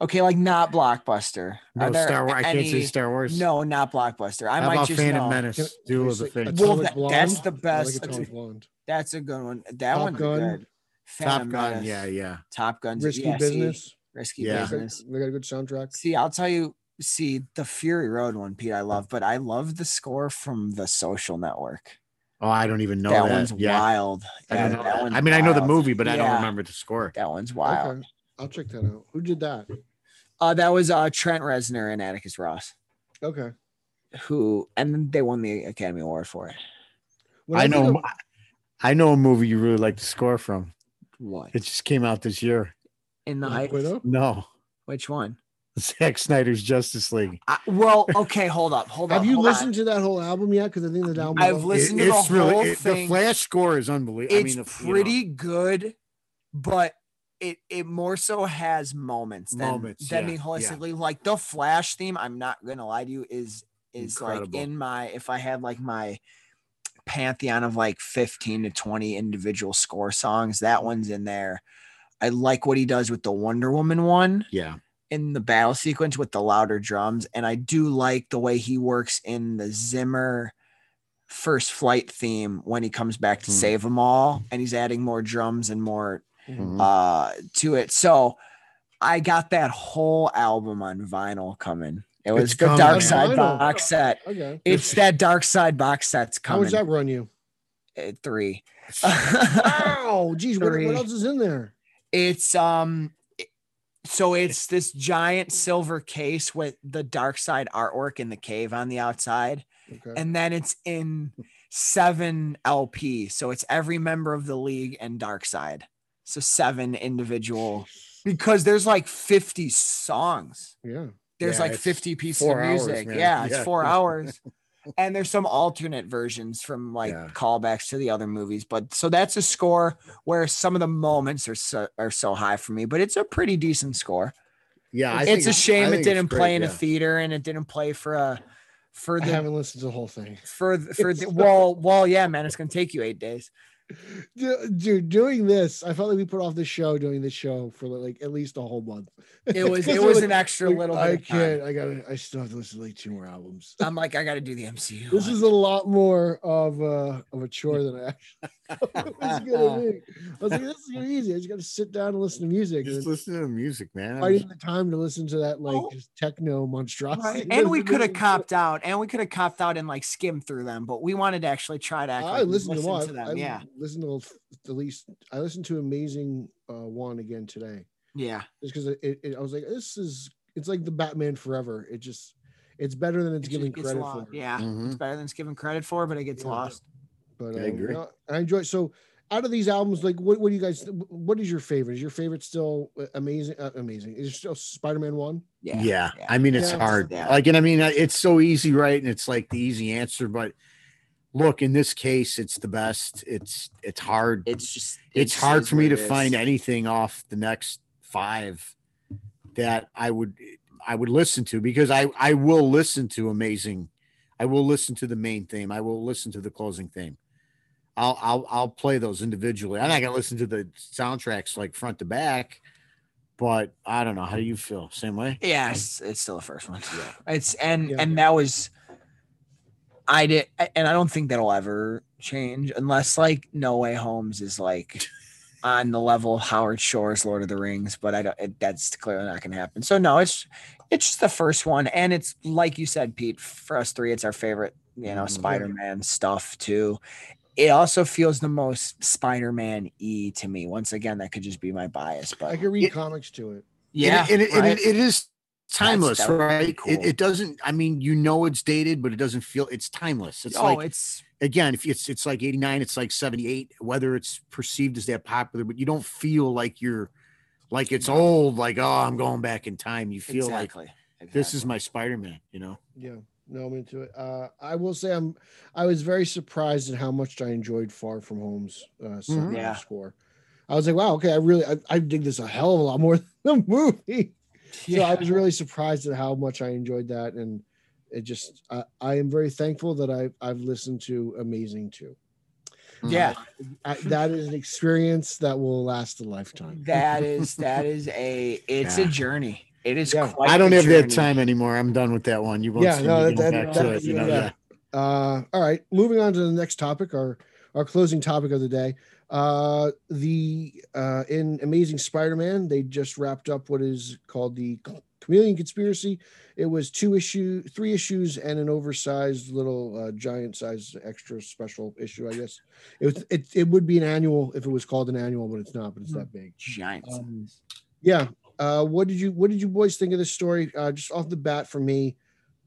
Speaker 2: Okay, like not blockbuster.
Speaker 3: No
Speaker 2: Are there
Speaker 3: Star Wars. I can't say
Speaker 2: any-
Speaker 3: Star Wars.
Speaker 2: No, not blockbuster. I
Speaker 3: How
Speaker 2: might
Speaker 3: about
Speaker 2: just
Speaker 3: Phantom
Speaker 2: know.
Speaker 1: Can-
Speaker 3: Menace? Do
Speaker 1: there's
Speaker 3: the
Speaker 1: like
Speaker 3: thing.
Speaker 1: Atomic
Speaker 2: Well, that-
Speaker 1: Blonde.
Speaker 2: that's the
Speaker 1: I like
Speaker 2: best.
Speaker 1: Atomic Blonde.
Speaker 2: That's a good one. That
Speaker 1: Top
Speaker 2: one's
Speaker 1: Gun.
Speaker 2: good.
Speaker 3: Top
Speaker 2: Phantom
Speaker 3: Gun.
Speaker 2: Menace,
Speaker 3: Yeah, yeah.
Speaker 2: Top Gun's
Speaker 1: Risky
Speaker 2: yeah, see,
Speaker 1: Business.
Speaker 2: risky
Speaker 3: Yeah.
Speaker 1: They
Speaker 2: business.
Speaker 1: got a good soundtrack.
Speaker 2: See, I'll tell you. See, the Fury Road one, Pete, I love, but I love the score from The Social Network.
Speaker 3: Oh, I don't even know
Speaker 2: that,
Speaker 3: that.
Speaker 2: one's
Speaker 3: yeah,
Speaker 2: wild.
Speaker 3: I don't
Speaker 2: Yeah,
Speaker 3: know.
Speaker 2: that
Speaker 3: that.
Speaker 2: one's
Speaker 3: I mean, I know the
Speaker 2: wild.
Speaker 3: movie, but I don't
Speaker 2: Yeah,
Speaker 3: remember the score.
Speaker 2: That one's wild.
Speaker 1: Okay. I'll check that out. Who did that?
Speaker 2: Uh, that was uh, Trent Reznor and Atticus Ross,
Speaker 1: Okay.
Speaker 2: who, and then they won the Academy Award for it.
Speaker 1: When
Speaker 3: I
Speaker 1: think
Speaker 3: know.
Speaker 1: of-
Speaker 3: I know a movie you really like the score from.
Speaker 2: What
Speaker 3: It just came out this year.
Speaker 2: in the
Speaker 1: Black
Speaker 2: height?
Speaker 1: Widow?
Speaker 3: No,
Speaker 2: Which one?
Speaker 3: Zack Snyder's Justice League.
Speaker 2: I, well, okay, hold up, hold up.
Speaker 1: Have you
Speaker 2: hold on.
Speaker 1: listened to that whole album yet? Because I think the album.
Speaker 2: I've listened to the
Speaker 3: it's
Speaker 2: whole
Speaker 3: really it- the
Speaker 2: thing.
Speaker 3: Flash score is unbelievable.
Speaker 2: It's
Speaker 3: I mean, the- you know,
Speaker 2: pretty good, but it it more so has moments than
Speaker 3: Moments,
Speaker 2: than
Speaker 3: yeah,
Speaker 2: being
Speaker 3: yeah.
Speaker 2: holistically like the Flash theme. I'm not gonna lie to you, is is
Speaker 3: Incredible.
Speaker 2: like in my if I had like my pantheon of like 15 to 20 individual score songs, that one's in there. I like what he does with the Wonder Woman one.
Speaker 3: yeah,
Speaker 2: in the battle sequence with the louder drums and i do like the way he works in the zimmer first flight theme when he comes back to
Speaker 3: Hmm.
Speaker 2: save them all and he's adding more drums and more
Speaker 1: Hmm.
Speaker 3: Mhm.
Speaker 2: uh to it so i got that whole album on vinyl coming it was
Speaker 3: It's
Speaker 2: the
Speaker 3: coming.
Speaker 2: dark side
Speaker 1: Vinyl.
Speaker 2: box set
Speaker 1: Okay.
Speaker 2: it's that dark side box set's
Speaker 1: How much
Speaker 2: coming
Speaker 1: that run you?
Speaker 2: at three
Speaker 1: Wow. Geez, what,
Speaker 2: Three.
Speaker 1: what else is in there?
Speaker 2: it's um it- so it's this giant silver case with the dark side artwork in the cave on the outside
Speaker 1: Okay.
Speaker 2: and then it's in seven lp so it's every member of the league and dark side so seven individual because there's like 50 songs
Speaker 1: Yeah.
Speaker 2: there's
Speaker 3: Yeah,
Speaker 2: like
Speaker 3: it's
Speaker 2: 50 pieces
Speaker 3: four
Speaker 2: of
Speaker 3: hours,
Speaker 2: music.
Speaker 3: man.
Speaker 2: yeah, it's
Speaker 3: Yeah.
Speaker 2: four hours. And there's some alternate versions from like
Speaker 3: Yeah.
Speaker 2: callbacks to the other movies. But so that's a score where some of the moments are so, are so high for me, but it's a pretty decent score.
Speaker 3: yeah. I think
Speaker 2: it's a
Speaker 3: I
Speaker 2: shame
Speaker 3: think
Speaker 2: it
Speaker 3: it's
Speaker 2: didn't
Speaker 3: great,
Speaker 2: play in
Speaker 3: yeah.
Speaker 2: a theater and it didn't play for a for
Speaker 1: I
Speaker 2: the
Speaker 1: haven't listened to the whole thing.
Speaker 2: for the, for
Speaker 1: It's
Speaker 2: the
Speaker 1: not-
Speaker 2: well well yeah man it's gonna take you eight days
Speaker 1: Dude, doing this, I felt like we put off this show doing this show for like at least a whole month.
Speaker 2: It was
Speaker 1: 'Cause
Speaker 2: it
Speaker 1: we're
Speaker 2: was
Speaker 1: like,
Speaker 2: an extra
Speaker 1: like,
Speaker 2: little. Bit
Speaker 1: I
Speaker 2: of time.
Speaker 1: can't. I gotta. I still have to listen to like two more albums.
Speaker 2: I'm like, I got to do the MCU.
Speaker 1: This
Speaker 2: one.
Speaker 1: is a lot more of a of a chore than I actually thought it was gonna be. I was like, this is gonna be easy. I just gotta sit down and listen to music. And
Speaker 3: Just
Speaker 1: then
Speaker 3: listen to the music, man.
Speaker 1: finding the time to listen to that like
Speaker 2: Oh.
Speaker 1: just techno monstrosity.
Speaker 2: Right. And we could have
Speaker 1: copped.
Speaker 2: copped out, and we could have copped out and like skimmed through them, but we wanted to actually try to act
Speaker 1: I
Speaker 2: like we
Speaker 1: listened to
Speaker 2: listened
Speaker 1: one.
Speaker 2: to them.
Speaker 1: I
Speaker 2: yeah,
Speaker 1: listened to at least. I listened to Amazing uh, One again today,
Speaker 2: yeah.
Speaker 1: just because it, it, I was like, this is. It's like the Batman Forever. It just, it's better than it's
Speaker 2: It
Speaker 1: given
Speaker 2: just gets
Speaker 1: credit
Speaker 2: lost.
Speaker 1: for.
Speaker 2: Yeah,
Speaker 3: Mhm.
Speaker 2: it's better than it's given credit for, but it gets
Speaker 1: Yeah.
Speaker 2: lost.
Speaker 1: But
Speaker 3: I
Speaker 1: um,
Speaker 3: agree.
Speaker 1: no, I enjoy. So, out of these albums, like, what, what do you guys? What is your favorite? Is your favorite still uh, amazing? Uh, amazing. Is it still Spider Man One?
Speaker 2: Yeah,
Speaker 3: Yeah.
Speaker 2: yeah.
Speaker 3: I mean, it's
Speaker 1: Yeah.
Speaker 3: hard.
Speaker 2: Yeah.
Speaker 3: Like, and I mean, I- it's so easy, right? And it's like the easy answer, but look, in this case, it's the best. It's it's hard.
Speaker 4: It's just
Speaker 3: it's hard
Speaker 4: is
Speaker 3: for me
Speaker 4: what
Speaker 3: to
Speaker 4: it is.
Speaker 3: find anything off the next five that I would I would listen to because I I will listen to amazing. I will listen to the main theme. I will listen to the closing theme. I'll I'll I'll play those individually. I'm not gonna listen to the soundtracks like front to back, but I don't know. How do you feel? Same way?
Speaker 2: it's, it's still the first one.
Speaker 3: Yeah.
Speaker 2: It's and
Speaker 1: Yeah.
Speaker 2: and that was. I did, and I don't think that'll ever change unless like No Way Holmes is like on the level of Howard Shore's Lord of the Rings, but I don't. It, that's clearly not going to happen. So no, it's it's just the first one, and it's like you said, Pete. For us three, it's our favorite. You know,
Speaker 3: Mhm.
Speaker 2: Spider Man stuff too. It also feels the most Spider Man e to me. Once again, that could just be my bias, but
Speaker 1: I could read
Speaker 3: It-
Speaker 1: comics to it.
Speaker 2: yeah,
Speaker 3: and, it, and
Speaker 2: right?
Speaker 3: it, it is timeless,
Speaker 2: that would be
Speaker 3: right?
Speaker 2: cool.
Speaker 3: It, it doesn't. I mean, you know, it's dated, but it doesn't feel. It's timeless. It's
Speaker 2: oh,
Speaker 3: like
Speaker 2: it's
Speaker 3: again, if it's it's like 89, it's like 78, whether it's perceived as that popular, but you don't feel like you're like it's old, like oh, I'm going back in time. You feel
Speaker 2: exactly.
Speaker 3: like this is my Spider-Man, you know.
Speaker 1: Yeah, no, I'm into it. Uh, I will say I'm. I was very surprised at how much I enjoyed Far From Home's uh, sound
Speaker 2: Yeah.
Speaker 1: score. I was like, wow, okay, I really, I, I dig this a hell of a lot more than the movie. So I was really surprised at how much I enjoyed that, and it just, I, I am very thankful that I, I've listened to Amazing too.
Speaker 2: yeah.
Speaker 1: I, that is an experience that will last a lifetime.
Speaker 2: That is that is a it's a
Speaker 3: Yeah.
Speaker 2: journey. It is
Speaker 1: Yeah.
Speaker 2: quite
Speaker 3: I don't
Speaker 2: a
Speaker 3: have that
Speaker 2: journey.
Speaker 3: time anymore. I'm done with that one. You won't
Speaker 1: Yeah,
Speaker 3: see
Speaker 1: no,
Speaker 3: me
Speaker 1: that-
Speaker 3: going
Speaker 1: that-
Speaker 3: back
Speaker 1: that-
Speaker 3: to it, you know.
Speaker 1: yeah.
Speaker 3: Yeah.
Speaker 1: Uh, all right, moving on to the next topic, our our closing topic of the day. Uh, the uh, in Amazing Spider-Man, they just wrapped up what is called the Chameleon Conspiracy. It was two issue, three issues, and an oversized little uh, giant size extra special issue. I guess it was it, it would be an annual if it was called an annual, but it's not. But it's that big.
Speaker 2: Giants.
Speaker 1: Um, yeah. Uh, what did you What did you boys think of this story? Uh, just off the bat, for me,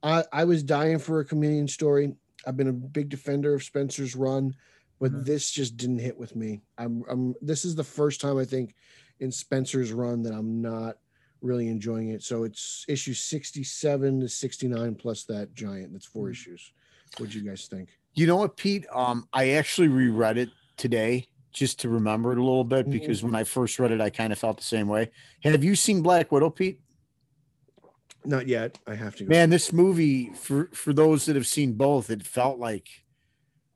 Speaker 1: I, I was dying for a chameleon story. I've been a big defender of Spencer's run, but
Speaker 3: Mm-hmm.
Speaker 2: Mhm.
Speaker 1: this just didn't hit with me. I'm, I'm This is the first time I think in Spencer's run that I'm not really enjoying it. So it's issue 67 to 69 plus that giant. That's 4
Speaker 3: Mm.
Speaker 2: Mhm.
Speaker 1: issues. What do you guys think?
Speaker 3: You know what, Pete? Um, I actually reread it today just to remember it a little bit
Speaker 1: Mhm.
Speaker 3: because when I first read it, I kind of felt the same way. Have you seen Black Widow, Pete?
Speaker 1: Not yet. I have to go.
Speaker 3: man this movie for for those that have seen both it felt like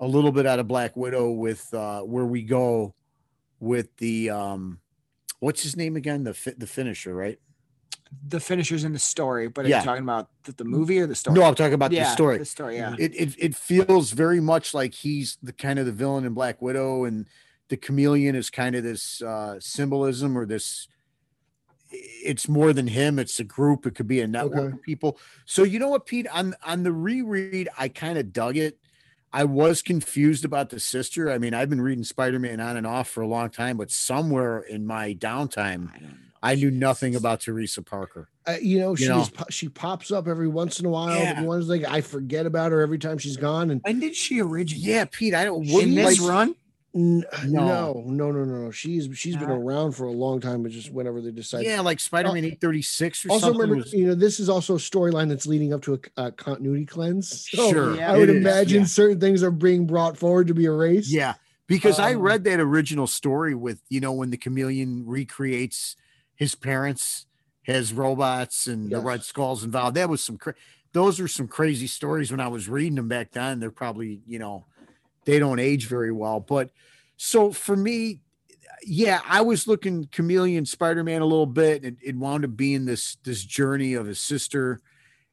Speaker 3: a little bit out of black widow with uh where we go with the um what's his name again the fi- the finisher right
Speaker 2: The finishers in the story, but are
Speaker 3: Yeah.
Speaker 2: you talking about the, the movie or the story?
Speaker 3: no i'm talking about
Speaker 2: yeah,
Speaker 3: the story
Speaker 2: The story, yeah.
Speaker 3: it, it it feels very much like he's the kind of the villain in black widow and the chameleon is kind of this uh symbolism or this it's more than him it's a group it could be a network
Speaker 1: Okay.
Speaker 3: of people so you know what pete on on the reread i kind of dug it i was confused about the sister i mean i've been reading spider-man on and off for a long time but somewhere in my downtime
Speaker 4: I don't know.
Speaker 3: i knew nothing about teresa parker
Speaker 1: uh, you know, she
Speaker 3: know.
Speaker 1: was po- she pops up every once in a while.
Speaker 3: Yeah.
Speaker 1: But one's like I forget about her every time she's gone, and
Speaker 2: When did she originate?
Speaker 3: yeah pete i don't
Speaker 2: In this
Speaker 3: like-
Speaker 2: run?
Speaker 1: n- no,
Speaker 3: No.
Speaker 1: no, no, no, no. She's she's been
Speaker 2: No.
Speaker 1: around for a long time, but just whenever they decide.
Speaker 3: yeah like spider-man 836 or
Speaker 1: Also,
Speaker 3: something
Speaker 1: remember,
Speaker 3: was-
Speaker 1: you know, this is also a storyline that's leading up to a, a continuity cleanse. So
Speaker 3: Uh, sure.
Speaker 2: Yeah.
Speaker 1: I would
Speaker 3: it is,
Speaker 1: imagine
Speaker 3: yeah.
Speaker 1: certain things are being brought forward to be erased.
Speaker 3: Yeah. Because I
Speaker 1: Um,
Speaker 3: read that original story with, you know, when the chameleon recreates his parents, his robots, and the
Speaker 1: Yes.
Speaker 3: Red Skulls involved. That was some, cra- those were some crazy stories when I was reading them back then. They're probably, you know, they don't age very well. But So for me, yeah, I was looking Chameleon Spider Man a little bit, and it wound up being this this journey of his sister,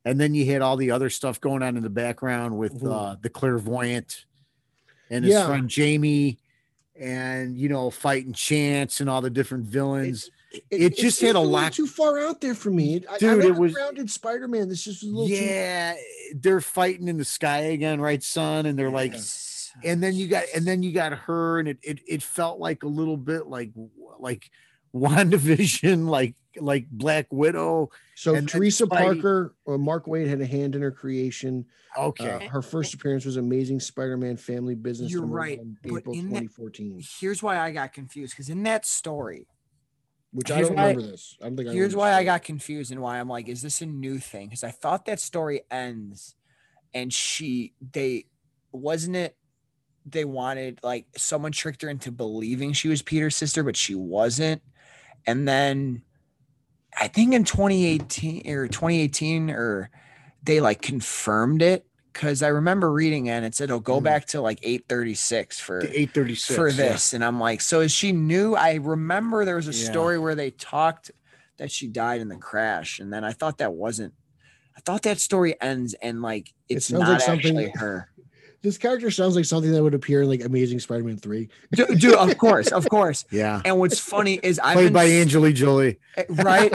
Speaker 3: and then you had all the other stuff going on in the background with
Speaker 1: Mhm.
Speaker 3: uh, the clairvoyant and his
Speaker 1: Yeah.
Speaker 3: friend Jamie, and you know fighting Chance and all the different villains. It just had a
Speaker 1: little
Speaker 3: lot-
Speaker 1: too far out there for me. It, I,
Speaker 3: Dude,
Speaker 1: I
Speaker 3: it
Speaker 1: like
Speaker 3: was-
Speaker 1: grounded Spider Man. This just was a little too.
Speaker 3: yeah, they're fighting in the sky again, right, son? And they're like, and then you got, and then you got her, and it it, it felt like a little bit like like WandaVision, like like Black Widow.
Speaker 1: So
Speaker 3: and then
Speaker 1: Teresa
Speaker 3: Spidey-
Speaker 1: Parker or Mark Wade had a hand in her creation.
Speaker 3: Okay,
Speaker 1: Uh, her first appearance was Amazing Spider Man Family Business.
Speaker 2: You're
Speaker 1: number
Speaker 2: right,
Speaker 1: one,
Speaker 2: but
Speaker 1: April
Speaker 2: in that-
Speaker 1: 2014.
Speaker 2: Here's why I got confused because in that story,
Speaker 1: Which I
Speaker 2: Here's
Speaker 1: don't
Speaker 2: why-
Speaker 1: remember this. I don't think I
Speaker 2: here's
Speaker 1: remember
Speaker 2: why
Speaker 1: this.
Speaker 2: I got confused and why I'm like, is this a new thing? Because I thought that story ends and she, they, wasn't it? They wanted, like, someone tricked her into believing she was Peter's sister, but she wasn't. And then I think in 2018 or 2018 or they like confirmed it because I remember reading it and it said, oh, go
Speaker 1: Mm-hmm.
Speaker 3: Mhm.
Speaker 2: back to like 836 for
Speaker 3: eight thirty six
Speaker 2: Uh, for this. And I'm like, so is she new? I remember there was a
Speaker 3: Yeah.
Speaker 2: story where they talked that she died in the crash. And then I thought that wasn't, I thought that story ends and like,
Speaker 1: It
Speaker 2: it's
Speaker 1: sounds
Speaker 2: not
Speaker 1: like something-
Speaker 2: actually her.
Speaker 1: This character sounds like something that would appear in like Amazing Spider Man 3.
Speaker 2: Dude, dude, of course, of course.
Speaker 3: Yeah,
Speaker 2: And what's funny is I've
Speaker 3: played
Speaker 2: been eh,
Speaker 3: by Angeli Jolie.
Speaker 2: right.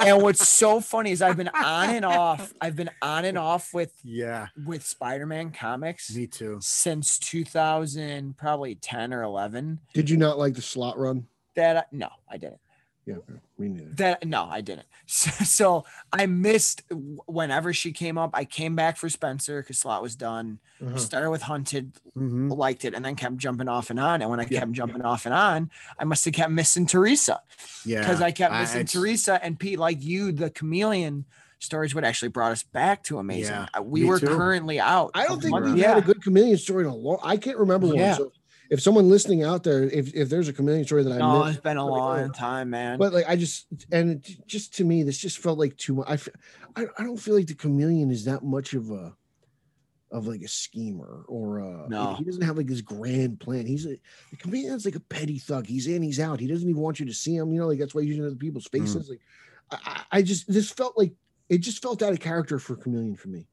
Speaker 2: And what's so funny is I've been on and off. I've been on and off with
Speaker 3: Yeah,
Speaker 2: with Spider-Man comics
Speaker 3: me too.
Speaker 2: since 2000, probably 10 or 11.
Speaker 1: Did you not like the slot run?
Speaker 2: That I, no, I didn't.
Speaker 1: Yeah, okay. me neither.
Speaker 2: That no, I didn't. So, so I missed w- whenever she came up. I came back for Spencer because slot was done.
Speaker 3: Mm-hmm.
Speaker 1: Uh-huh.
Speaker 2: Started with Hunted,
Speaker 3: Mhm.
Speaker 2: liked it, and then kept jumping off and on. And when I
Speaker 3: Yeah.
Speaker 2: kept jumping off and on, I must have kept missing Teresa
Speaker 3: Yeah,
Speaker 2: because I kept
Speaker 3: I-
Speaker 2: missing
Speaker 3: it's-
Speaker 2: Teresa and Pete. Like you, the chameleon stories would actually brought us back to amazing.
Speaker 3: Yeah,
Speaker 2: Uh, we
Speaker 3: me
Speaker 2: were
Speaker 3: too.
Speaker 2: currently out.
Speaker 1: I don't
Speaker 2: of
Speaker 1: think
Speaker 2: Wonder-
Speaker 1: we've had a good chameleon story in a long. I can't remember one.
Speaker 3: Yeah.
Speaker 1: So if someone listening out there, if, if there's a chameleon story that I
Speaker 2: No,
Speaker 1: missed,
Speaker 2: it's been a
Speaker 1: Pretty
Speaker 2: long
Speaker 1: old.
Speaker 2: time, man.
Speaker 1: but like I just and it, j- just to me, this just felt like too much. I, f- I I don't feel like the chameleon is that much of a of like a schemer or uh
Speaker 2: No.
Speaker 1: he doesn't have like this grand plan. He's a the chameleon's like a petty thug. He's in, he's out. He doesn't even want you to see him. You know, like that's why he's using other people's faces. Like I, I I just this felt like it just felt out of character for chameleon for me.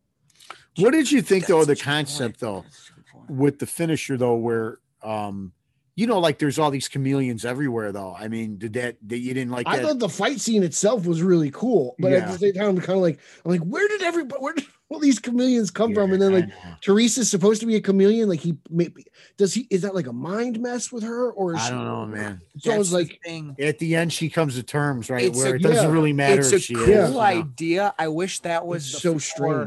Speaker 3: What did you think though? of The
Speaker 2: That's a good point.
Speaker 3: concept though.
Speaker 2: That's a good point.
Speaker 3: with the finisher though, where um you know, like there's all these chameleons everywhere though. I mean, did that that you didn't like
Speaker 1: I
Speaker 3: that?
Speaker 1: thought the fight scene itself was really cool, but at
Speaker 3: Yeah.
Speaker 1: the same time, I'm kind of like, I'm like, where did everybody, where did all these chameleons come from?
Speaker 3: Yeah,
Speaker 1: And then
Speaker 3: I
Speaker 1: like,
Speaker 3: know.
Speaker 1: Teresa's supposed to be a chameleon. Like he maybe does he is that like a mind mess with her or is
Speaker 3: I
Speaker 1: she-
Speaker 3: don't know, man.
Speaker 1: So I
Speaker 2: That's
Speaker 1: was
Speaker 2: the
Speaker 1: like,
Speaker 2: thing.
Speaker 3: At the end, she comes to terms, right?
Speaker 2: It's
Speaker 3: where
Speaker 2: a-
Speaker 3: it doesn't
Speaker 1: yeah.
Speaker 3: really matter
Speaker 2: it's a
Speaker 3: if she
Speaker 2: cool
Speaker 3: is. you know?
Speaker 2: idea. I wish that was
Speaker 1: it's
Speaker 2: the
Speaker 1: so
Speaker 2: four-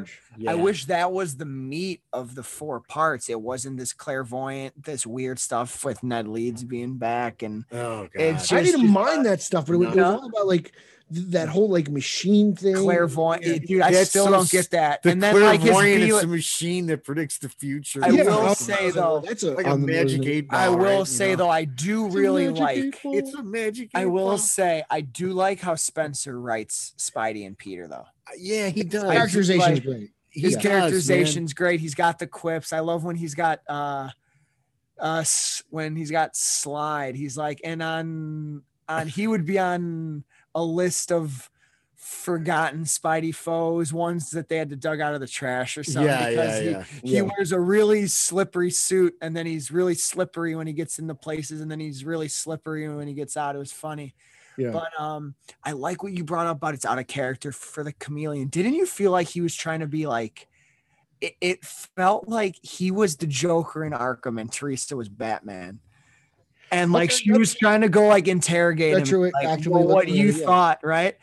Speaker 1: strange.
Speaker 2: I
Speaker 3: Yeah.
Speaker 2: wish that was the meat of the four parts. It wasn't this clairvoyant, this weird stuff with Ned Leeds being back, and
Speaker 3: Oh, God.
Speaker 2: It's
Speaker 1: I didn't
Speaker 2: just-
Speaker 1: mind that stuff, but it was, it was
Speaker 2: No.
Speaker 1: all about like th- that whole like machine thing.
Speaker 2: clairvoyant.
Speaker 1: Yeah.
Speaker 2: dude, I
Speaker 3: That's
Speaker 2: still
Speaker 3: so
Speaker 2: don't
Speaker 3: s-
Speaker 2: get that.
Speaker 3: the
Speaker 2: And then like his
Speaker 3: clairvoyant
Speaker 2: be-
Speaker 3: is a machine that predicts the future.
Speaker 2: I
Speaker 1: Yeah,
Speaker 2: will
Speaker 1: was
Speaker 2: say,
Speaker 1: like,
Speaker 2: though,
Speaker 1: that's a,
Speaker 3: like a
Speaker 1: on the nose.
Speaker 3: magic eight ball.
Speaker 2: I will
Speaker 3: right,
Speaker 2: say
Speaker 3: you know?
Speaker 2: though, I do
Speaker 1: It's a
Speaker 2: really
Speaker 1: magic
Speaker 2: like.
Speaker 1: eight ball.
Speaker 3: it's a magic.
Speaker 2: I
Speaker 3: eight
Speaker 2: will
Speaker 3: ball.
Speaker 2: say, I do like how Spencer writes Spidey and Peter though.
Speaker 3: Yeah, he does.
Speaker 1: characterization is
Speaker 2: like-
Speaker 1: great.
Speaker 3: He
Speaker 2: his
Speaker 3: does, man.
Speaker 2: characterization's great. He's got the quips. I love when he's got uh uh s- when he's got slide. He's like and on on he would be on a list of forgotten Spidey foes, ones that they had to dug out of the trash or something.
Speaker 3: Yeah, yeah,
Speaker 2: because he-
Speaker 3: yeah.
Speaker 2: He
Speaker 1: Yeah.
Speaker 2: wears a really slippery suit and then he's really slippery when he gets into places and then he's really slippery when he gets out. It was funny.
Speaker 1: Yeah.
Speaker 2: But um, I like what you brought up about it's out of character for the chameleon. Didn't you feel like he was trying to be like? It, it felt like he was the Joker in Arkham and Teresa was Batman, and like
Speaker 1: Okay,
Speaker 2: she was trying to go like interrogate
Speaker 1: That's
Speaker 2: him.
Speaker 1: really
Speaker 2: Like,
Speaker 1: actively
Speaker 2: well, what
Speaker 1: looking
Speaker 2: you
Speaker 1: at it, yeah.
Speaker 2: thought, right?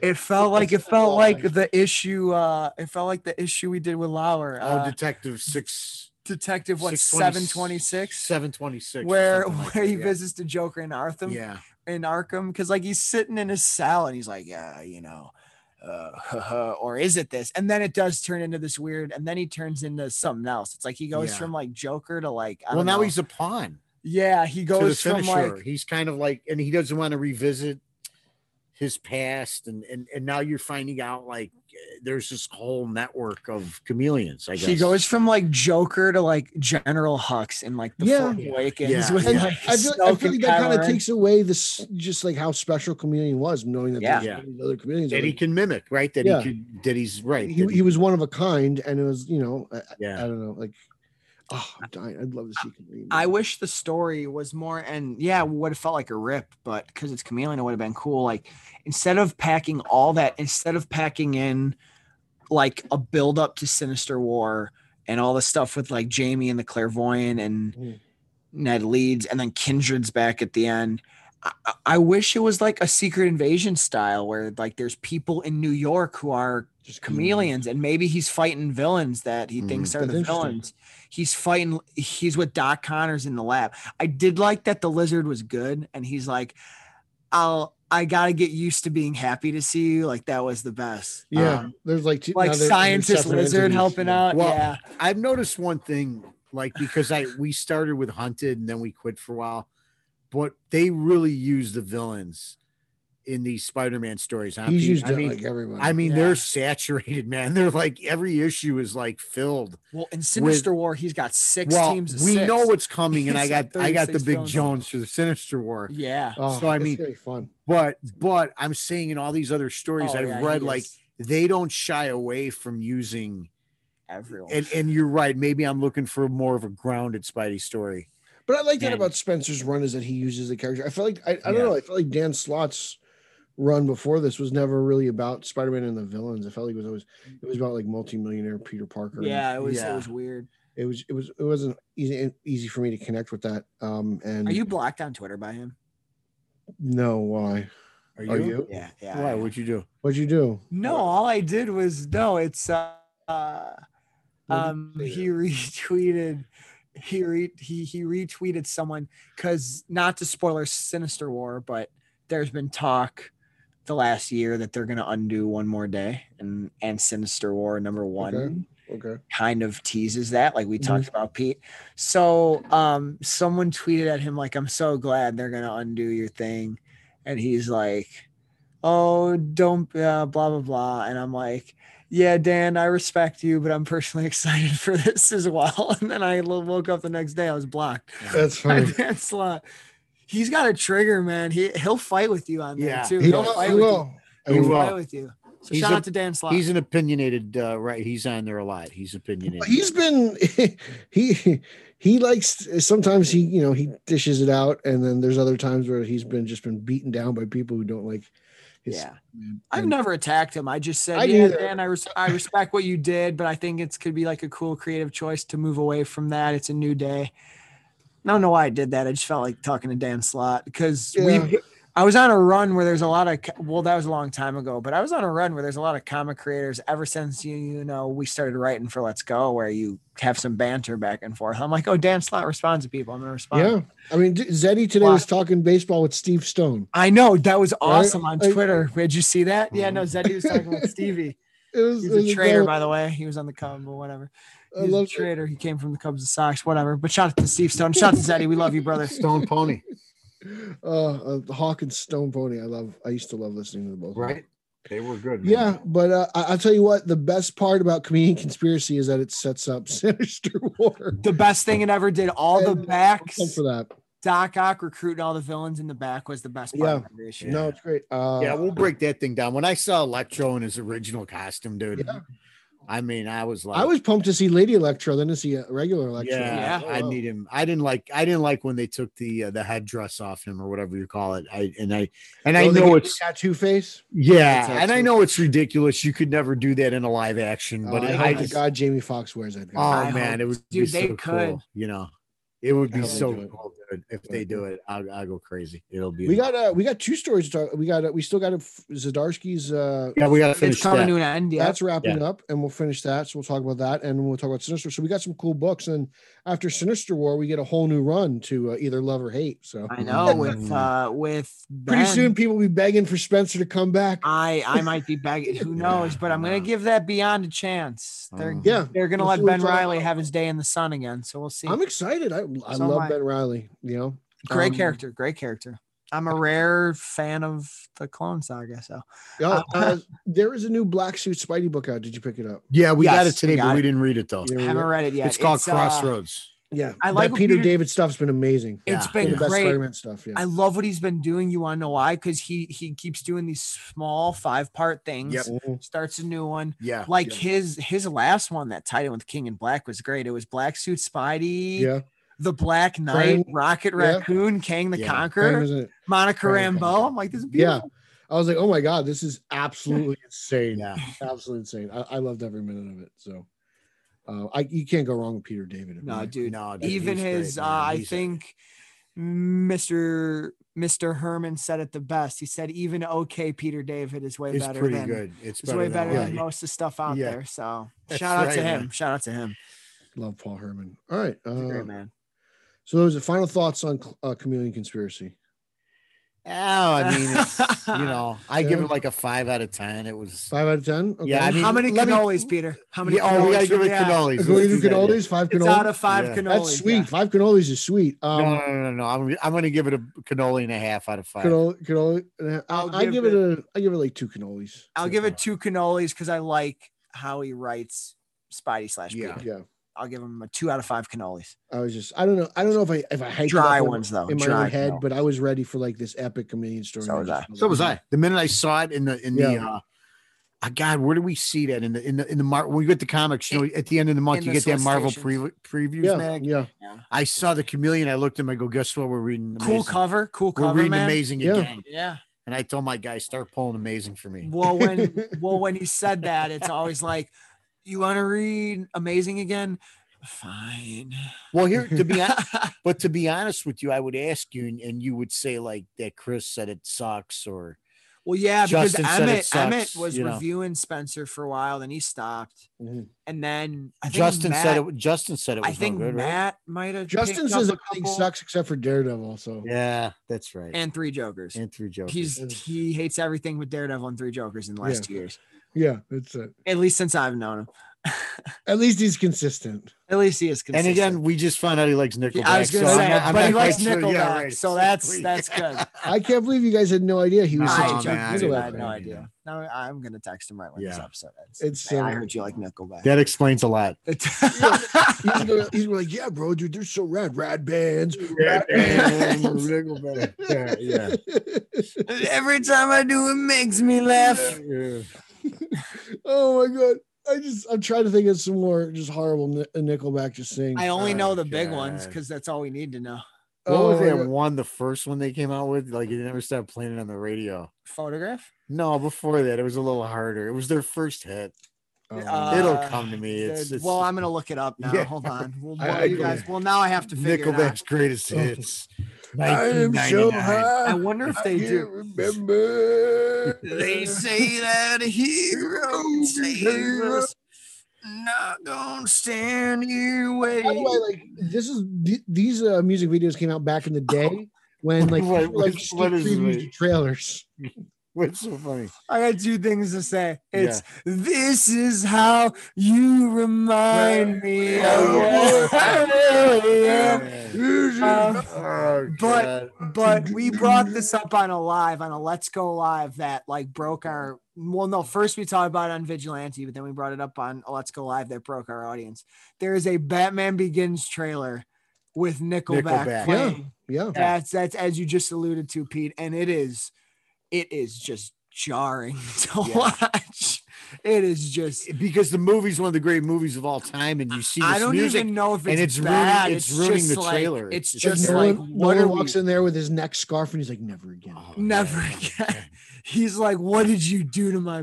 Speaker 2: It felt like it
Speaker 1: That's
Speaker 2: felt
Speaker 1: all
Speaker 2: like
Speaker 1: right.
Speaker 2: the issue. Uh, it felt like the issue we did with Lauer,
Speaker 3: Oh,
Speaker 2: uh,
Speaker 3: Detective Six.
Speaker 2: Detective what seven twenty
Speaker 3: 626?
Speaker 2: six,
Speaker 3: 726
Speaker 2: where
Speaker 3: something like
Speaker 2: where
Speaker 3: that,
Speaker 2: he
Speaker 3: yeah.
Speaker 2: visits the Joker in Arkham
Speaker 3: yeah
Speaker 2: in Arkham because like he's sitting in his cell and he's like, yeah, you know, uh, or is it this? And then it does turn into this weird, and then he turns into something else. It's like he goes
Speaker 3: Yeah.
Speaker 2: from like Joker to like, I
Speaker 3: well
Speaker 2: don't
Speaker 3: now
Speaker 2: know.
Speaker 3: he's a pawn
Speaker 2: yeah, he
Speaker 3: to the
Speaker 2: goes from
Speaker 3: finisher
Speaker 2: like,
Speaker 3: he's kind of like and he doesn't want to revisit his past and and, and now you're finding out like there's this whole network of chameleons. I guess
Speaker 2: She goes from like Joker to like General Hux in like the
Speaker 1: Yeah.
Speaker 2: Force Awakens
Speaker 3: Yeah.
Speaker 2: with
Speaker 1: And
Speaker 2: like
Speaker 1: I feel, I
Speaker 2: Snoke
Speaker 1: feel like
Speaker 2: and
Speaker 1: that
Speaker 2: Kylo
Speaker 1: kind of
Speaker 2: Ren.
Speaker 1: takes away this just like how special Chameleon was, knowing that
Speaker 2: Yeah.
Speaker 1: there's so many other chameleons.
Speaker 3: that he
Speaker 1: Like,
Speaker 3: can mimic, right? That
Speaker 1: Yeah.
Speaker 3: he could that he's right.
Speaker 1: he,
Speaker 3: that
Speaker 1: he was one of a kind, and it was you know I, I- I
Speaker 3: yeah.
Speaker 1: don't know like oh I'm dying. I'd love to see Chameleon.
Speaker 2: I wish the story was more and yeah, would have felt like a rip, but because it's chameleon, it would have been cool. Like instead of packing all that, instead of packing in like a build up to Sinister War and all the stuff with like Jamie and the clairvoyant and
Speaker 1: Mhm.
Speaker 2: Ned Leeds and then Kindred's back at the end. I, I- I wish it was like a secret invasion style where like there's people in New York who are
Speaker 1: just
Speaker 3: Mm-hmm.
Speaker 2: chameleons and maybe he's fighting villains that he
Speaker 3: Mhm.
Speaker 2: thinks are
Speaker 1: That's
Speaker 2: the
Speaker 1: interesting.
Speaker 2: villains he's fighting he's with doc connors in the lab i did like that the lizard was good and he's like i'll i gotta get used to being happy to see you like that was the best
Speaker 1: Yeah,
Speaker 2: Um,
Speaker 1: there's like two, now
Speaker 2: like
Speaker 1: they're- they're
Speaker 2: scientist
Speaker 1: separate
Speaker 2: lizard
Speaker 1: entities,
Speaker 2: helping
Speaker 1: yeah.
Speaker 2: out
Speaker 3: Well,
Speaker 2: yeah
Speaker 3: I've noticed one thing, like because I we started with hunted and then we quit for a while, but they really use the villains in these Spider-Man stories. huh,
Speaker 1: He's
Speaker 3: Pete?
Speaker 1: used
Speaker 3: I
Speaker 1: to
Speaker 3: mean,
Speaker 1: like everybody.
Speaker 3: I mean,
Speaker 2: Yeah.
Speaker 3: they're saturated, man. They're like every issue is like filled.
Speaker 2: well in sinister war he's got six
Speaker 3: well,
Speaker 2: teams of
Speaker 3: we
Speaker 2: six.
Speaker 3: know what's coming, and I
Speaker 2: He's
Speaker 3: got
Speaker 2: got
Speaker 3: I got the
Speaker 2: 36
Speaker 3: big
Speaker 2: villains.
Speaker 3: Jones for the Sinister War.
Speaker 2: yeah
Speaker 1: oh,
Speaker 3: so I
Speaker 1: it's
Speaker 3: mean-
Speaker 1: gonna be fun.
Speaker 3: But but I'm saying in all these other stories
Speaker 2: Oh,
Speaker 3: I've
Speaker 2: yeah,
Speaker 3: read,
Speaker 2: he
Speaker 3: like
Speaker 2: is
Speaker 3: they don't shy away from using.
Speaker 2: everyone
Speaker 3: And and you're right. Maybe I'm looking for more of a grounded Spidey story.
Speaker 1: But I like that
Speaker 3: Man.
Speaker 1: about Spencer's run is that he uses the character. I feel like I, I don't
Speaker 3: Yeah.
Speaker 1: know. I felt like Dan Slott's run before this was never really about Spider-Man and the villains. I felt like it was always it was about like multimillionaire Peter Parker. and
Speaker 2: yeah it was
Speaker 3: Yeah.
Speaker 2: it was weird
Speaker 1: it was it was it wasn't easy easy for me to connect with that. Um, and
Speaker 2: are you blocked on twitter by him
Speaker 1: No, why?
Speaker 3: Are
Speaker 1: Are you?
Speaker 2: yeah yeah
Speaker 3: Why? What'd you do?
Speaker 1: What'd you do?
Speaker 2: No, all I did was no. It's uh, uh
Speaker 1: What did
Speaker 2: um,
Speaker 1: you say
Speaker 2: he retweeted, he re- he he retweeted someone because not to spoiler Sinister War, but there's been talk the last year that they're gonna undo one more day and and Sinister War number one
Speaker 1: Okay.
Speaker 2: kind of teases that, like we
Speaker 3: Mm-hmm.
Speaker 1: Mhm.
Speaker 2: talked about Pete. So um someone tweeted at him like, I'm so glad they're gonna undo your thing. And he's like, Oh, don't uh, blah blah blah. And I'm like, Yeah, Dan, I respect you, but I'm personally excited for this as well. And then I lo- woke up the next day, I was blocked.
Speaker 1: That's
Speaker 2: By
Speaker 1: funny.
Speaker 2: Dan Slott. He's got a trigger, man. He he'll fight with you on that
Speaker 3: Yeah.
Speaker 2: too.
Speaker 1: He
Speaker 2: He'll
Speaker 1: will.
Speaker 2: fight
Speaker 1: He
Speaker 2: with you.
Speaker 1: will. I
Speaker 3: He
Speaker 2: He'll
Speaker 1: mean,
Speaker 3: will.
Speaker 2: fight with you. So
Speaker 3: He's
Speaker 2: shout
Speaker 3: a-
Speaker 2: out to Dan Slott.
Speaker 3: He's an opinionated uh, right. He's on there a lot. He's opinionated.
Speaker 1: He's been he he likes sometimes he you know he dishes it out and then there's other times where he's been just been beaten down by people who don't like his
Speaker 2: yeah.
Speaker 1: and-
Speaker 2: I've never attacked him. I just said,
Speaker 1: I
Speaker 2: yeah,
Speaker 1: neither.
Speaker 2: Dan, I, res- I respect what you did, but I think it's could be like a cool creative choice to move away from that. It's a new day. I don't know why I did that. I just felt like talking to Dan Slot because
Speaker 1: Yeah.
Speaker 2: we. I was on a run where there's a lot of co- well, that was a long time ago, but I was on a run where there's a lot of comic creators ever since you you know we started writing for Let's Go, where you have some banter back and forth. I'm like, oh, Dan Slot responds to people. I'm gonna respond.
Speaker 1: yeah. I mean D- Zeddy today
Speaker 2: Wow.
Speaker 1: was talking baseball with Steve Stone.
Speaker 2: I know that was awesome on
Speaker 1: I-
Speaker 2: Twitter. Did you see that? Yeah, no, Zeddy was talking with Stevie.
Speaker 1: It was,
Speaker 2: He's
Speaker 1: it was
Speaker 2: a traitor,
Speaker 1: incredible.
Speaker 2: by the way. He was on the Cubs, but whatever.
Speaker 1: I
Speaker 2: He's a
Speaker 1: love it.
Speaker 2: traitor. He came from the Cubs to Sox, whatever. But shout out to Steve Stone. Shout out to Zeddy. We love you, brother.
Speaker 3: Stone Pony,
Speaker 1: Uh, uh, Hawk and Stone Pony. I love. I used to love listening to the both. of them.
Speaker 3: right? They were good. man.
Speaker 1: Yeah, but uh, I- I'll tell you what. The best part about Comedian Conspiracy is that it sets up Sinister War.
Speaker 2: The best thing it ever did. All the
Speaker 1: And-
Speaker 2: backs.
Speaker 1: Come for that.
Speaker 2: Doc Ock recruiting all the villains in the back was the best part of every issue.
Speaker 1: No, it's great. Uh,
Speaker 3: yeah, we'll break that thing down. When I saw Electro in his original costume, dude,
Speaker 1: Yeah.
Speaker 3: I mean, I was like,
Speaker 1: I was pumped to see Lady Electra, then to see a regular Electra.
Speaker 3: yeah, Oh,
Speaker 2: Yeah.
Speaker 3: I
Speaker 1: wow.
Speaker 3: need him. I didn't like, I didn't like when they took the uh, the headdress off him or whatever you call it. I and I and I
Speaker 1: Oh, they
Speaker 3: know
Speaker 1: gave
Speaker 3: it's
Speaker 1: you tattoo face.
Speaker 3: yeah,
Speaker 1: That's
Speaker 3: and I
Speaker 1: awesome.
Speaker 3: know it's ridiculous. You could never do that in a live action, but
Speaker 1: But uh,
Speaker 3: it,
Speaker 1: I
Speaker 3: I
Speaker 1: hope to
Speaker 3: just,
Speaker 1: God Jamie Fox wears that.
Speaker 3: oh
Speaker 2: I
Speaker 3: man,
Speaker 2: hope-
Speaker 3: it would be
Speaker 2: dude, they
Speaker 3: so
Speaker 2: could.
Speaker 3: cool. You know, it would
Speaker 1: I
Speaker 3: be
Speaker 1: hope they
Speaker 3: so
Speaker 1: do it.
Speaker 3: cool, dude. If they do it, I'll, I'll go crazy. It'll be
Speaker 1: we got uh, we got two stories to talk. We got uh, we still got a f- Zdarsky's. Uh,
Speaker 3: yeah, we got to finish
Speaker 2: It's coming
Speaker 3: that.
Speaker 2: to an end. Yeah.
Speaker 1: That's wrapping up, and we'll finish that. So we'll talk about that, and we'll talk about Sinister. So we got some cool books, and after Sinister War, we get a whole new run to uh, either love or hate. So
Speaker 2: I know. With
Speaker 3: Mm.
Speaker 2: uh with
Speaker 1: pretty
Speaker 2: Ben,
Speaker 1: soon, people will be begging for Spencer to come back.
Speaker 2: I I might be begging. Who knows? But I'm gonna give that beyond a chance. They're
Speaker 3: Mhm.
Speaker 1: yeah,
Speaker 2: they're gonna
Speaker 1: We'll see
Speaker 2: let
Speaker 1: what
Speaker 2: Ben
Speaker 1: it's all
Speaker 2: Riley
Speaker 1: about.
Speaker 2: have his day in the sun again. So we'll see.
Speaker 1: I'm excited. I I
Speaker 2: So am
Speaker 1: love
Speaker 2: I.
Speaker 1: Ben Riley. You know,
Speaker 2: Great
Speaker 1: Um,
Speaker 2: character. Great character. I'm a rare fan of the Clone Saga, so
Speaker 1: Oh, uh, there is a new black suit Spidey book out. Did you pick it up?
Speaker 3: Yeah, we got
Speaker 2: Yes,
Speaker 3: it today,
Speaker 2: we got
Speaker 3: but we
Speaker 2: it.
Speaker 3: didn't read it though.
Speaker 1: You
Speaker 2: I
Speaker 1: know,
Speaker 2: haven't read it yet.
Speaker 3: It's called
Speaker 2: uh,
Speaker 3: Crossroads.
Speaker 1: yeah,
Speaker 2: I like
Speaker 1: that
Speaker 2: what
Speaker 1: Peter,
Speaker 2: Peter-
Speaker 1: David stuff's been amazing.
Speaker 2: it's
Speaker 1: One
Speaker 3: Yeah,
Speaker 2: been
Speaker 1: of the best
Speaker 2: great.
Speaker 1: Spider-Man stuff. Yeah,
Speaker 2: I love what he's been doing. You want to know why? Because he he keeps doing these small five part things.
Speaker 3: Yep.
Speaker 1: Mhm.
Speaker 2: Starts a new one.
Speaker 3: Yeah,
Speaker 2: Like
Speaker 1: Yeah.
Speaker 2: his his last one that tied in with King and Black was great. It was Black Suit Spidey,
Speaker 1: yeah.
Speaker 2: the Black Knight,
Speaker 1: Krang.
Speaker 2: Rocket
Speaker 1: Yeah.
Speaker 2: Raccoon, Kang the
Speaker 3: Yeah.
Speaker 1: Krang
Speaker 2: Conqueror,
Speaker 1: was in it.
Speaker 2: Monica
Speaker 1: Krang.
Speaker 2: Rambeau. I'm like, this is
Speaker 1: Yeah.
Speaker 2: beautiful.
Speaker 1: I was like, oh my god, this is absolutely insane.
Speaker 3: yeah.
Speaker 1: Absolutely insane. I, I loved every minute of it. So, uh, I you can't go wrong with Peter David. in
Speaker 2: No,
Speaker 1: my-
Speaker 2: dude.
Speaker 3: No, dude,
Speaker 2: Even
Speaker 3: he's
Speaker 2: his,
Speaker 3: great,
Speaker 2: uh,
Speaker 3: man.
Speaker 2: I
Speaker 3: He's-
Speaker 2: think, Mr. Mr. Herman said it the best. He said even okay Peter David is way
Speaker 3: it's
Speaker 2: better
Speaker 3: pretty
Speaker 2: than
Speaker 3: good. It's,
Speaker 2: It's way better
Speaker 1: Yeah.
Speaker 2: than most of the stuff out
Speaker 3: Yeah.
Speaker 2: there. So
Speaker 3: That's
Speaker 2: shout out to
Speaker 3: right,
Speaker 2: him.
Speaker 3: man.
Speaker 2: Shout out to him.
Speaker 1: love Paul Herman. All right.
Speaker 2: He's a
Speaker 1: Uh,
Speaker 2: great man.
Speaker 1: so those are final thoughts on uh, Chameleon Conspiracy.
Speaker 3: Oh, I mean, it's, you know, I give it like a five out of ten. It was.
Speaker 1: Five out of ten. Okay.
Speaker 3: Yeah, I mean,
Speaker 2: How many
Speaker 3: let me-
Speaker 2: cannolis, Peter? How many?
Speaker 3: Yeah, oh, we gotta
Speaker 2: cannolis?
Speaker 3: give it
Speaker 2: Yeah.
Speaker 3: cannolis. Let's
Speaker 1: Going to
Speaker 3: do that, yeah.
Speaker 1: cannolis, five
Speaker 2: It's out
Speaker 1: cannolis.
Speaker 2: of five
Speaker 3: Yeah.
Speaker 2: cannolis.
Speaker 1: That's sweet.
Speaker 2: yeah.
Speaker 1: Five cannolis is sweet. Um,
Speaker 3: no, no, no, no. I'm, I'm going to give it a cannoli and a half out of five.
Speaker 1: Cannoli, cannoli. uh, I,
Speaker 2: I'll
Speaker 1: I
Speaker 2: give
Speaker 1: give it a. I give it like two cannolis.
Speaker 2: I'll give it two cannolis because I like how he writes Spidey slash Peter.
Speaker 3: Yeah.
Speaker 1: Yeah,
Speaker 2: I'll give him a two out of five cannolis.
Speaker 1: I was just. I don't know. I don't know if I if I hyped it
Speaker 2: Dry
Speaker 1: up in-
Speaker 2: ones though.
Speaker 1: in my
Speaker 2: Dry
Speaker 1: own head,
Speaker 2: cannolis.
Speaker 1: but I was ready for like this epic chameleon story.
Speaker 2: So
Speaker 1: and
Speaker 2: was
Speaker 1: just
Speaker 2: I.
Speaker 1: felt
Speaker 3: So
Speaker 1: like-
Speaker 3: was I. The minute I saw it in the in the
Speaker 1: Yeah.
Speaker 3: uh I God, where do we see that in the in the in the mar- when we get the comics, you know, at the end of the month
Speaker 2: in
Speaker 3: you
Speaker 2: the
Speaker 3: get that Marvel pre-
Speaker 2: solicitations.
Speaker 3: previews
Speaker 1: Yeah,
Speaker 3: mag.
Speaker 1: yeah.
Speaker 3: I saw the chameleon. I looked at him. I go, guess what? We're reading
Speaker 2: Cool
Speaker 3: Amazing.
Speaker 2: cover. Cool
Speaker 3: We're
Speaker 2: cover,
Speaker 3: reading
Speaker 2: man.
Speaker 3: amazing
Speaker 1: Yeah.
Speaker 3: again.
Speaker 2: Yeah.
Speaker 3: And I told my guy, start pulling amazing for me.
Speaker 2: Well, when well when he said that, it's always like, you want to read amazing again? Fine.
Speaker 3: Well, here to be hon- but to be honest with you, I would ask you, and, and you would say like that. Chris said it sucks, or
Speaker 2: Well, yeah, because
Speaker 3: Justin said it
Speaker 2: Emmett
Speaker 3: sucks,
Speaker 2: Emmett was
Speaker 3: you know. Mm-hmm.
Speaker 2: reviewing Spencer for a while, then he stopped,
Speaker 1: Mhm.
Speaker 2: and then I think
Speaker 3: Justin
Speaker 2: Matt,
Speaker 3: said it. Justin said it. Was
Speaker 2: I think
Speaker 3: no good, right?
Speaker 2: Matt might have
Speaker 1: Justin
Speaker 2: picked up
Speaker 1: says
Speaker 2: a
Speaker 1: everything
Speaker 2: couple-
Speaker 1: sucks except for Daredevil. So
Speaker 3: Yeah, that's right.
Speaker 2: and three Jokers.
Speaker 3: And through Joe.
Speaker 2: He's
Speaker 1: Jokers.
Speaker 2: he hates everything with Daredevil and three Jokers in the last
Speaker 1: Yeah.
Speaker 2: two years,
Speaker 1: yeah, that's it.
Speaker 2: at least since I've known him.
Speaker 1: At least he's consistent.
Speaker 2: At least he is
Speaker 3: And
Speaker 2: consistent.
Speaker 3: again, we just found out he likes
Speaker 2: He-
Speaker 3: Nickelback.
Speaker 2: I was gonna
Speaker 3: so I'm
Speaker 2: say,
Speaker 3: not- I'm
Speaker 2: but he
Speaker 3: not
Speaker 2: likes
Speaker 3: quite sure.
Speaker 2: Nickelback,
Speaker 3: Yeah, right.
Speaker 2: so that's that's good.
Speaker 1: I can't believe you guys had no idea he was
Speaker 3: Nah,
Speaker 2: I,
Speaker 1: such a
Speaker 2: joke,
Speaker 1: big
Speaker 3: man, I
Speaker 2: dude,
Speaker 3: didn't
Speaker 2: I
Speaker 1: Nickelback
Speaker 2: had
Speaker 1: fan.
Speaker 2: no
Speaker 3: know.
Speaker 2: idea. Now I'm gonna text him right when this
Speaker 3: Yeah.
Speaker 2: episode ends.
Speaker 1: It's
Speaker 2: Hey, I
Speaker 1: so-
Speaker 2: heard you like Nickelback.
Speaker 3: That explains a lot.
Speaker 1: He's, gonna, he's gonna be like, yeah, bro, dude, they're so rad, rad bands. Rad bands.
Speaker 3: Nickelback. Yeah, yeah.
Speaker 2: Every time I do, it makes me laugh.
Speaker 1: oh my god, I just I'm trying to think of some more just horrible Ni- Nickelback just sing.
Speaker 2: I only know the big
Speaker 3: God.
Speaker 2: ones because that's all we need to know.
Speaker 3: What
Speaker 2: Oh,
Speaker 3: was
Speaker 1: my
Speaker 3: that
Speaker 1: God.
Speaker 3: one? The first one they came out with, like it never stopped playing it on the radio.
Speaker 2: Photograph.
Speaker 3: No, before that, it was a little harder. It was their first hit.
Speaker 1: Oh,
Speaker 3: It'll
Speaker 2: Uh,
Speaker 3: come to me. It's,
Speaker 2: Dude,
Speaker 3: it's
Speaker 2: well, I'm gonna look it up now.
Speaker 3: Yeah.
Speaker 2: Hold on. Well,
Speaker 1: I-
Speaker 2: well,
Speaker 1: I
Speaker 2: you
Speaker 1: go-
Speaker 2: guys. Well, now I have to figure it out.
Speaker 3: Nickelback's greatest
Speaker 1: Oh.
Speaker 3: hits.
Speaker 1: I am so
Speaker 3: 1999.
Speaker 1: high.
Speaker 2: I wonder if
Speaker 1: I
Speaker 2: they
Speaker 1: can't
Speaker 2: do.
Speaker 1: Remember.
Speaker 2: They say that a hero saves, not gonna stand your way.
Speaker 1: By the way, like this is th- these uh, music videos came out back in the day when like
Speaker 3: What-
Speaker 1: people, like
Speaker 3: what-
Speaker 1: sneak
Speaker 3: what is
Speaker 1: previews
Speaker 3: it?
Speaker 1: to trailers.
Speaker 3: What's so funny?
Speaker 2: I got two things to say. It's this is how you remind me of what I really am. Um,
Speaker 3: Oh,
Speaker 2: but- But we brought this up on a live, on a Let's Go Live that like broke our. Well, no, first we talked about it on Vigilante, but then we brought it up on a Let's Go Live that broke our audience. There is a Batman Begins trailer with Nickelback,
Speaker 3: Nickelback.
Speaker 2: playing.
Speaker 1: Yeah,
Speaker 2: That's that's as you just alluded to, Pete, and it is, it is just jarring to
Speaker 3: Yeah.
Speaker 2: watch. It is just.
Speaker 3: because the movie's one of the great movies of all time, and you see this
Speaker 2: I don't
Speaker 3: music.
Speaker 2: even know if it's
Speaker 3: and it's ruining-
Speaker 2: bad.
Speaker 3: it's ruining
Speaker 2: just
Speaker 3: the
Speaker 2: like-
Speaker 3: trailer.
Speaker 2: It's
Speaker 3: It's
Speaker 1: Like
Speaker 2: just
Speaker 1: Nolan,
Speaker 2: like what
Speaker 1: Nolan
Speaker 2: are
Speaker 1: walks
Speaker 2: we?
Speaker 1: in there with his neck scarf and he's like, "Never again."
Speaker 3: Oh,
Speaker 2: Never
Speaker 3: man.
Speaker 2: again. He's like, what did you do to my?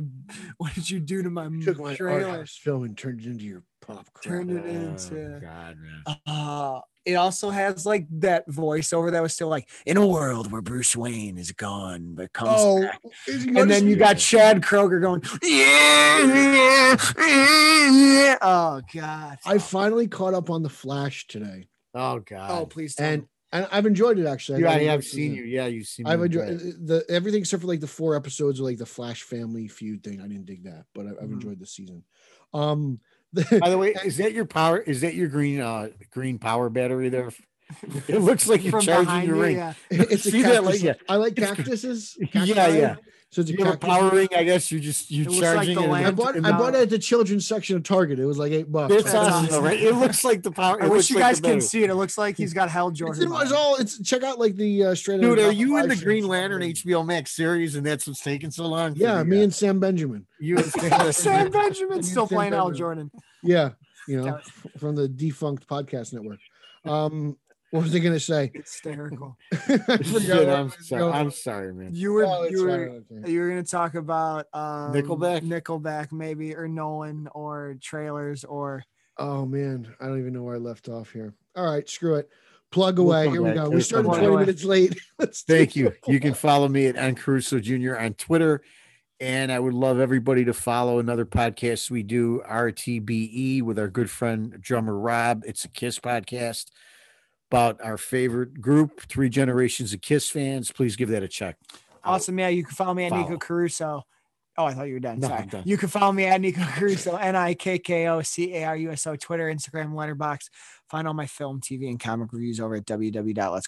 Speaker 2: What did you do to my
Speaker 1: Took my art
Speaker 2: trailer?
Speaker 1: house film and turned it into your pop crap.
Speaker 2: Turned it
Speaker 3: Oh,
Speaker 2: into.
Speaker 3: God, man.
Speaker 2: Uh, it also has like that voiceover that was still like in a world where Bruce Wayne is gone but comes
Speaker 1: Oh,
Speaker 2: back.
Speaker 1: is-
Speaker 2: and then you got
Speaker 3: Yeah.
Speaker 2: Chad Kroger going, yeah, yeah, yeah, yeah." Oh God.
Speaker 1: I finally caught up on the Flash today,
Speaker 3: Oh God.
Speaker 2: oh please. tell
Speaker 1: and
Speaker 2: me.
Speaker 1: and I've enjoyed it actually.
Speaker 3: yeah, I
Speaker 1: gotta
Speaker 3: have
Speaker 1: admit,
Speaker 3: seen
Speaker 1: yeah.
Speaker 3: you. Yeah, you've seen.
Speaker 1: I've
Speaker 3: me
Speaker 1: enjoyed
Speaker 3: do it.
Speaker 1: the everything except for like the four episodes of like the Flash family feud thing. I didn't dig that, but I, I've
Speaker 3: Mm-hmm.
Speaker 2: Mhm.
Speaker 1: enjoyed this season. Um,
Speaker 3: By the way, is that your power? Is that your green uh green power battery there? It looks like you're
Speaker 2: from
Speaker 3: charging
Speaker 2: behind
Speaker 3: your
Speaker 2: you,
Speaker 3: ring.
Speaker 2: yeah.
Speaker 1: It's a
Speaker 3: See that, like,
Speaker 1: cactus.
Speaker 3: yeah.
Speaker 1: I like
Speaker 3: It's-
Speaker 1: cactuses.
Speaker 3: Yeah, yeah.
Speaker 1: So it's a
Speaker 3: you have a
Speaker 1: cactus.
Speaker 3: power ring, I guess. You just you're
Speaker 2: It looks like
Speaker 3: charging
Speaker 2: the
Speaker 3: it.
Speaker 1: I
Speaker 2: lamp.
Speaker 3: and-
Speaker 1: bought
Speaker 3: and-
Speaker 1: I bought it at the children's section of Target. It was like eight bucks.
Speaker 3: It's uh,
Speaker 2: That's
Speaker 3: awesome,
Speaker 2: awesome.
Speaker 3: right? It looks like the power.
Speaker 2: I
Speaker 3: it
Speaker 2: wish
Speaker 3: looks
Speaker 2: you
Speaker 3: like
Speaker 2: guys
Speaker 3: the
Speaker 2: can
Speaker 3: battery.
Speaker 2: see it. It looks like he's got Hell
Speaker 1: It's,
Speaker 2: Jordan.
Speaker 1: in- it's
Speaker 2: vibe.
Speaker 1: all. It's check out like the uh, straight.
Speaker 3: Dude,
Speaker 1: Outta
Speaker 3: are
Speaker 1: Compton
Speaker 3: you in
Speaker 1: live
Speaker 3: the
Speaker 1: stream.
Speaker 3: Green Lantern HBO Max series, and that's what's taking so long? for
Speaker 1: Yeah,
Speaker 3: you
Speaker 1: me
Speaker 3: guys?
Speaker 1: and Sam Benjamin.
Speaker 3: you. and
Speaker 2: Sam
Speaker 3: Sam-
Speaker 2: Benjamin's still
Speaker 1: Sam
Speaker 2: playing Hell
Speaker 1: Benjamin.
Speaker 2: Jordan.
Speaker 1: Yeah, you know,
Speaker 2: Yeah.
Speaker 1: f- from the defunct podcast network. Um, what was I gonna say?
Speaker 2: Hysterical.
Speaker 1: I forgot
Speaker 3: Shit,
Speaker 1: where I
Speaker 3: I'm
Speaker 1: was
Speaker 3: sorry.
Speaker 1: going.
Speaker 3: I'm sorry, man.
Speaker 2: You were
Speaker 1: Oh, it's
Speaker 2: you
Speaker 1: fine,
Speaker 2: were
Speaker 1: okay.
Speaker 2: you were gonna talk about um,
Speaker 3: Nickelback?
Speaker 2: Nickelback maybe, or Nolan, or trailers, or
Speaker 1: Oh man, I don't even know where I left off here. All right, screw it. Plug
Speaker 3: We'll
Speaker 1: away.
Speaker 3: come
Speaker 1: Here we
Speaker 3: back.
Speaker 1: go.
Speaker 3: We'll
Speaker 1: We
Speaker 3: come
Speaker 1: started
Speaker 2: back.
Speaker 1: 20 minutes late. Let's do
Speaker 3: Thank
Speaker 1: it.
Speaker 3: you. You can follow me at on Caruso Jr. on Twitter. And I would love everybody to follow another podcast we do, RTBE, E, with our good friend drummer Rob. It's a KISS podcast about our favorite group, Three Generations of KISS fans. Please give that a check.
Speaker 2: awesome. Yeah, you can follow me at
Speaker 3: Follow.
Speaker 2: Nico Caruso. Oh, I thought you were done.
Speaker 3: No,
Speaker 2: Sorry.
Speaker 3: I'm done.
Speaker 2: You can follow me at Nico Caruso, N I K K O C A R U S O, Twitter, Instagram, Letterbox. Find all my film, TV, and comic reviews over at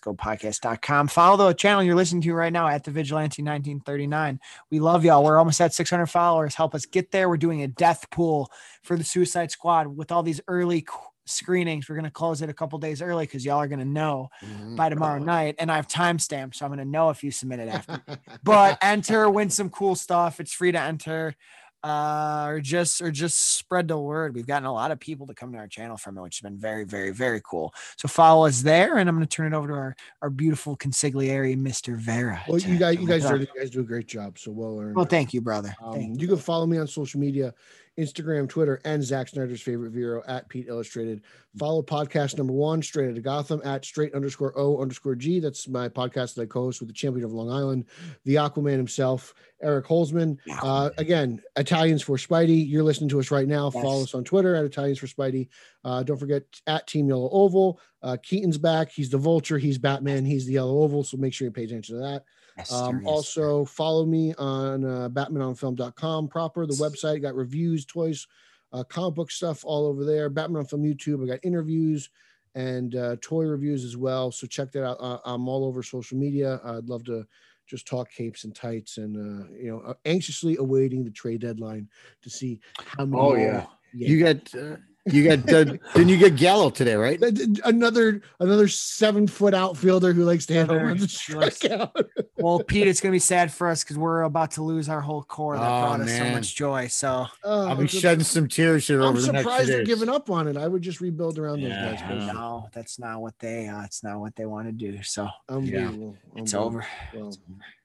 Speaker 2: www.letsgopodcast.com. Follow the channel you're listening to right now at the Vigilante 1939. We love y'all. We're almost at 600 followers. Help us get there. We're doing a death pool for the Suicide Squad with all these early qu- screenings. We're going to close it a couple days early because y'all are going to know by tomorrow night. And I have timestamps, so I'm going to know if you submitted after but enter, win some cool stuff. It's free to enter, uh, or just or just spread the word. We've gotten a lot of people to come to our channel from it, which has been very, very, very cool. So follow us there, and I'm going to turn it over to our our beautiful consigliere, Mr. Vera.
Speaker 1: Well,
Speaker 2: to
Speaker 1: you guys,
Speaker 2: come
Speaker 1: you guys,
Speaker 2: and
Speaker 1: are,
Speaker 2: talk.
Speaker 1: you guys do a great job. So well earned.
Speaker 2: Oh Well, thank you, brother.
Speaker 1: Um,
Speaker 2: Thank you.
Speaker 1: you can follow me on social media, Instagram, Twitter, and Zack Snyder's favorite Vero at Pete Illustrated. Follow podcast number one, Straight Outta Gotham, at straight underscore O underscore G. That's my podcast that I co-host with the champion of Long Island, the Aquaman himself, Eric Holzman. Uh, again, Italians for Spidey. You're listening to us right now.
Speaker 2: Yes.
Speaker 1: Follow us on Twitter at Italians for Spidey. Uh, don't forget at Team Yellow Oval. Uh, Keaton's back. He's the Vulture. He's Batman. He's the Yellow Oval. So make sure you pay attention to that.
Speaker 2: Yes, sir,
Speaker 1: Um,
Speaker 2: yes, sir.
Speaker 1: also, follow me on uh, BatmanOnFilm.com proper, the website. Got reviews, toys, uh, comic book stuff all over there. Batman on Film YouTube. I got interviews and uh, toy reviews as well. So check that out. Uh, I'm all over social media. I'd love to just talk capes and tights, and uh, you know, anxiously awaiting the trade deadline to see how many.
Speaker 3: Oh, yeah. You got, uh, you got, uh, then you get Gallo today, right?
Speaker 1: That- that- Uh, Another another seven foot outfielder who likes to handle
Speaker 2: Another-
Speaker 1: runs and
Speaker 2: she likes-
Speaker 1: strike out.
Speaker 2: well, Pete, it's gonna be sad for us because we're about to lose our whole core that
Speaker 3: Oh,
Speaker 2: brought us so
Speaker 3: man.
Speaker 2: much joy. So
Speaker 1: Oh,
Speaker 3: I'll be
Speaker 1: it's a-
Speaker 3: shedding some tears here
Speaker 1: I'm
Speaker 3: over the next
Speaker 1: surprised
Speaker 3: few
Speaker 1: they're
Speaker 3: days.
Speaker 1: giving up on it. I would just rebuild around
Speaker 3: Yeah,
Speaker 1: those guys.
Speaker 3: I
Speaker 1: personally.
Speaker 3: know.
Speaker 2: no, that's not what they. Uh, it's not what they want to do. So
Speaker 1: Unbelievable.
Speaker 2: it's
Speaker 1: Unbelievable.
Speaker 2: over.
Speaker 1: Well,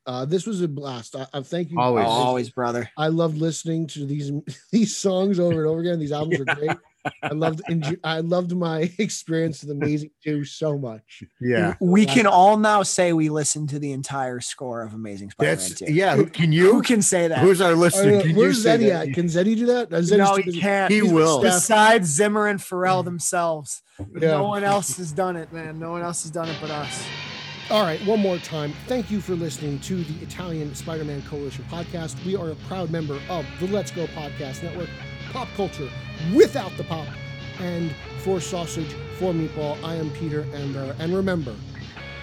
Speaker 1: uh, this was a blast. I, I thank you.
Speaker 3: Always.
Speaker 2: Oh, always, brother.
Speaker 1: I love listening to these these songs over and over again. These albums are great. I loved enjo- I loved my experience with Amazing Two so much.
Speaker 3: Yeah.
Speaker 2: We can all now say we listened to the entire score of Amazing Spider-Man
Speaker 3: That's,
Speaker 2: 2.
Speaker 3: yeah. who- Can
Speaker 2: Who
Speaker 3: you?
Speaker 2: can say that?
Speaker 3: Who's our listener?
Speaker 1: Uh,
Speaker 3: Can you
Speaker 1: where's
Speaker 3: say
Speaker 1: Zeddy
Speaker 3: that?
Speaker 1: at? Can Zeddy do that? Uh, Zeddy's
Speaker 2: no,
Speaker 1: too
Speaker 2: you
Speaker 1: busy-
Speaker 2: can't.
Speaker 3: He will.
Speaker 2: Besides Zimmer and Pharrell themselves,
Speaker 1: Yeah.
Speaker 2: no one else has done it, man. No one else has done it but us.
Speaker 1: All right, one more time. Thank you for listening to the Italian Spider Man Coalition podcast. We are a proud member of the Let's Go Podcast Network, pop culture without the pop. And for sausage, for meatball, I am Peter Ember. And remember,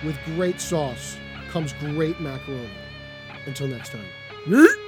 Speaker 1: with great sauce comes great macaroni. Until next time. Yeet.